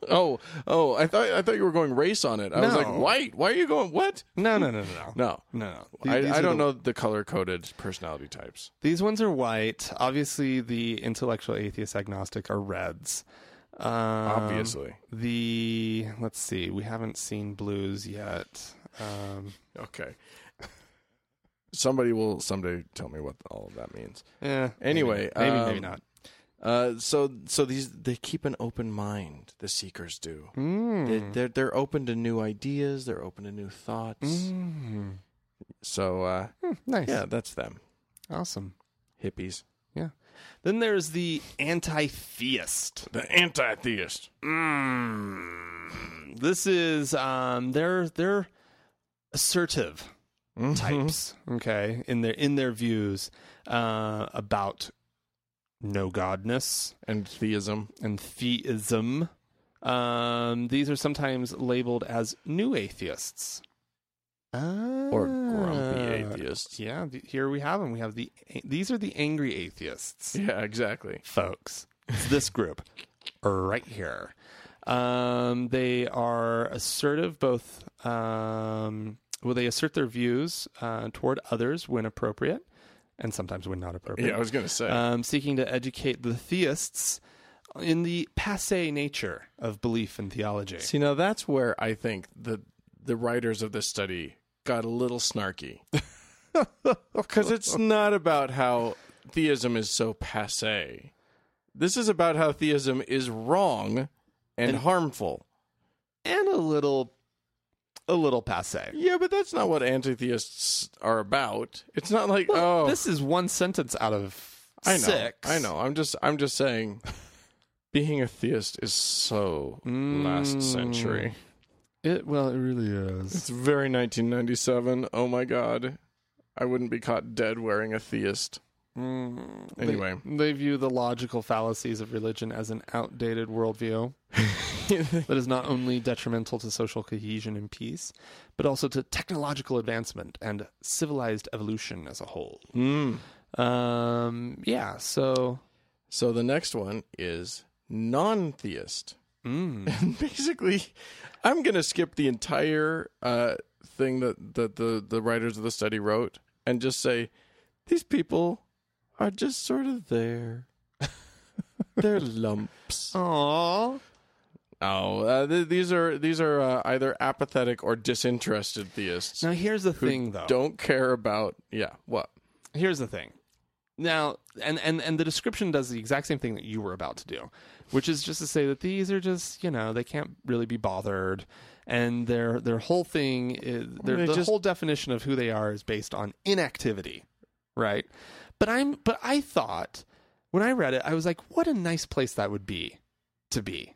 [SPEAKER 2] Oh, oh! I thought I thought you were going race on it. I was
[SPEAKER 1] No.
[SPEAKER 2] like, white. Why are you going what?
[SPEAKER 1] No, no, no, no, no.
[SPEAKER 2] No,
[SPEAKER 1] No, no.
[SPEAKER 2] I,
[SPEAKER 1] These
[SPEAKER 2] I
[SPEAKER 1] are
[SPEAKER 2] don't
[SPEAKER 1] the-
[SPEAKER 2] know the color coded personality types.
[SPEAKER 1] These ones are white. Obviously, the intellectual atheist agnostic are reds. Um,
[SPEAKER 2] Obviously.
[SPEAKER 1] The let's see, we haven't seen blues yet. Um,
[SPEAKER 2] Okay. Somebody will someday tell me what all of that means.
[SPEAKER 1] eh,
[SPEAKER 2] Anyway,
[SPEAKER 1] maybe, maybe,
[SPEAKER 2] um,
[SPEAKER 1] maybe not.
[SPEAKER 2] Uh, so so these they keep an open mind. The seekers do.
[SPEAKER 1] Hmm.
[SPEAKER 2] They, they're they're open to new ideas. They're open to new thoughts. So uh,
[SPEAKER 1] Hmm. Nice,
[SPEAKER 2] yeah, that's them.
[SPEAKER 1] awesome.
[SPEAKER 2] Hippies.
[SPEAKER 1] Yeah. Then there's the anti-theist.
[SPEAKER 2] The anti theist.
[SPEAKER 1] Mm. This is um, they're they're assertive
[SPEAKER 2] Mm-hmm.
[SPEAKER 1] types, okay, in their in their views uh, about no godness.
[SPEAKER 2] And theism.
[SPEAKER 1] and theism. Um, these are sometimes labeled as new atheists.
[SPEAKER 2] Or grumpy
[SPEAKER 1] Ah.
[SPEAKER 2] atheists.
[SPEAKER 1] Yeah, th- here we have them. We have the these are the angry atheists,
[SPEAKER 2] Yeah, exactly.
[SPEAKER 1] folks. It's this group right here. Um, they are assertive, both. Um, well, they assert their views uh, toward others when appropriate, and sometimes when not appropriate
[SPEAKER 2] Yeah, I was gonna say.
[SPEAKER 1] um, seeking to educate the theists in the passe nature of belief and theology.
[SPEAKER 2] See, now that's where I think the the writers of this study got a little snarky, because it's not about how theism is so passe. This is about how theism is wrong and, harmful.
[SPEAKER 1] and a little, a little passe.
[SPEAKER 2] Yeah, but that's not what anti-theists are about. It's not like oh,
[SPEAKER 1] This is one sentence out of
[SPEAKER 2] I know,
[SPEAKER 1] six.
[SPEAKER 2] I know. I'm just I'm just saying, being a theist is so
[SPEAKER 1] Mm.
[SPEAKER 2] last century.
[SPEAKER 1] It, well, it really is.
[SPEAKER 2] It's very 1997. Oh my god. I wouldn't be caught dead wearing a theist.
[SPEAKER 1] Mm.
[SPEAKER 2] Anyway,
[SPEAKER 1] They view the logical fallacies of religion as an outdated worldview that is not only detrimental to social cohesion and peace, but also to technological advancement and civilized evolution as a whole. Mm. Um, yeah, so
[SPEAKER 2] so the next one is non theist.
[SPEAKER 1] Mm.
[SPEAKER 2] And basically, I'm going to skip the entire uh, thing that, that the, the writers of the study wrote and just say these people are just sort of there. They're lumps.
[SPEAKER 1] Aww.
[SPEAKER 2] Oh, uh, th- these are these are uh, either apathetic or disinterested theists.
[SPEAKER 1] Now here's the
[SPEAKER 2] who
[SPEAKER 1] thing though.
[SPEAKER 2] Don't care about yeah. What?
[SPEAKER 1] Here's the thing. Now, and, and and the description does the exact same thing that you were about to do, which is just to say that these are just, you know, they can't really be bothered and their their whole thing is their
[SPEAKER 2] They
[SPEAKER 1] the
[SPEAKER 2] just-
[SPEAKER 1] whole definition of who they are is based on inactivity, right? But I'm but I thought when I read it, I was like, what a nice place that would be to be.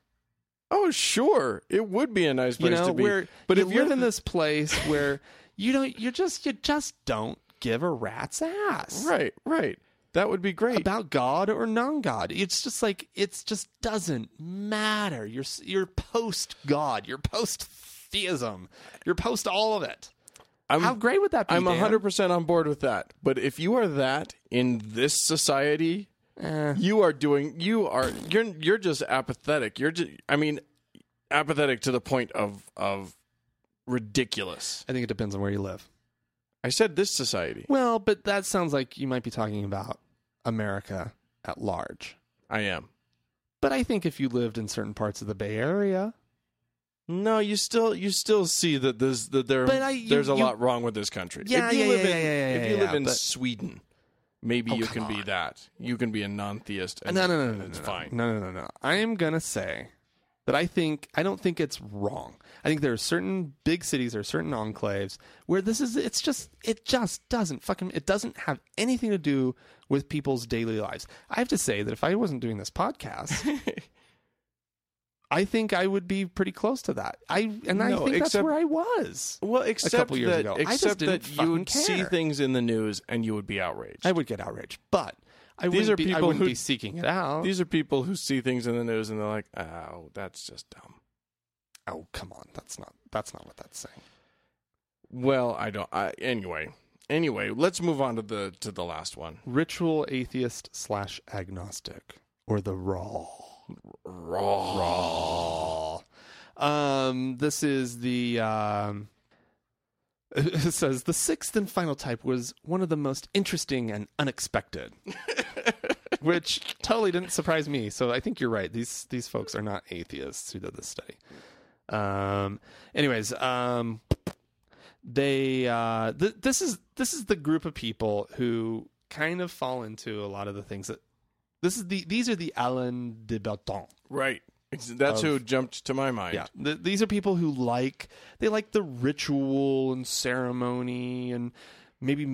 [SPEAKER 2] Oh, sure, it would be a nice
[SPEAKER 1] You
[SPEAKER 2] place
[SPEAKER 1] know,
[SPEAKER 2] to be.
[SPEAKER 1] where
[SPEAKER 2] but
[SPEAKER 1] you
[SPEAKER 2] if
[SPEAKER 1] live
[SPEAKER 2] you're
[SPEAKER 1] in this place where you don't you just you just don't give a rat's ass.
[SPEAKER 2] right, right, that would be great.
[SPEAKER 1] about God or non-God. It's just like it's just doesn't matter. You're s- you're post God. You're post theism. You're post all of it.
[SPEAKER 2] I'm,
[SPEAKER 1] How great would that be?
[SPEAKER 2] I'm
[SPEAKER 1] Dan?
[SPEAKER 2] 100% on board with that. But if you are that in this society,
[SPEAKER 1] Eh.
[SPEAKER 2] you are doing you are you're you're just apathetic. You're just I mean apathetic to the point of of ridiculous.
[SPEAKER 1] I think it depends on where you live.
[SPEAKER 2] I said this society.
[SPEAKER 1] Well, but that sounds like you might be talking about America at large.
[SPEAKER 2] I am.
[SPEAKER 1] But I think if you lived in certain parts of the Bay Area,
[SPEAKER 2] No, you still you still see that there's that there
[SPEAKER 1] But I- you-
[SPEAKER 2] there's a
[SPEAKER 1] you-
[SPEAKER 2] lot wrong with this country.
[SPEAKER 1] Yeah,
[SPEAKER 2] if you
[SPEAKER 1] yeah,
[SPEAKER 2] live
[SPEAKER 1] yeah,
[SPEAKER 2] in,
[SPEAKER 1] yeah, yeah,
[SPEAKER 2] if
[SPEAKER 1] yeah,
[SPEAKER 2] you
[SPEAKER 1] yeah,
[SPEAKER 2] live in
[SPEAKER 1] but-
[SPEAKER 2] Sweden, maybe
[SPEAKER 1] Oh,
[SPEAKER 2] you
[SPEAKER 1] come
[SPEAKER 2] can be
[SPEAKER 1] on.
[SPEAKER 2] that. You can be a non-theist. And,
[SPEAKER 1] no, no, no,
[SPEAKER 2] and
[SPEAKER 1] no,
[SPEAKER 2] it's
[SPEAKER 1] no,
[SPEAKER 2] fine.
[SPEAKER 1] No, no, no, no. I am gonna say that I think I don't think it's wrong. I think there are certain big cities or certain enclaves where this is. It's just it just doesn't fucking it doesn't have anything to do with people's daily lives. I have to say that if I wasn't doing this podcast. I think I would be pretty close to that. I and I
[SPEAKER 2] No,
[SPEAKER 1] think that's
[SPEAKER 2] except-
[SPEAKER 1] where I was.
[SPEAKER 2] Well, except
[SPEAKER 1] couple years
[SPEAKER 2] that,
[SPEAKER 1] ago. I just
[SPEAKER 2] except
[SPEAKER 1] didn't
[SPEAKER 2] that you
[SPEAKER 1] fucking
[SPEAKER 2] would see
[SPEAKER 1] care.
[SPEAKER 2] things in the news and you would be outraged.
[SPEAKER 1] I would get outraged, but I
[SPEAKER 2] These
[SPEAKER 1] wouldn't
[SPEAKER 2] are
[SPEAKER 1] be, I
[SPEAKER 2] people
[SPEAKER 1] wouldn't
[SPEAKER 2] who-
[SPEAKER 1] be seeking it out.
[SPEAKER 2] These are people who see things in the news and they're like, "Oh, that's just dumb."
[SPEAKER 1] oh come on, that's not that's not what that's saying.
[SPEAKER 2] Well, I don't. I, anyway, anyway, let's move on to the to the last one.
[SPEAKER 1] ritual atheist slash agnostic or the raw raw raw um this is the um it says the sixth and final type was one of the most interesting and unexpected which totally didn't surprise me so i think you're right these these folks are not atheists who did this study um anyways um they uh th- this is this is the group of people who kind of fall into a lot of the things that this is the these are the Alain de Botton.
[SPEAKER 2] Right. That's who jumped to my mind.
[SPEAKER 1] Yeah, th- these are people who like they like the ritual and ceremony and maybe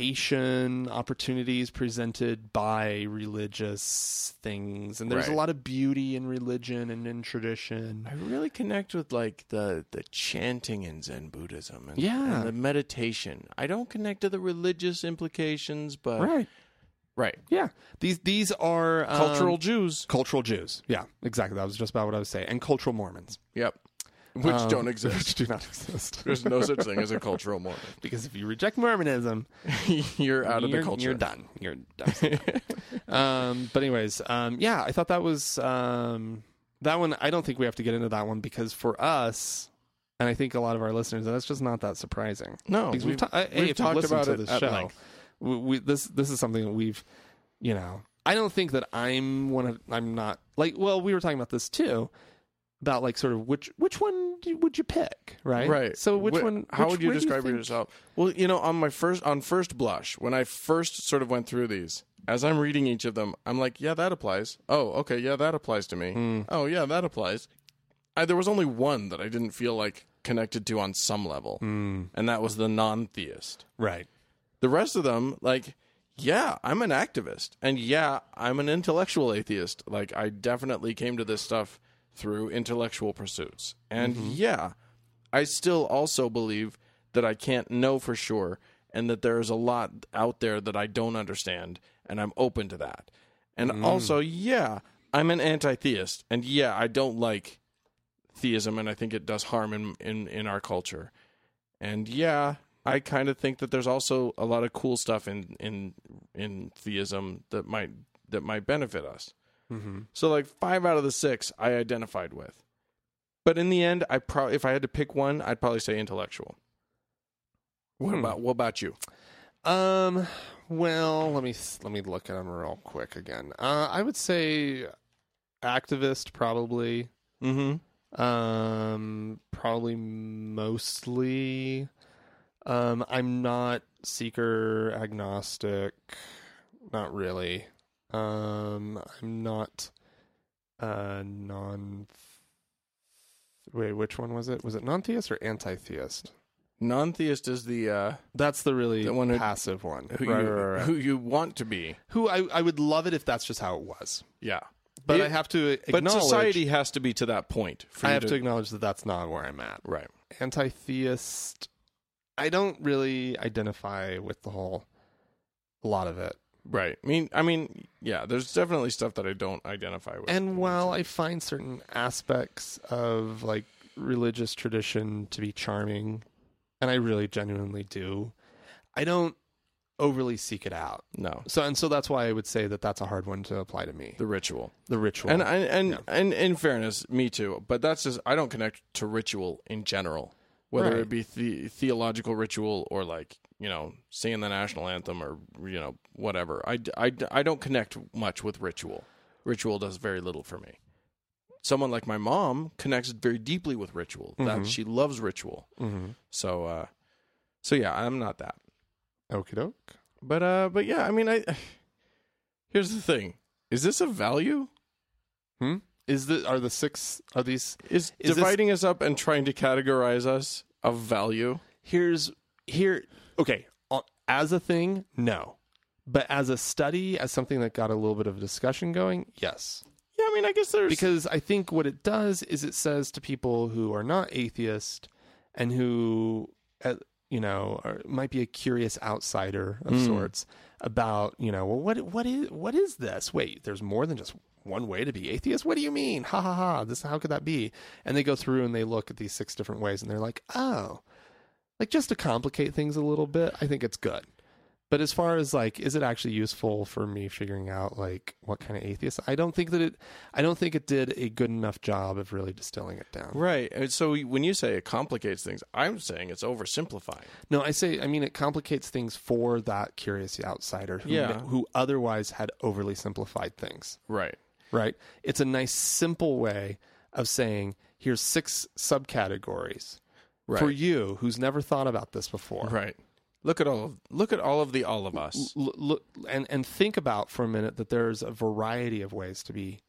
[SPEAKER 1] meditation opportunities presented by religious things. And there's a
[SPEAKER 2] Right.
[SPEAKER 1] lot of beauty in religion and in tradition.
[SPEAKER 2] I really connect with like the the chanting in Zen Buddhism and,
[SPEAKER 1] Yeah.
[SPEAKER 2] and the meditation. I don't connect to the religious implications, but right.
[SPEAKER 1] Yeah. These these are um,
[SPEAKER 2] Cultural Jews.
[SPEAKER 1] cultural Jews. Yeah, exactly. That was just about what I was saying. And cultural Mormons,
[SPEAKER 2] Yep. Which
[SPEAKER 1] Um,
[SPEAKER 2] don't exist.
[SPEAKER 1] which do not exist.
[SPEAKER 2] There's no such thing as a cultural Mormon.
[SPEAKER 1] because if you reject Mormonism,
[SPEAKER 2] you're out of
[SPEAKER 1] you're,
[SPEAKER 2] the culture.
[SPEAKER 1] You're done. You're absolutely done. um, but anyways, um, yeah, I thought that was um, that one. I don't think we have to get into that one because for us, and I think a lot of our listeners, that's just not that surprising.
[SPEAKER 2] No,
[SPEAKER 1] because
[SPEAKER 2] Oh, we've-
[SPEAKER 1] ta- uh, hey,
[SPEAKER 2] we've
[SPEAKER 1] if you
[SPEAKER 2] talked
[SPEAKER 1] listen
[SPEAKER 2] about
[SPEAKER 1] to
[SPEAKER 2] it
[SPEAKER 1] this
[SPEAKER 2] at
[SPEAKER 1] show.
[SPEAKER 2] length.
[SPEAKER 1] We, we, this this is something that we've, you know, I don't think that I'm one of I'm not like. Well, we were talking about this too. About like sort of which which one do, would you pick, right?
[SPEAKER 2] Right.
[SPEAKER 1] So which
[SPEAKER 2] Wh-
[SPEAKER 1] one?
[SPEAKER 2] How
[SPEAKER 1] which
[SPEAKER 2] would you
[SPEAKER 1] way do
[SPEAKER 2] describe
[SPEAKER 1] think-
[SPEAKER 2] yourself? Well, you know, on my first on first blush, when I first sort of went through these, as I'm reading each of them, I'm like, yeah, that applies. Oh, okay, yeah, that applies to me.
[SPEAKER 1] Hmm.
[SPEAKER 2] Oh, yeah, that applies. I, there was only one that I didn't feel like connected to on some level,
[SPEAKER 1] Hmm.
[SPEAKER 2] and that was the non-theist.
[SPEAKER 1] Right.
[SPEAKER 2] The rest of them, like, yeah, I'm an activist, and yeah, I'm an intellectual atheist. Like, I definitely came to this stuff through intellectual pursuits, and yeah, I still also believe that I can't know for sure, and that there is a lot out there that I don't understand, and I'm open to that. And also, yeah, I'm an anti-theist, and yeah, I don't like theism, and I think it does harm in in, in our culture. And yeah, I kind of think that there's also a lot of cool stuff in in in theism that might that might benefit us. So like five out of the six I identified with, but in the end, I pro- if I had to pick one, I'd probably say intellectual. What about what about you?
[SPEAKER 1] Um. Well, let me let me look at them real quick again. Uh, I would say activist probably.
[SPEAKER 2] Mm-hmm.
[SPEAKER 1] Um. Probably mostly. Um. I'm not seeker agnostic. Not really. Um. I'm not. Uh. Non. Wait, which one was it? Was it non-theist or anti-theist?
[SPEAKER 2] Non-theist is the uh,
[SPEAKER 1] That's the really
[SPEAKER 2] The one who-
[SPEAKER 1] passive one.
[SPEAKER 2] who,
[SPEAKER 1] Right,
[SPEAKER 2] you,
[SPEAKER 1] right, right, right.
[SPEAKER 2] who you want to be.
[SPEAKER 1] Who I, I would love it if that's just how it was.
[SPEAKER 2] Yeah,
[SPEAKER 1] But
[SPEAKER 2] It-
[SPEAKER 1] I have to
[SPEAKER 2] But
[SPEAKER 1] acknowledge.
[SPEAKER 2] society has to be to that point. For
[SPEAKER 1] I
[SPEAKER 2] you
[SPEAKER 1] have to acknowledge that that's not where I'm at.
[SPEAKER 2] right.
[SPEAKER 1] Anti-theist. I don't really identify with the whole a lot of it.
[SPEAKER 2] Right. I mean, I mean, yeah. There's definitely stuff that I don't identify with.
[SPEAKER 1] And while I find certain aspects of like religious tradition to be charming, and I really genuinely do, I don't overly seek it out.
[SPEAKER 2] no,
[SPEAKER 1] So and so that's why I would say that that's a hard one to apply to me. The,
[SPEAKER 2] the ritual.
[SPEAKER 1] ritual.
[SPEAKER 2] And I, and and in fairness, me too. But that's just I don't connect to ritual in general, whether
[SPEAKER 1] Right.
[SPEAKER 2] it be the, theological ritual or like you know singing the national anthem or you know whatever. I, d- I d- I don't connect much with ritual. Ritual does very little for me. Someone like my mom connects very deeply with ritual.
[SPEAKER 1] Mm-hmm.
[SPEAKER 2] That she loves ritual. So uh, so yeah, I'm not that.
[SPEAKER 1] Okie doke.
[SPEAKER 2] But uh, but yeah, I mean, I here's the thing: is this a value?
[SPEAKER 1] Hmm? Is the are the six are these
[SPEAKER 2] Is,
[SPEAKER 1] Is this-
[SPEAKER 2] dividing us up and trying to categorize us of value?
[SPEAKER 1] here's here okay uh, as a thing no but as a study as something that got a little bit of discussion going yes
[SPEAKER 2] Yeah, I mean, I guess there's
[SPEAKER 1] because i think what it does is it says to people who are not atheist and who uh, you know are, might be a curious outsider of sorts about you know well what what is what is this wait there's more than just one way to be atheist what do you mean ha ha ha this how could that be and they go through and they look at these six different ways and they're like oh like just to complicate things a little bit i think it's good but as far as like is it actually useful for me figuring out like what kind of atheist i don't think that it i don't think it did a good enough job of really distilling it down
[SPEAKER 2] right. And so when you say it complicates things, I'm saying it's oversimplifying.
[SPEAKER 1] no i say i mean it complicates things for that curious outsider who,
[SPEAKER 2] Yeah.
[SPEAKER 1] who otherwise had overly simplified things
[SPEAKER 2] Right.
[SPEAKER 1] right it's a nice simple way of saying here's six subcategories
[SPEAKER 2] Right.
[SPEAKER 1] for you who's never thought about this before
[SPEAKER 2] Right. Look at all of look at all of the all of us.
[SPEAKER 1] l- look and and think about for a minute that there's a variety of ways to be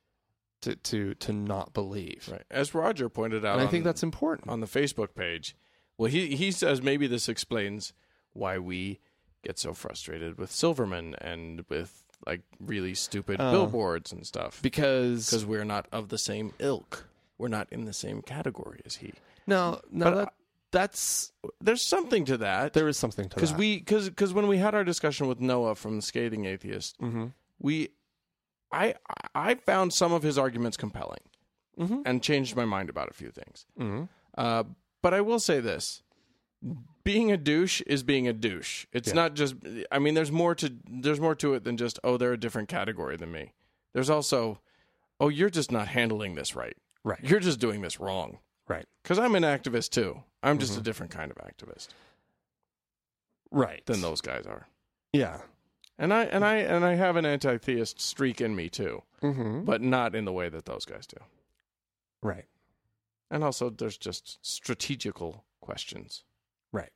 [SPEAKER 1] to to to not believe
[SPEAKER 2] Right. As Roger pointed out,
[SPEAKER 1] and i
[SPEAKER 2] on-
[SPEAKER 1] think that's important
[SPEAKER 2] on the Facebook page. Well, he he says maybe this explains why we get so frustrated with Silverman and with like really stupid
[SPEAKER 1] Oh.
[SPEAKER 2] billboards and stuff
[SPEAKER 1] because
[SPEAKER 2] because we're not of the same ilk. We're not in the same category as he.
[SPEAKER 1] no no
[SPEAKER 2] But
[SPEAKER 1] that
[SPEAKER 2] I-
[SPEAKER 1] that's
[SPEAKER 2] There's something to that
[SPEAKER 1] there is something to
[SPEAKER 2] because
[SPEAKER 1] that
[SPEAKER 2] we because because when we had our discussion with Noah from the scathing atheist,
[SPEAKER 1] Mhm.
[SPEAKER 2] we I I found some of his arguments compelling
[SPEAKER 1] Mhm.
[SPEAKER 2] and changed my mind about a few things.
[SPEAKER 1] Mhm.
[SPEAKER 2] Uh, but I will say this: being a douche is being a douche. It's not just. I mean, there's more to there's more to it than just oh they're a different category than me. There's also oh you're just not handling this right.
[SPEAKER 1] Right.
[SPEAKER 2] You're just doing this wrong.
[SPEAKER 1] right
[SPEAKER 2] Because I'm an activist too. I'm just a different kind of activist
[SPEAKER 1] right
[SPEAKER 2] than those guys are.
[SPEAKER 1] yeah
[SPEAKER 2] And I and I and I have an anti-theist streak in me too,
[SPEAKER 1] mm-hmm.
[SPEAKER 2] but not in the way that those guys do.
[SPEAKER 1] right
[SPEAKER 2] And also, there's just strategical questions.
[SPEAKER 1] right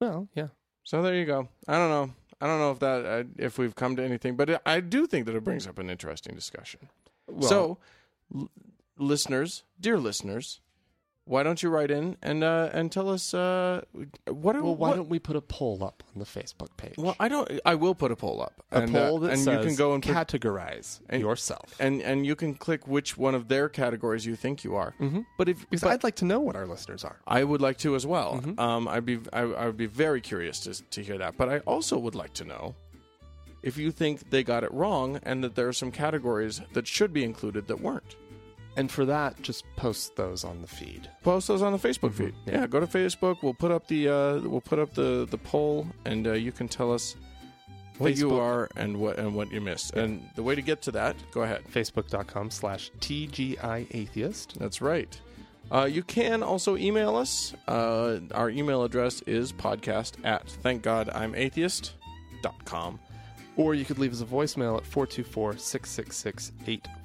[SPEAKER 1] well yeah
[SPEAKER 2] So there you go. I don't know. I don't know if that uh, if we've come to anything, but I do think that it brings up an interesting discussion. so, l- listeners, dear listeners, why don't you write in and uh, and tell us uh, what are
[SPEAKER 1] well why
[SPEAKER 2] what-
[SPEAKER 1] don't we put a poll up on the facebook page
[SPEAKER 2] well I don't I will put a poll up
[SPEAKER 1] a
[SPEAKER 2] and, uh,
[SPEAKER 1] poll that
[SPEAKER 2] and
[SPEAKER 1] says
[SPEAKER 2] you can go and put-
[SPEAKER 1] categorize
[SPEAKER 2] and-
[SPEAKER 1] yourself
[SPEAKER 2] and and you can click which one of their categories you think you are.
[SPEAKER 1] Mhm.
[SPEAKER 2] But if
[SPEAKER 1] because
[SPEAKER 2] but
[SPEAKER 1] i'd like to know what our listeners are
[SPEAKER 2] I would like to as well. Um, I'd be I, I would be very curious to to hear that. But I also would like to know if you think they got it wrong and that there are some categories that should be included that weren't.
[SPEAKER 1] and for that just post those on the feed
[SPEAKER 2] Post those on the Facebook feed. Yeah. go to Facebook. We'll put up the uh, we'll put up the the poll, and uh, you can tell us what you
[SPEAKER 1] Facebook.
[SPEAKER 2] are and what and what you missed. And the way to get to that, go ahead.
[SPEAKER 1] facebook.com slash tgi atheist
[SPEAKER 2] That's right. Uh, you can also email us. Uh, our email address is podcast at thankgodimatheist.com.
[SPEAKER 1] or you could leave us a voicemail at
[SPEAKER 2] Uh,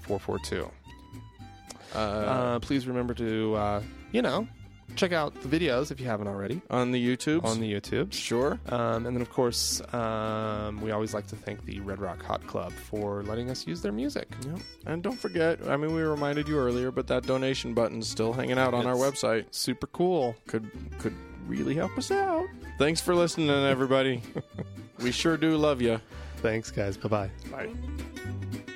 [SPEAKER 1] 424-666-8442 uh, please remember to uh, you know Check out the videos if you haven't already
[SPEAKER 2] on the YouTube.
[SPEAKER 1] on the YouTube.
[SPEAKER 2] sure.
[SPEAKER 1] Um, and then, of course, um, we always like to thank the Red Rock Hot Club for letting us use their music.
[SPEAKER 2] Yep. And don't forget, I mean, we reminded you earlier, but that donation button's still hanging out on our
[SPEAKER 1] It's-
[SPEAKER 2] website.
[SPEAKER 1] Super cool.
[SPEAKER 2] Could could really help us out. Thanks for listening, everybody. we sure do love you.
[SPEAKER 1] Thanks, guys. Bye bye.
[SPEAKER 2] Bye.